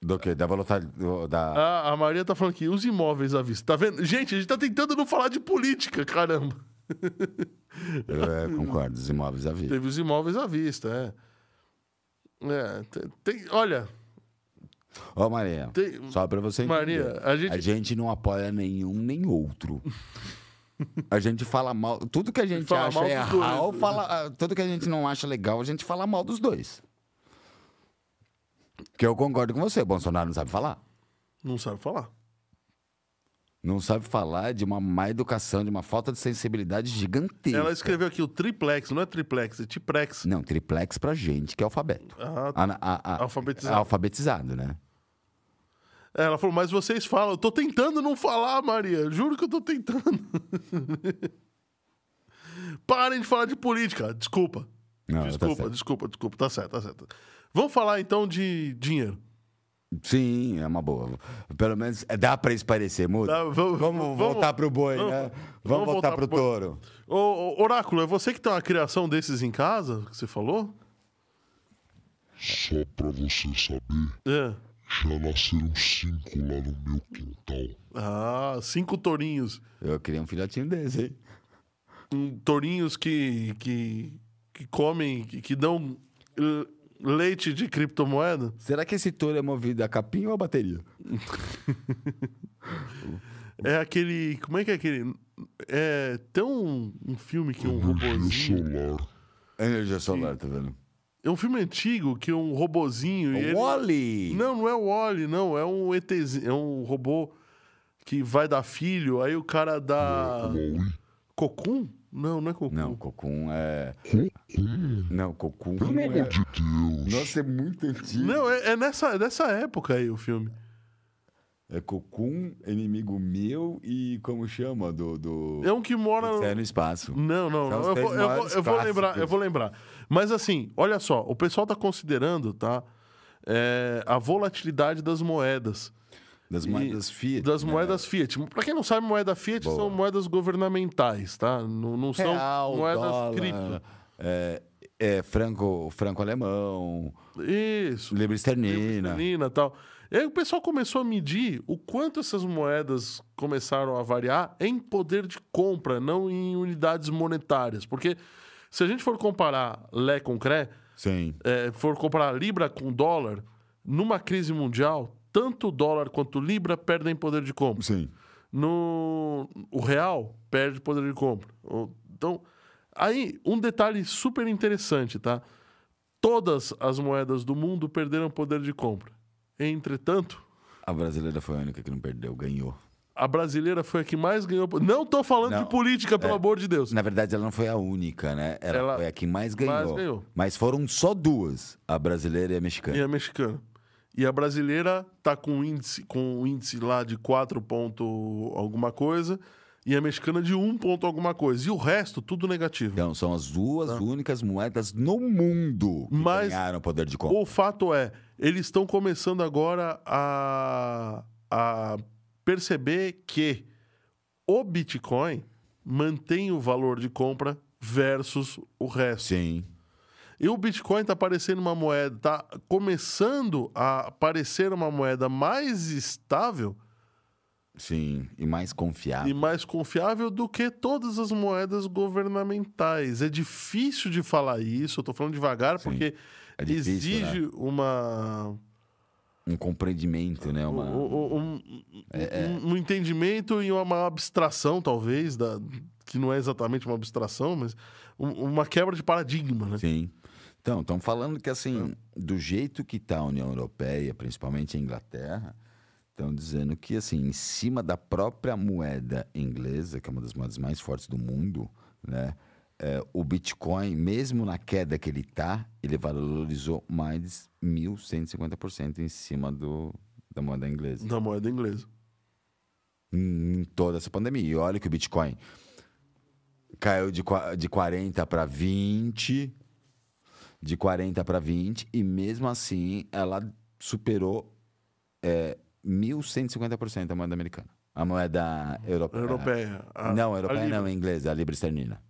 Speaker 2: Do quê? Da volatilidade. Da...
Speaker 1: Ah, a Maria tá falando aqui, os imóveis à vista. Tá vendo? Gente, a gente tá tentando não falar de política, caramba.
Speaker 2: É, concordo, os imóveis à vida.
Speaker 1: Teve os imóveis à vista, é. É, te- tem- olha,
Speaker 2: Ô, Maria,
Speaker 1: Tem-
Speaker 2: só pra você entender.
Speaker 1: Maria, a gente-
Speaker 2: não apoia nenhum nem outro. A gente fala mal. Tudo que a gente
Speaker 1: Fala
Speaker 2: acha
Speaker 1: mal
Speaker 2: é
Speaker 1: dos dois.
Speaker 2: errado, fala, ah, tudo que a gente não acha legal, a gente fala mal dos dois. Que eu concordo com você, Bolsonaro não sabe falar.
Speaker 1: não sabe falar.
Speaker 2: Não sabe falar de uma má educação, de uma falta de sensibilidade gigantesca.
Speaker 1: Ela escreveu aqui o triplex, não é triplex, é tiplex.
Speaker 2: Não, triplex pra gente, que é alfabeto.
Speaker 1: Ah,
Speaker 2: Ana- a- a-
Speaker 1: Alfabetizado.
Speaker 2: Alfabetizado, né?
Speaker 1: ela falou, mas vocês falam. Eu tô tentando não falar, Maria. Juro que eu tô tentando. Parem de falar de política. Desculpa.
Speaker 2: Não, tá
Speaker 1: desculpa,
Speaker 2: certo.
Speaker 1: desculpa, desculpa. Tá certo, tá certo. Vamos falar então de dinheiro.
Speaker 2: Sim, é uma boa. Pelo menos é, dá pra esparecer, muda.
Speaker 1: Tá, vamos-
Speaker 2: vamos,
Speaker 1: vamos-
Speaker 2: voltar pro boi,
Speaker 1: vamos-
Speaker 2: né? Vamos,
Speaker 1: vamos
Speaker 2: voltar,
Speaker 1: voltar pro
Speaker 2: pro
Speaker 1: boi.
Speaker 2: touro.
Speaker 1: Ô, ô, Oráculo, é você que tem uma criação desses em casa, que você falou?
Speaker 3: Só pra você saber,
Speaker 1: É.
Speaker 3: já nasceram cinco lá no meu quintal.
Speaker 1: Ah, cinco tourinhos.
Speaker 2: Eu queria um filhotinho desse, hein?
Speaker 1: Hum, Tourinhos que, que, que comem, que, que dão eh, leite de criptomoeda.
Speaker 2: Será que esse touro é movido a capim ou a bateria?
Speaker 1: É aquele. Como é que é aquele. É, tem um, um filme que um
Speaker 3: Energia
Speaker 1: robozinho.
Speaker 3: solar.
Speaker 2: Energia solar, tá vendo?
Speaker 1: É um filme antigo que um robozinho. e ele-
Speaker 2: O Wally!
Speaker 1: Não, não é o Wally, não. É um ETzinho. É um robô que vai dar filho. Aí o cara dá.
Speaker 3: Huawei.
Speaker 1: Cocum? Não, não é Cocum.
Speaker 2: tá Não, Cocum é.
Speaker 3: Cocum.
Speaker 2: Não, Cocum
Speaker 3: Pelo
Speaker 2: é.
Speaker 3: amor de Deus.
Speaker 2: Nossa, é muito antigo.
Speaker 1: Não, é, é nessa, nessa época aí o filme.
Speaker 2: É Cocum, inimigo meu e como chama? Do. do...
Speaker 1: É um que mora.
Speaker 2: Isso é no espaço.
Speaker 1: Não, não,
Speaker 2: São
Speaker 1: não.
Speaker 2: os
Speaker 1: Eu
Speaker 2: é um três
Speaker 1: vou, eu vou-
Speaker 2: maiores
Speaker 1: eu vou lembrar, eu
Speaker 2: clássicos.
Speaker 1: vou lembrar. Mas assim, olha só, o pessoal tá considerando, tá? é, a volatilidade das moedas.
Speaker 2: Das
Speaker 1: E-
Speaker 2: moedas Fiat.
Speaker 1: Das
Speaker 2: né?
Speaker 1: moedas Fiat. Pra quem não sabe, moeda Fiat
Speaker 2: Boa.
Speaker 1: são moedas governamentais, tá? Não, não são
Speaker 2: Real,
Speaker 1: moedas
Speaker 2: dólar,
Speaker 1: cripto.
Speaker 2: É, é franco, franco-alemão,
Speaker 1: Isso.
Speaker 2: libra esterlina.
Speaker 1: Nina tal. E aí o pessoal começou a medir o quanto essas moedas começaram a variar em poder de compra, não em unidades monetárias. Porque se a gente for comparar Lé com Cré,
Speaker 2: Sim.
Speaker 1: é, for comparar Libra com dólar, numa crise mundial, tanto o dólar quanto o Libra perdem poder de compra.
Speaker 2: Sim.
Speaker 1: No, o real perde poder de compra. O- Então, aí, um detalhe super interessante, tá? Todas as moedas do mundo perderam poder de compra. Entretanto,
Speaker 2: A brasileira foi a única que não perdeu, ganhou.
Speaker 1: a brasileira foi a que mais ganhou. po- Não tô falando
Speaker 2: Não,
Speaker 1: de política, pelo amor de Deus.
Speaker 2: Na verdade, ela não foi a única, né? Ela,
Speaker 1: Ela
Speaker 2: foi a que mais ganhou.
Speaker 1: mais ganhou.
Speaker 2: Mas foram só duas, a brasileira e a
Speaker 1: E
Speaker 2: mexicana.
Speaker 1: a mexicana. E a brasileira tá com um índice, com um índice lá de 4 ponto alguma coisa. E a mexicana de 1 ponto alguma coisa. E o resto, tudo negativo.
Speaker 2: Então, são as duas
Speaker 1: Ah.
Speaker 2: únicas moedas no mundo que
Speaker 1: Mas-
Speaker 2: ganharam poder de compra.
Speaker 1: O fato é, eles estão começando agora a, a perceber que o Bitcoin mantém o valor de compra versus o resto.
Speaker 2: Sim.
Speaker 1: E o Bitcoin tá parecendo uma moeda, tá começando a parecer uma moeda mais estável
Speaker 2: Sim, e mais confiável.
Speaker 1: e mais confiável do que todas as moedas governamentais. É difícil de falar isso, eu tô falando devagar,
Speaker 2: Sim.
Speaker 1: porque
Speaker 2: É difícil,
Speaker 1: exige uma
Speaker 2: Um compreendimento, né? Uma... É,
Speaker 1: um, um- um- um- um entendimento e uma abstração, talvez, da, que não é exatamente uma abstração, mas um- uma quebra de paradigma, né?
Speaker 2: Sim. Então, estão falando que, assim, do jeito que está a União Europeia, principalmente a Inglaterra, estão dizendo que, assim, em cima da própria moeda inglesa, que é uma das moedas mais fortes do mundo, né? é, o Bitcoin, mesmo na queda que ele está, ele valorizou mais 1.150% em cima do, da moeda inglesa.
Speaker 1: Da moeda inglesa.
Speaker 2: Em em toda essa pandemia. E olha que o Bitcoin caiu de, qua- de 40 para 20, de 40 para 20, e mesmo assim ela superou é, 1.150% a moeda americana. A moeda europeia.
Speaker 1: Europeia. a-
Speaker 2: É. Não,
Speaker 1: a
Speaker 2: europeia
Speaker 1: libra.
Speaker 2: não, inglesa, a libra esterlina.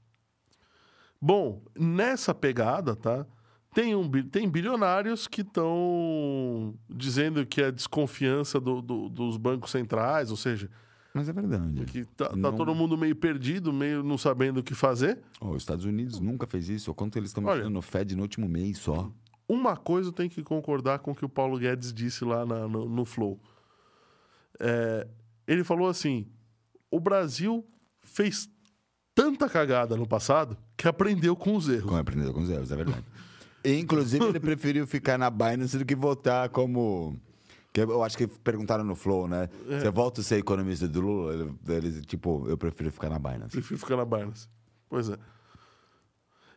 Speaker 1: Bom, nessa pegada, tá? Tem, um, bi- tem bilionários que estão dizendo que é desconfiança do- do- dos bancos centrais, ou seja,
Speaker 2: Mas é verdade.
Speaker 1: que tá, tá
Speaker 2: Não-
Speaker 1: todo mundo meio perdido, meio não sabendo o que fazer.
Speaker 2: Ó, os Estados Unidos nunca fez isso. Ó, Quanto eles estão
Speaker 1: Olha.
Speaker 2: mexendo no Fed no último mês só?
Speaker 1: Uma coisa eu tenho que concordar com o que o Paulo Guedes disse lá na- no, no Flow. É, ele falou assim: o Brasil fez tanta cagada no passado que aprendeu com os erros.
Speaker 2: Como aprendeu com os erros, é verdade. E, Inclusive, ele preferiu ficar na Binance do que voltar como. que eu acho que perguntaram no Flow, né?
Speaker 1: É.
Speaker 2: Você volta a ser economista do Lula? Ele, ele, tipo, eu prefiro ficar na Binance.
Speaker 1: Prefiro ficar na Binance. Pois é.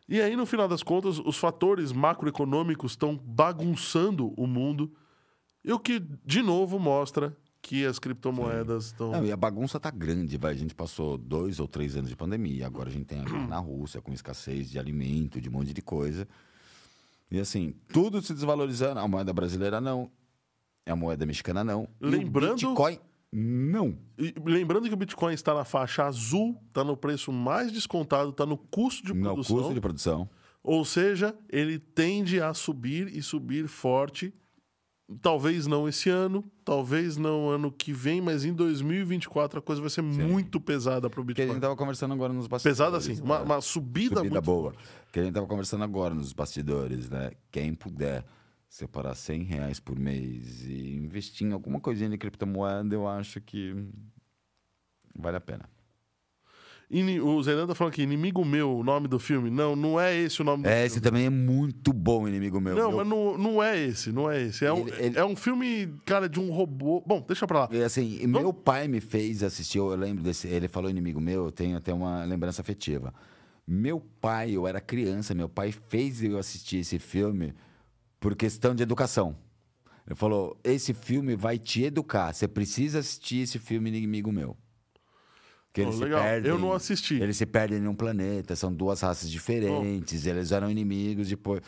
Speaker 1: E aí, no final das contas, os fatores macroeconômicos estão bagunçando o mundo. E o que, de novo, mostra que as criptomoedas estão.
Speaker 2: Não, e a bagunça tá grande, vai. A gente passou dois ou três anos de pandemia. Agora a gente tem a guerra na Rússia, com escassez de alimento, de um monte de coisa. E assim, tudo se desvalorizando. A moeda brasileira não. A moeda mexicana não. E o
Speaker 1: Lembrando-
Speaker 2: Bitcoin não.
Speaker 1: E lembrando que o Bitcoin está na faixa azul, está no preço mais descontado, está no custo de
Speaker 2: Não,
Speaker 1: produção.
Speaker 2: custo de produção.
Speaker 1: Ou seja, ele tende a subir e subir forte. Talvez não esse ano, talvez não ano que vem, mas em 2024 a coisa vai ser muito pesada para o
Speaker 2: Que a gente
Speaker 1: Bitcoin.
Speaker 2: tava conversando agora nos bastidores.
Speaker 1: Pesada assim, uma,
Speaker 2: né?
Speaker 1: uma subida,
Speaker 2: Subida
Speaker 1: muito
Speaker 2: boa. Que a gente tava conversando agora nos bastidores, né? Quem puder separar 100 reais por mês e investir em alguma coisinha de criptomoeda, eu acho que vale a pena.
Speaker 1: Ini- O Zeranda falando aqui, inimigo meu, o nome do filme. Não, não é esse o nome do
Speaker 2: É, esse também é muito bom, inimigo meu.
Speaker 1: Não,
Speaker 2: Meu-
Speaker 1: mas não, não é esse, não é esse. É um,
Speaker 2: Ele- ele-
Speaker 1: é um filme, cara, de um robô. Bom, deixa pra lá.
Speaker 2: E, assim, e meu pai me fez assistir, eu lembro desse, ele falou inimigo meu, eu tenho até uma lembrança afetiva. Meu pai, eu era criança, meu pai fez eu assistir esse filme por questão de educação. Ele falou: esse filme vai te educar, você precisa assistir esse filme inimigo meu. Que
Speaker 1: Pô, legal, eu não assisti.
Speaker 2: Eles se perdem num planeta, são duas raças diferentes, eles eram inimigos depois.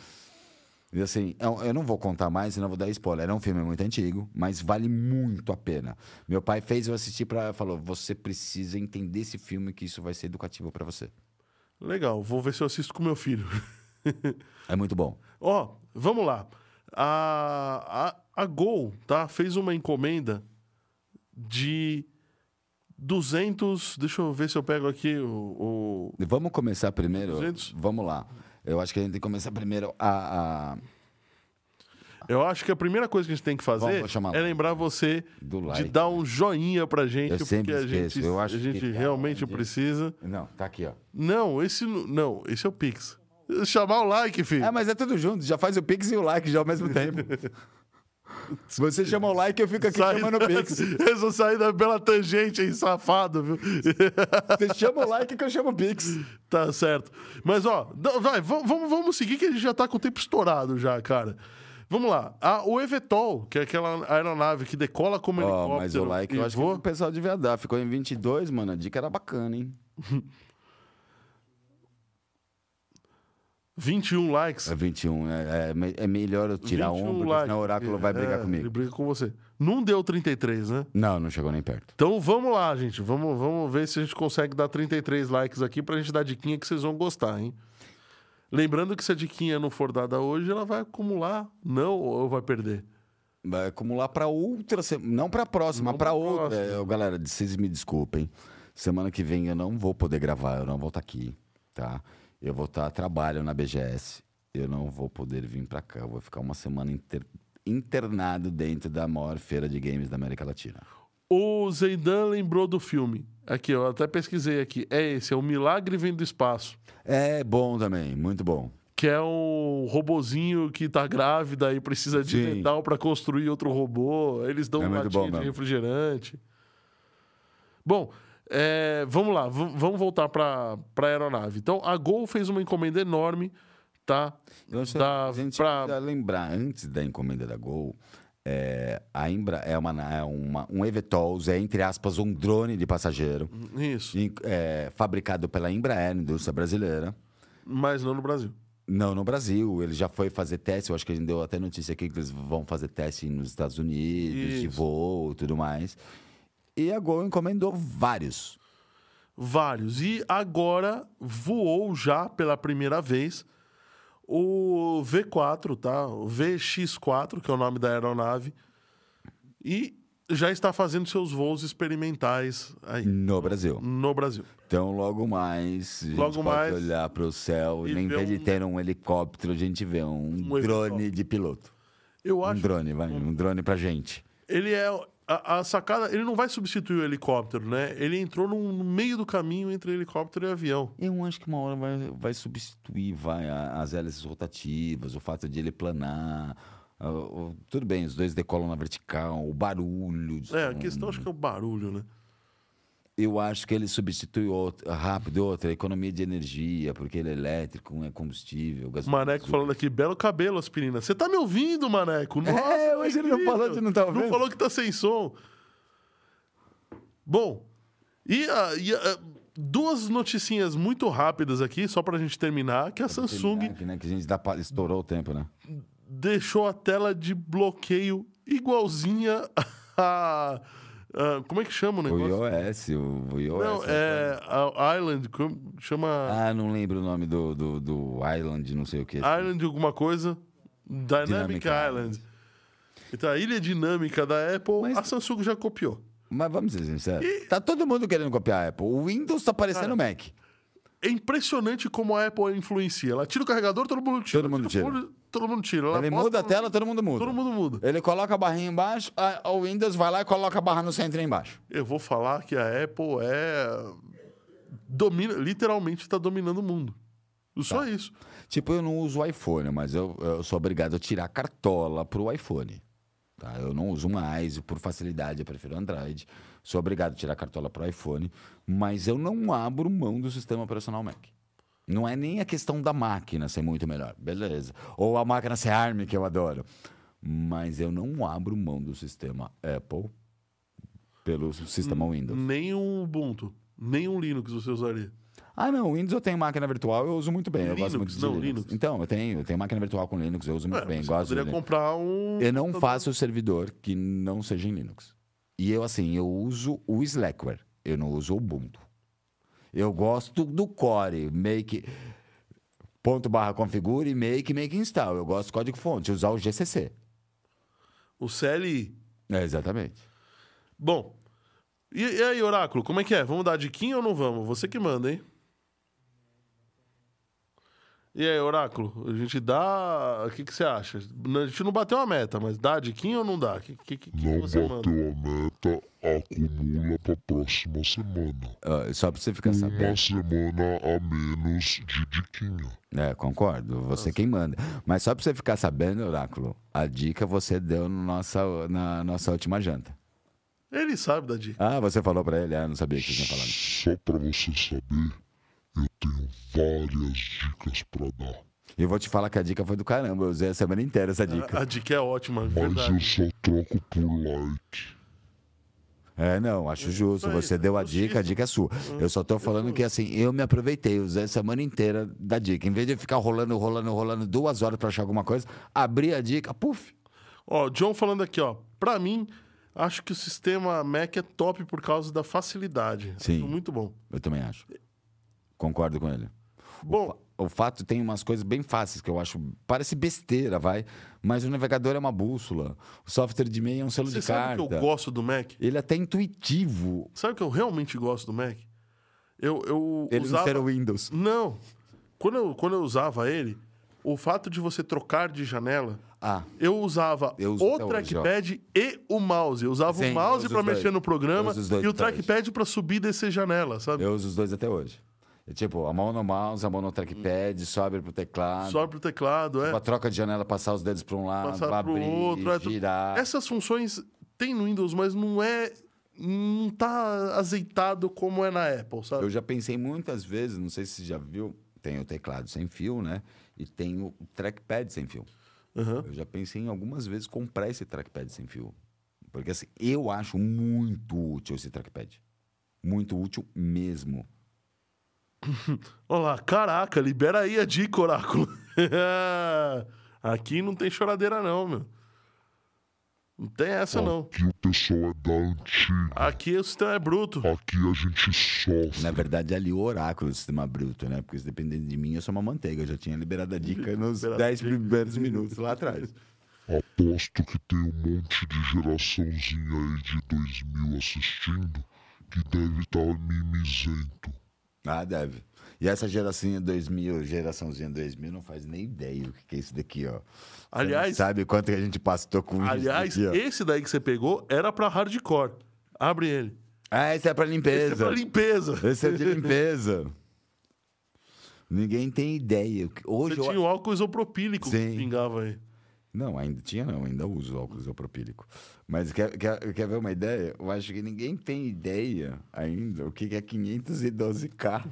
Speaker 2: E assim, eu, eu não vou contar mais, senão eu vou dar spoiler. É um filme muito antigo, mas vale muito a pena. Meu pai fez eu assistir para falou: você precisa entender esse filme que isso vai ser educativo para você.
Speaker 1: Legal, vou ver se eu assisto com meu filho.
Speaker 2: É muito bom.
Speaker 1: Ó, vamos lá. A, a, a Gol, tá? Fez uma encomenda de 200... Deixa eu ver se eu pego aqui o... o-
Speaker 2: E Vamos começar primeiro.
Speaker 1: 200.
Speaker 2: Vamos lá. Eu acho que a gente tem que começar primeiro a, a-
Speaker 1: Eu acho que a primeira coisa que a gente tem que fazer
Speaker 2: Vamos chamar lá.
Speaker 1: é lembrar você
Speaker 2: do
Speaker 1: de
Speaker 2: like.
Speaker 1: dar um joinha pra gente,
Speaker 2: Eu
Speaker 1: porque
Speaker 2: sempre
Speaker 1: a
Speaker 2: esqueço,
Speaker 1: gente,
Speaker 2: eu acho
Speaker 1: a gente
Speaker 2: que tá
Speaker 1: realmente
Speaker 2: onde?
Speaker 1: precisa.
Speaker 2: Não, tá aqui, ó.
Speaker 1: Não, esse não, não, esse é o Pix. Chamar o like, filho.
Speaker 2: É, mas é tudo junto. Já faz o Pix e o like já ao mesmo tempo. Se você chama o like, eu fico aqui
Speaker 1: Sai-
Speaker 2: chamando o Pix.
Speaker 1: Eu sou sair da bela tangente aí, safado, viu?
Speaker 2: Você chama o like que eu chamo o Pix.
Speaker 1: tá certo. Mas, ó, dá- vai, v- vamos, vamos seguir que a gente já tá com o tempo estourado já, cara. Vamos lá. A, o Evetol, que é aquela aeronave que decola como
Speaker 2: Ó,
Speaker 1: helicóptero.
Speaker 2: mas o like
Speaker 1: e
Speaker 2: eu acho
Speaker 1: voa-
Speaker 2: que o pessoal devia dar. Ficou em 22, mano. A dica era bacana, hein?
Speaker 1: 21 likes.
Speaker 2: É 21. É, é me- é melhor eu tirar
Speaker 1: 21
Speaker 2: um, porque
Speaker 1: likes.
Speaker 2: senão o oráculo vai brigar
Speaker 1: É, Ele
Speaker 2: comigo.
Speaker 1: briga com você. Não deu 33, né?
Speaker 2: Não, não chegou nem perto.
Speaker 1: Então vamos lá, gente. Vamos, vamos ver se a gente consegue dar 33 likes aqui pra gente dar diquinha que vocês vão gostar, hein? Lembrando que se a diquinha não for dada hoje, ela vai acumular, não, ou vai perder.
Speaker 2: Vai acumular pra outra semana. Não pra próxima,
Speaker 1: Não
Speaker 2: pra
Speaker 1: pra
Speaker 2: outra.
Speaker 1: próxima.
Speaker 2: É, eu- galera, vocês me desculpem. Semana que vem eu não vou poder gravar, eu não vou estar aqui, tá? Eu vou estar a trabalho na BGS. Eu não vou poder vir pra cá. Eu vou ficar uma semana inter- internado dentro da maior feira de games da América Latina.
Speaker 1: O Zeidan lembrou do filme. Aqui, eu até pesquisei aqui. É esse, é o Milagre Vem do Espaço.
Speaker 2: É bom também, muito bom.
Speaker 1: Que é um robozinho que tá grávida e precisa de
Speaker 2: Sim.
Speaker 1: metal pra construir outro robô. Eles dão
Speaker 2: É
Speaker 1: uma
Speaker 2: muito
Speaker 1: latinha
Speaker 2: bom
Speaker 1: de
Speaker 2: mesmo.
Speaker 1: refrigerante. Bom, é, vamos lá. v- vamos voltar pra, pra aeronave. Então, a Gol fez uma encomenda enorme, tá?
Speaker 2: Eu acho
Speaker 1: Dá
Speaker 2: que a gente
Speaker 1: pra-
Speaker 2: precisa lembrar, antes da encomenda da Gol, é, a Embra é, uma, é uma- um Evetols, é entre aspas um drone de passageiro,
Speaker 1: Uhum. Isso.
Speaker 2: em- é, fabricado pela Embraer, indústria brasileira.
Speaker 1: Mas não no Brasil.
Speaker 2: Não, no Brasil, ele já foi fazer teste, eu acho que a gente deu até notícia aqui que eles vão fazer teste nos Estados Unidos, de
Speaker 1: Isso.
Speaker 2: voo e tudo mais. E a Gol encomendou vários.
Speaker 1: vários. E agora voou já pela primeira vez o V4, tá? O VX4, que é o nome da aeronave. E já está fazendo seus voos experimentais aí
Speaker 2: No Brasil.
Speaker 1: no Brasil.
Speaker 2: Então, logo mais, a gente
Speaker 1: Logo
Speaker 2: pode
Speaker 1: mais.
Speaker 2: olhar para o céu
Speaker 1: E
Speaker 2: e, em
Speaker 1: ver
Speaker 2: vez de
Speaker 1: um-
Speaker 2: ter um helicóptero, a gente vê um,
Speaker 1: Um
Speaker 2: drone
Speaker 1: helicóptero.
Speaker 2: de piloto.
Speaker 1: Eu
Speaker 2: Um
Speaker 1: acho
Speaker 2: drone, vai, um drone pra gente.
Speaker 1: ele é a, a sacada, ele não vai substituir o helicóptero, né? Ele entrou num- no meio do caminho entre helicóptero e avião.
Speaker 2: Eu um, acho que uma hora vai, vai substituir vai, a- as hélices rotativas, o fato de ele planar. ah, o- tudo bem, os dois decolam na vertical, o barulho. um,
Speaker 1: É, a questão acho que é o barulho, né?
Speaker 2: Eu acho que ele substitui outro, rápido outra, a economia de energia, porque ele é elétrico, um é combustível. gasolina,
Speaker 1: Maneco
Speaker 2: gasolina.
Speaker 1: falando aqui, belo cabelo, aspirina. Você tá me ouvindo, Maneco? Nossa,
Speaker 2: É, hoje ele não
Speaker 1: incrível.
Speaker 2: falou que não tá
Speaker 1: Não
Speaker 2: ouvindo.
Speaker 1: falou que tá sem som. Bom, e, a- e a- duas noticinhas muito rápidas aqui, só pra gente terminar, que a Samsung
Speaker 2: Que, né, que a gente dá pa- estourou o tempo, né?
Speaker 1: deixou a tela de bloqueio igualzinha a... a- como é que chama o
Speaker 2: O
Speaker 1: negócio?
Speaker 2: iOS, o, o iOS.
Speaker 1: Não, é a Island, como- chama
Speaker 2: Ah, não lembro o nome do, do, do Island, não sei o que.
Speaker 1: Island alguma coisa, Dynamic,
Speaker 2: Dynamic
Speaker 1: Island.
Speaker 2: Island.
Speaker 1: Então, a ilha dinâmica da Apple,
Speaker 2: Mas-
Speaker 1: a Samsung já copiou.
Speaker 2: Mas vamos ser sinceros. Tá todo mundo querendo copiar a Apple. O Windows tá parecendo o Mac.
Speaker 1: É impressionante como a Apple influencia. Ela tira o carregador, todo mundo tira.
Speaker 2: Todo mundo
Speaker 1: o fone, todo mundo tira. Ela
Speaker 2: Ele
Speaker 1: bota,
Speaker 2: muda a
Speaker 1: todo
Speaker 2: tela, todo mundo muda.
Speaker 1: mundo- Todo mundo muda.
Speaker 2: Ele coloca a barrinha embaixo, a- o Windows vai lá e coloca a barra no centro aí embaixo.
Speaker 1: Eu vou falar que a Apple é... Domina, literalmente está dominando o mundo. Só isso.
Speaker 2: Tipo, eu não uso o iPhone, mas eu, eu sou obrigado a tirar a cartola pro iPhone. Tá? Eu não uso uma ISO por facilidade, eu prefiro Android. Sou obrigado a tirar a cartola pro iPhone, mas eu não abro mão do sistema operacional Mac. Não é nem a questão da máquina ser muito melhor, beleza. Ou a máquina ser ARM, que eu adoro. Mas eu não abro mão do sistema Apple pelo sistema Windows.
Speaker 1: Nem um Ubuntu, nem um Linux você usaria.
Speaker 2: Ah, não, Windows eu tenho máquina virtual, eu uso muito bem. eu
Speaker 1: Linux,
Speaker 2: gosto muito de
Speaker 1: não,
Speaker 2: Linux.
Speaker 1: Linux.
Speaker 2: Então, eu tenho, eu tenho máquina virtual com Linux, eu uso muito
Speaker 1: É,
Speaker 2: bem,
Speaker 1: você
Speaker 2: gosto de
Speaker 1: poderia
Speaker 2: Linux.
Speaker 1: comprar um...
Speaker 2: Eu não faço servidor que não seja em Linux. E eu, assim, eu uso o Slackware, eu não uso o Ubuntu. Eu gosto do core, make... Ponto barra configure, make, make install. Eu gosto do código-fonte, usar o GCC.
Speaker 1: O CLI.
Speaker 2: É, exatamente.
Speaker 1: Bom, e, e aí, Oráculo, como é que é? Vamos dar diquinha ou não vamos? Você que manda, hein? E aí, Oráculo, a gente dá. O que, que você acha? N- A gente não bateu a meta, mas dá diquinha ou não dá? O que, que, que, que
Speaker 3: Não
Speaker 1: você
Speaker 3: bateu
Speaker 1: manda?
Speaker 3: a meta, acumula pra próxima semana.
Speaker 2: Ah, só pra você ficar sabendo.
Speaker 1: É.
Speaker 3: Uma semana a menos de diquinha.
Speaker 2: É, concordo. Você quem manda. Mas só pra você ficar sabendo, Oráculo, a dica você deu no nossa, na nossa última janta.
Speaker 1: Ele sabe da dica.
Speaker 2: Ah, você falou pra ele? Ah, não sabia que você tinha falado.
Speaker 3: Só pra você saber, eu tenho várias dicas pra dar.
Speaker 2: E eu vou te falar que a dica foi do caramba. Eu usei a semana inteira essa dica.
Speaker 1: A, a dica é ótima, é
Speaker 3: Mas eu
Speaker 1: verdade.
Speaker 3: só troco por like.
Speaker 2: É, não, acho justo.
Speaker 1: aí,
Speaker 2: Você
Speaker 1: é
Speaker 2: deu a
Speaker 1: justiça.
Speaker 2: dica, a dica é sua. Eu só tô falando que assim, eu me aproveitei, usei a semana inteira da dica. Em vez de eu ficar rolando, rolando, rolando duas horas pra achar alguma coisa, abri a dica, puf.
Speaker 1: Ó, o John falando aqui, ó. Pra mim, acho que o sistema Mac é top por causa da facilidade.
Speaker 2: Sim.
Speaker 1: Acho Muito bom.
Speaker 2: Eu também acho. Concordo com ele.
Speaker 1: Bom,
Speaker 2: O fato tem umas coisas bem fáceis que eu acho. Parece besteira, vai. Mas o navegador é uma bússola. O software de e-mail é um selo
Speaker 1: você
Speaker 2: de
Speaker 1: sabe
Speaker 2: carta.
Speaker 1: que eu gosto do Mac?
Speaker 2: Ele é até intuitivo.
Speaker 1: Sabe o que eu realmente gosto do Mac? Eu, eu
Speaker 2: Ele não
Speaker 1: usava...
Speaker 2: ser o Windows.
Speaker 1: Não. Quando eu, quando eu usava ele, o fato de você trocar de janela,
Speaker 2: Ah,
Speaker 1: eu usava
Speaker 2: Eu uso
Speaker 1: o
Speaker 2: até hoje, ó.
Speaker 1: trackpad e o mouse. Eu usava
Speaker 2: Sim,
Speaker 1: o
Speaker 2: eu
Speaker 1: mouse
Speaker 2: uso
Speaker 1: pra
Speaker 2: os
Speaker 1: mexer
Speaker 2: dois.
Speaker 1: no
Speaker 2: Eu
Speaker 1: programa
Speaker 2: uso os dois
Speaker 1: e o
Speaker 2: até hoje.
Speaker 1: trackpad pra subir e descer janela, sabe?
Speaker 2: eu uso os dois até hoje. É tipo, a mão no mouse, a mão
Speaker 1: Hum.
Speaker 2: no trackpad, sobe pro teclado.
Speaker 1: Só pro teclado, é.
Speaker 2: Tipo, a troca de janela, passar os dedos pra um lado,
Speaker 1: Passar pro
Speaker 2: abrir,
Speaker 1: outro. é, tu-
Speaker 2: girar.
Speaker 1: Essas funções tem no Windows, mas não é. Não tá azeitado como é na Apple, sabe?
Speaker 2: Eu já pensei muitas vezes, não sei se você já viu, tem o teclado sem fio, né? E tem o trackpad sem fio.
Speaker 1: Aham.
Speaker 2: Eu já pensei em algumas vezes comprar esse trackpad sem fio. Porque assim, eu acho muito útil esse trackpad. Muito útil mesmo.
Speaker 1: Olha lá, caraca, libera aí a dica, oráculo. Aqui não tem choradeira, não, meu. Não tem essa, não.
Speaker 3: Aqui o pessoal é da antiga.
Speaker 1: Aqui o sistema é bruto.
Speaker 3: Aqui a gente sofre.
Speaker 2: Na verdade, ali o oráculo do sistema bruto, né? Porque se dependendo de mim, eu sou uma manteiga. Eu já tinha liberado a dica nos
Speaker 1: Liberado a
Speaker 2: 10 primeiros minutos lá atrás.
Speaker 3: Aposto que tem um monte de geraçãozinha aí de 2000 assistindo que deve estar mimizento.
Speaker 2: Ah, deve. E essa geracinha 2000, geraçãozinha 2000, não faz nem ideia do que que é isso daqui, ó. Você não
Speaker 1: Aliás-
Speaker 2: sabe quanto que a gente pastou com
Speaker 1: Aliás,
Speaker 2: isso daqui, ó.
Speaker 1: esse daí que você pegou era pra hardcore. Abre ele.
Speaker 2: Ah, esse é pra limpeza.
Speaker 1: Esse é pra limpeza.
Speaker 2: Esse é de limpeza. Ninguém tem ideia. O que- Hoje
Speaker 1: Você
Speaker 2: eu...
Speaker 1: tinha o álcool isopropílico que
Speaker 2: Sim.
Speaker 1: pingava aí.
Speaker 2: Não, ainda tinha não, ainda uso óculos isopropílico. Mas quer, quer, quer ver uma ideia? Eu acho que ninguém tem ideia ainda o que que é 512K.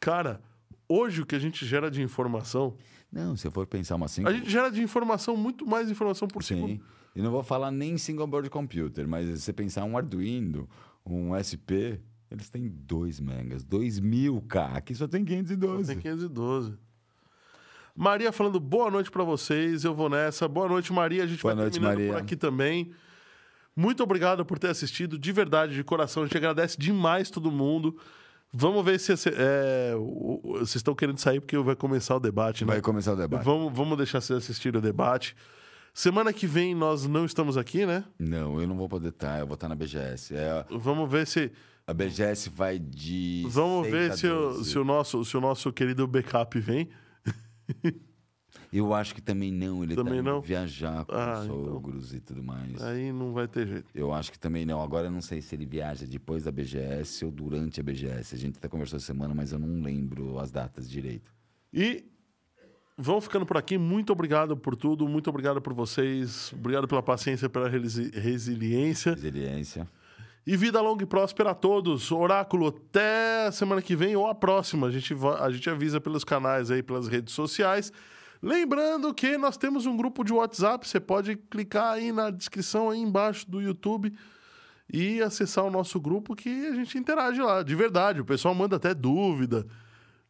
Speaker 1: Cara, hoje o que a gente gera de informação,
Speaker 2: Não, se eu for pensar uma
Speaker 1: a
Speaker 2: single...
Speaker 1: gente gera de informação muito mais informação por
Speaker 2: Sim.
Speaker 1: segundo.
Speaker 2: E não vou falar nem single board computer, mas se você pensar um Arduino, um SP, eles têm 2 megas, 2000K. Aqui só tem 512.
Speaker 1: Tem 512. Maria falando boa noite pra vocês, eu vou nessa. Boa noite, Maria. A gente
Speaker 2: Boa
Speaker 1: vai
Speaker 2: noite,
Speaker 1: terminando por
Speaker 2: Maria.
Speaker 1: aqui também. Muito obrigado por ter assistido, de verdade, de coração. A gente agradece demais todo mundo. Vamos ver se esse- é, o- o- vocês estão querendo sair porque vai começar o debate, né?
Speaker 2: Vai começar o debate.
Speaker 1: Vamos, vamos deixar vocês assistirem o debate. Semana que vem nós não estamos aqui, né?
Speaker 2: Não, eu não vou poder estar, eu vou estar na BGS. É,
Speaker 1: Vamos ver se
Speaker 2: a BGS vai de.
Speaker 1: vamos
Speaker 2: seis
Speaker 1: ver
Speaker 2: a
Speaker 1: se o,
Speaker 2: 12.
Speaker 1: se o nosso se o nosso querido backup vem.
Speaker 2: Eu acho que também não, ele
Speaker 1: Também
Speaker 2: também
Speaker 1: não?
Speaker 2: não viajar com
Speaker 1: Ah,
Speaker 2: os
Speaker 1: então. É.
Speaker 2: sogros e tudo mais.
Speaker 1: Aí não vai ter jeito.
Speaker 2: Eu acho que também não. Agora eu não sei se ele viaja depois da BGS ou durante a BGS. A gente até conversou essa semana, mas eu não lembro as datas direito.
Speaker 1: E vão ficando por aqui. Muito obrigado por tudo. Muito obrigado por vocês. Obrigado pela paciência, pela resi- resiliência.
Speaker 2: Resiliência.
Speaker 1: E vida longa e próspera a todos. Oráculo, até semana que vem ou a próxima. A gente, va- a gente avisa pelos canais aí, pelas redes sociais. Lembrando que nós temos um grupo de WhatsApp. Você pode clicar aí na descrição, aí embaixo do YouTube. E acessar o nosso grupo que a gente interage lá, de verdade. O pessoal manda até dúvida.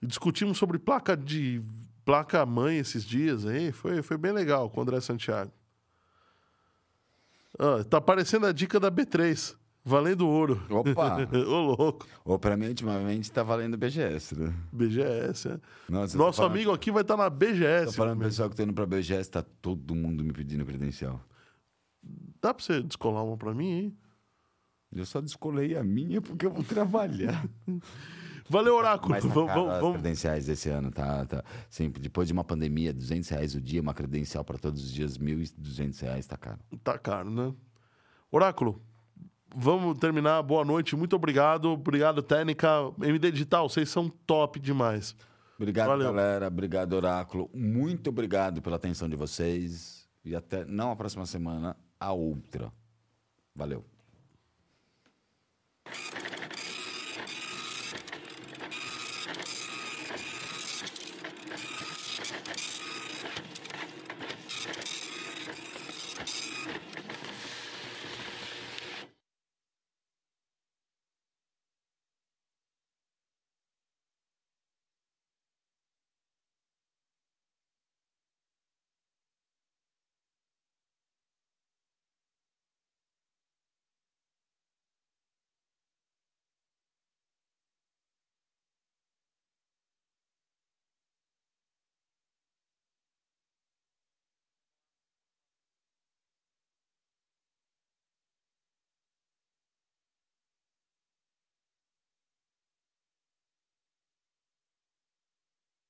Speaker 1: Discutimos sobre placa de placa mãe esses dias aí. Foi, foi bem legal com o André Santiago. Ah, tá aparecendo a dica da B3. Valendo ouro.
Speaker 2: Opa!
Speaker 1: Ô, louco.
Speaker 2: Ou pra mim, ultimamente, tá valendo BGS, né?
Speaker 1: BGS. é.
Speaker 2: Nossa, eu tô
Speaker 1: Nosso
Speaker 2: tá falando-
Speaker 1: amigo aqui vai estar na
Speaker 2: Tô
Speaker 1: BGS.
Speaker 2: falando pro pessoal que tá indo pra BGS, tá todo mundo me pedindo credencial.
Speaker 1: Dá pra você descolar uma pra mim, hein?
Speaker 2: Eu só descolei a minha porque eu vou trabalhar.
Speaker 1: Valeu, Oráculo.
Speaker 2: Mas Tá na
Speaker 1: Vamos,
Speaker 2: cara,
Speaker 1: vamos,
Speaker 2: as
Speaker 1: vamos.
Speaker 2: credenciais desse ano, tá, tá. Sempre, depois de uma pandemia, 200 reais o dia, uma credencial pra todos os dias, 1.200 reais, tá caro.
Speaker 1: Tá caro, né? Oráculo, vamos terminar. Boa noite. Muito obrigado. Obrigado, Técnica. MD Digital, vocês são top demais.
Speaker 2: Obrigado,
Speaker 1: Valeu.
Speaker 2: galera. Obrigado, Oráculo. Muito obrigado pela atenção de vocês. E até, não a próxima semana, a outra. Valeu.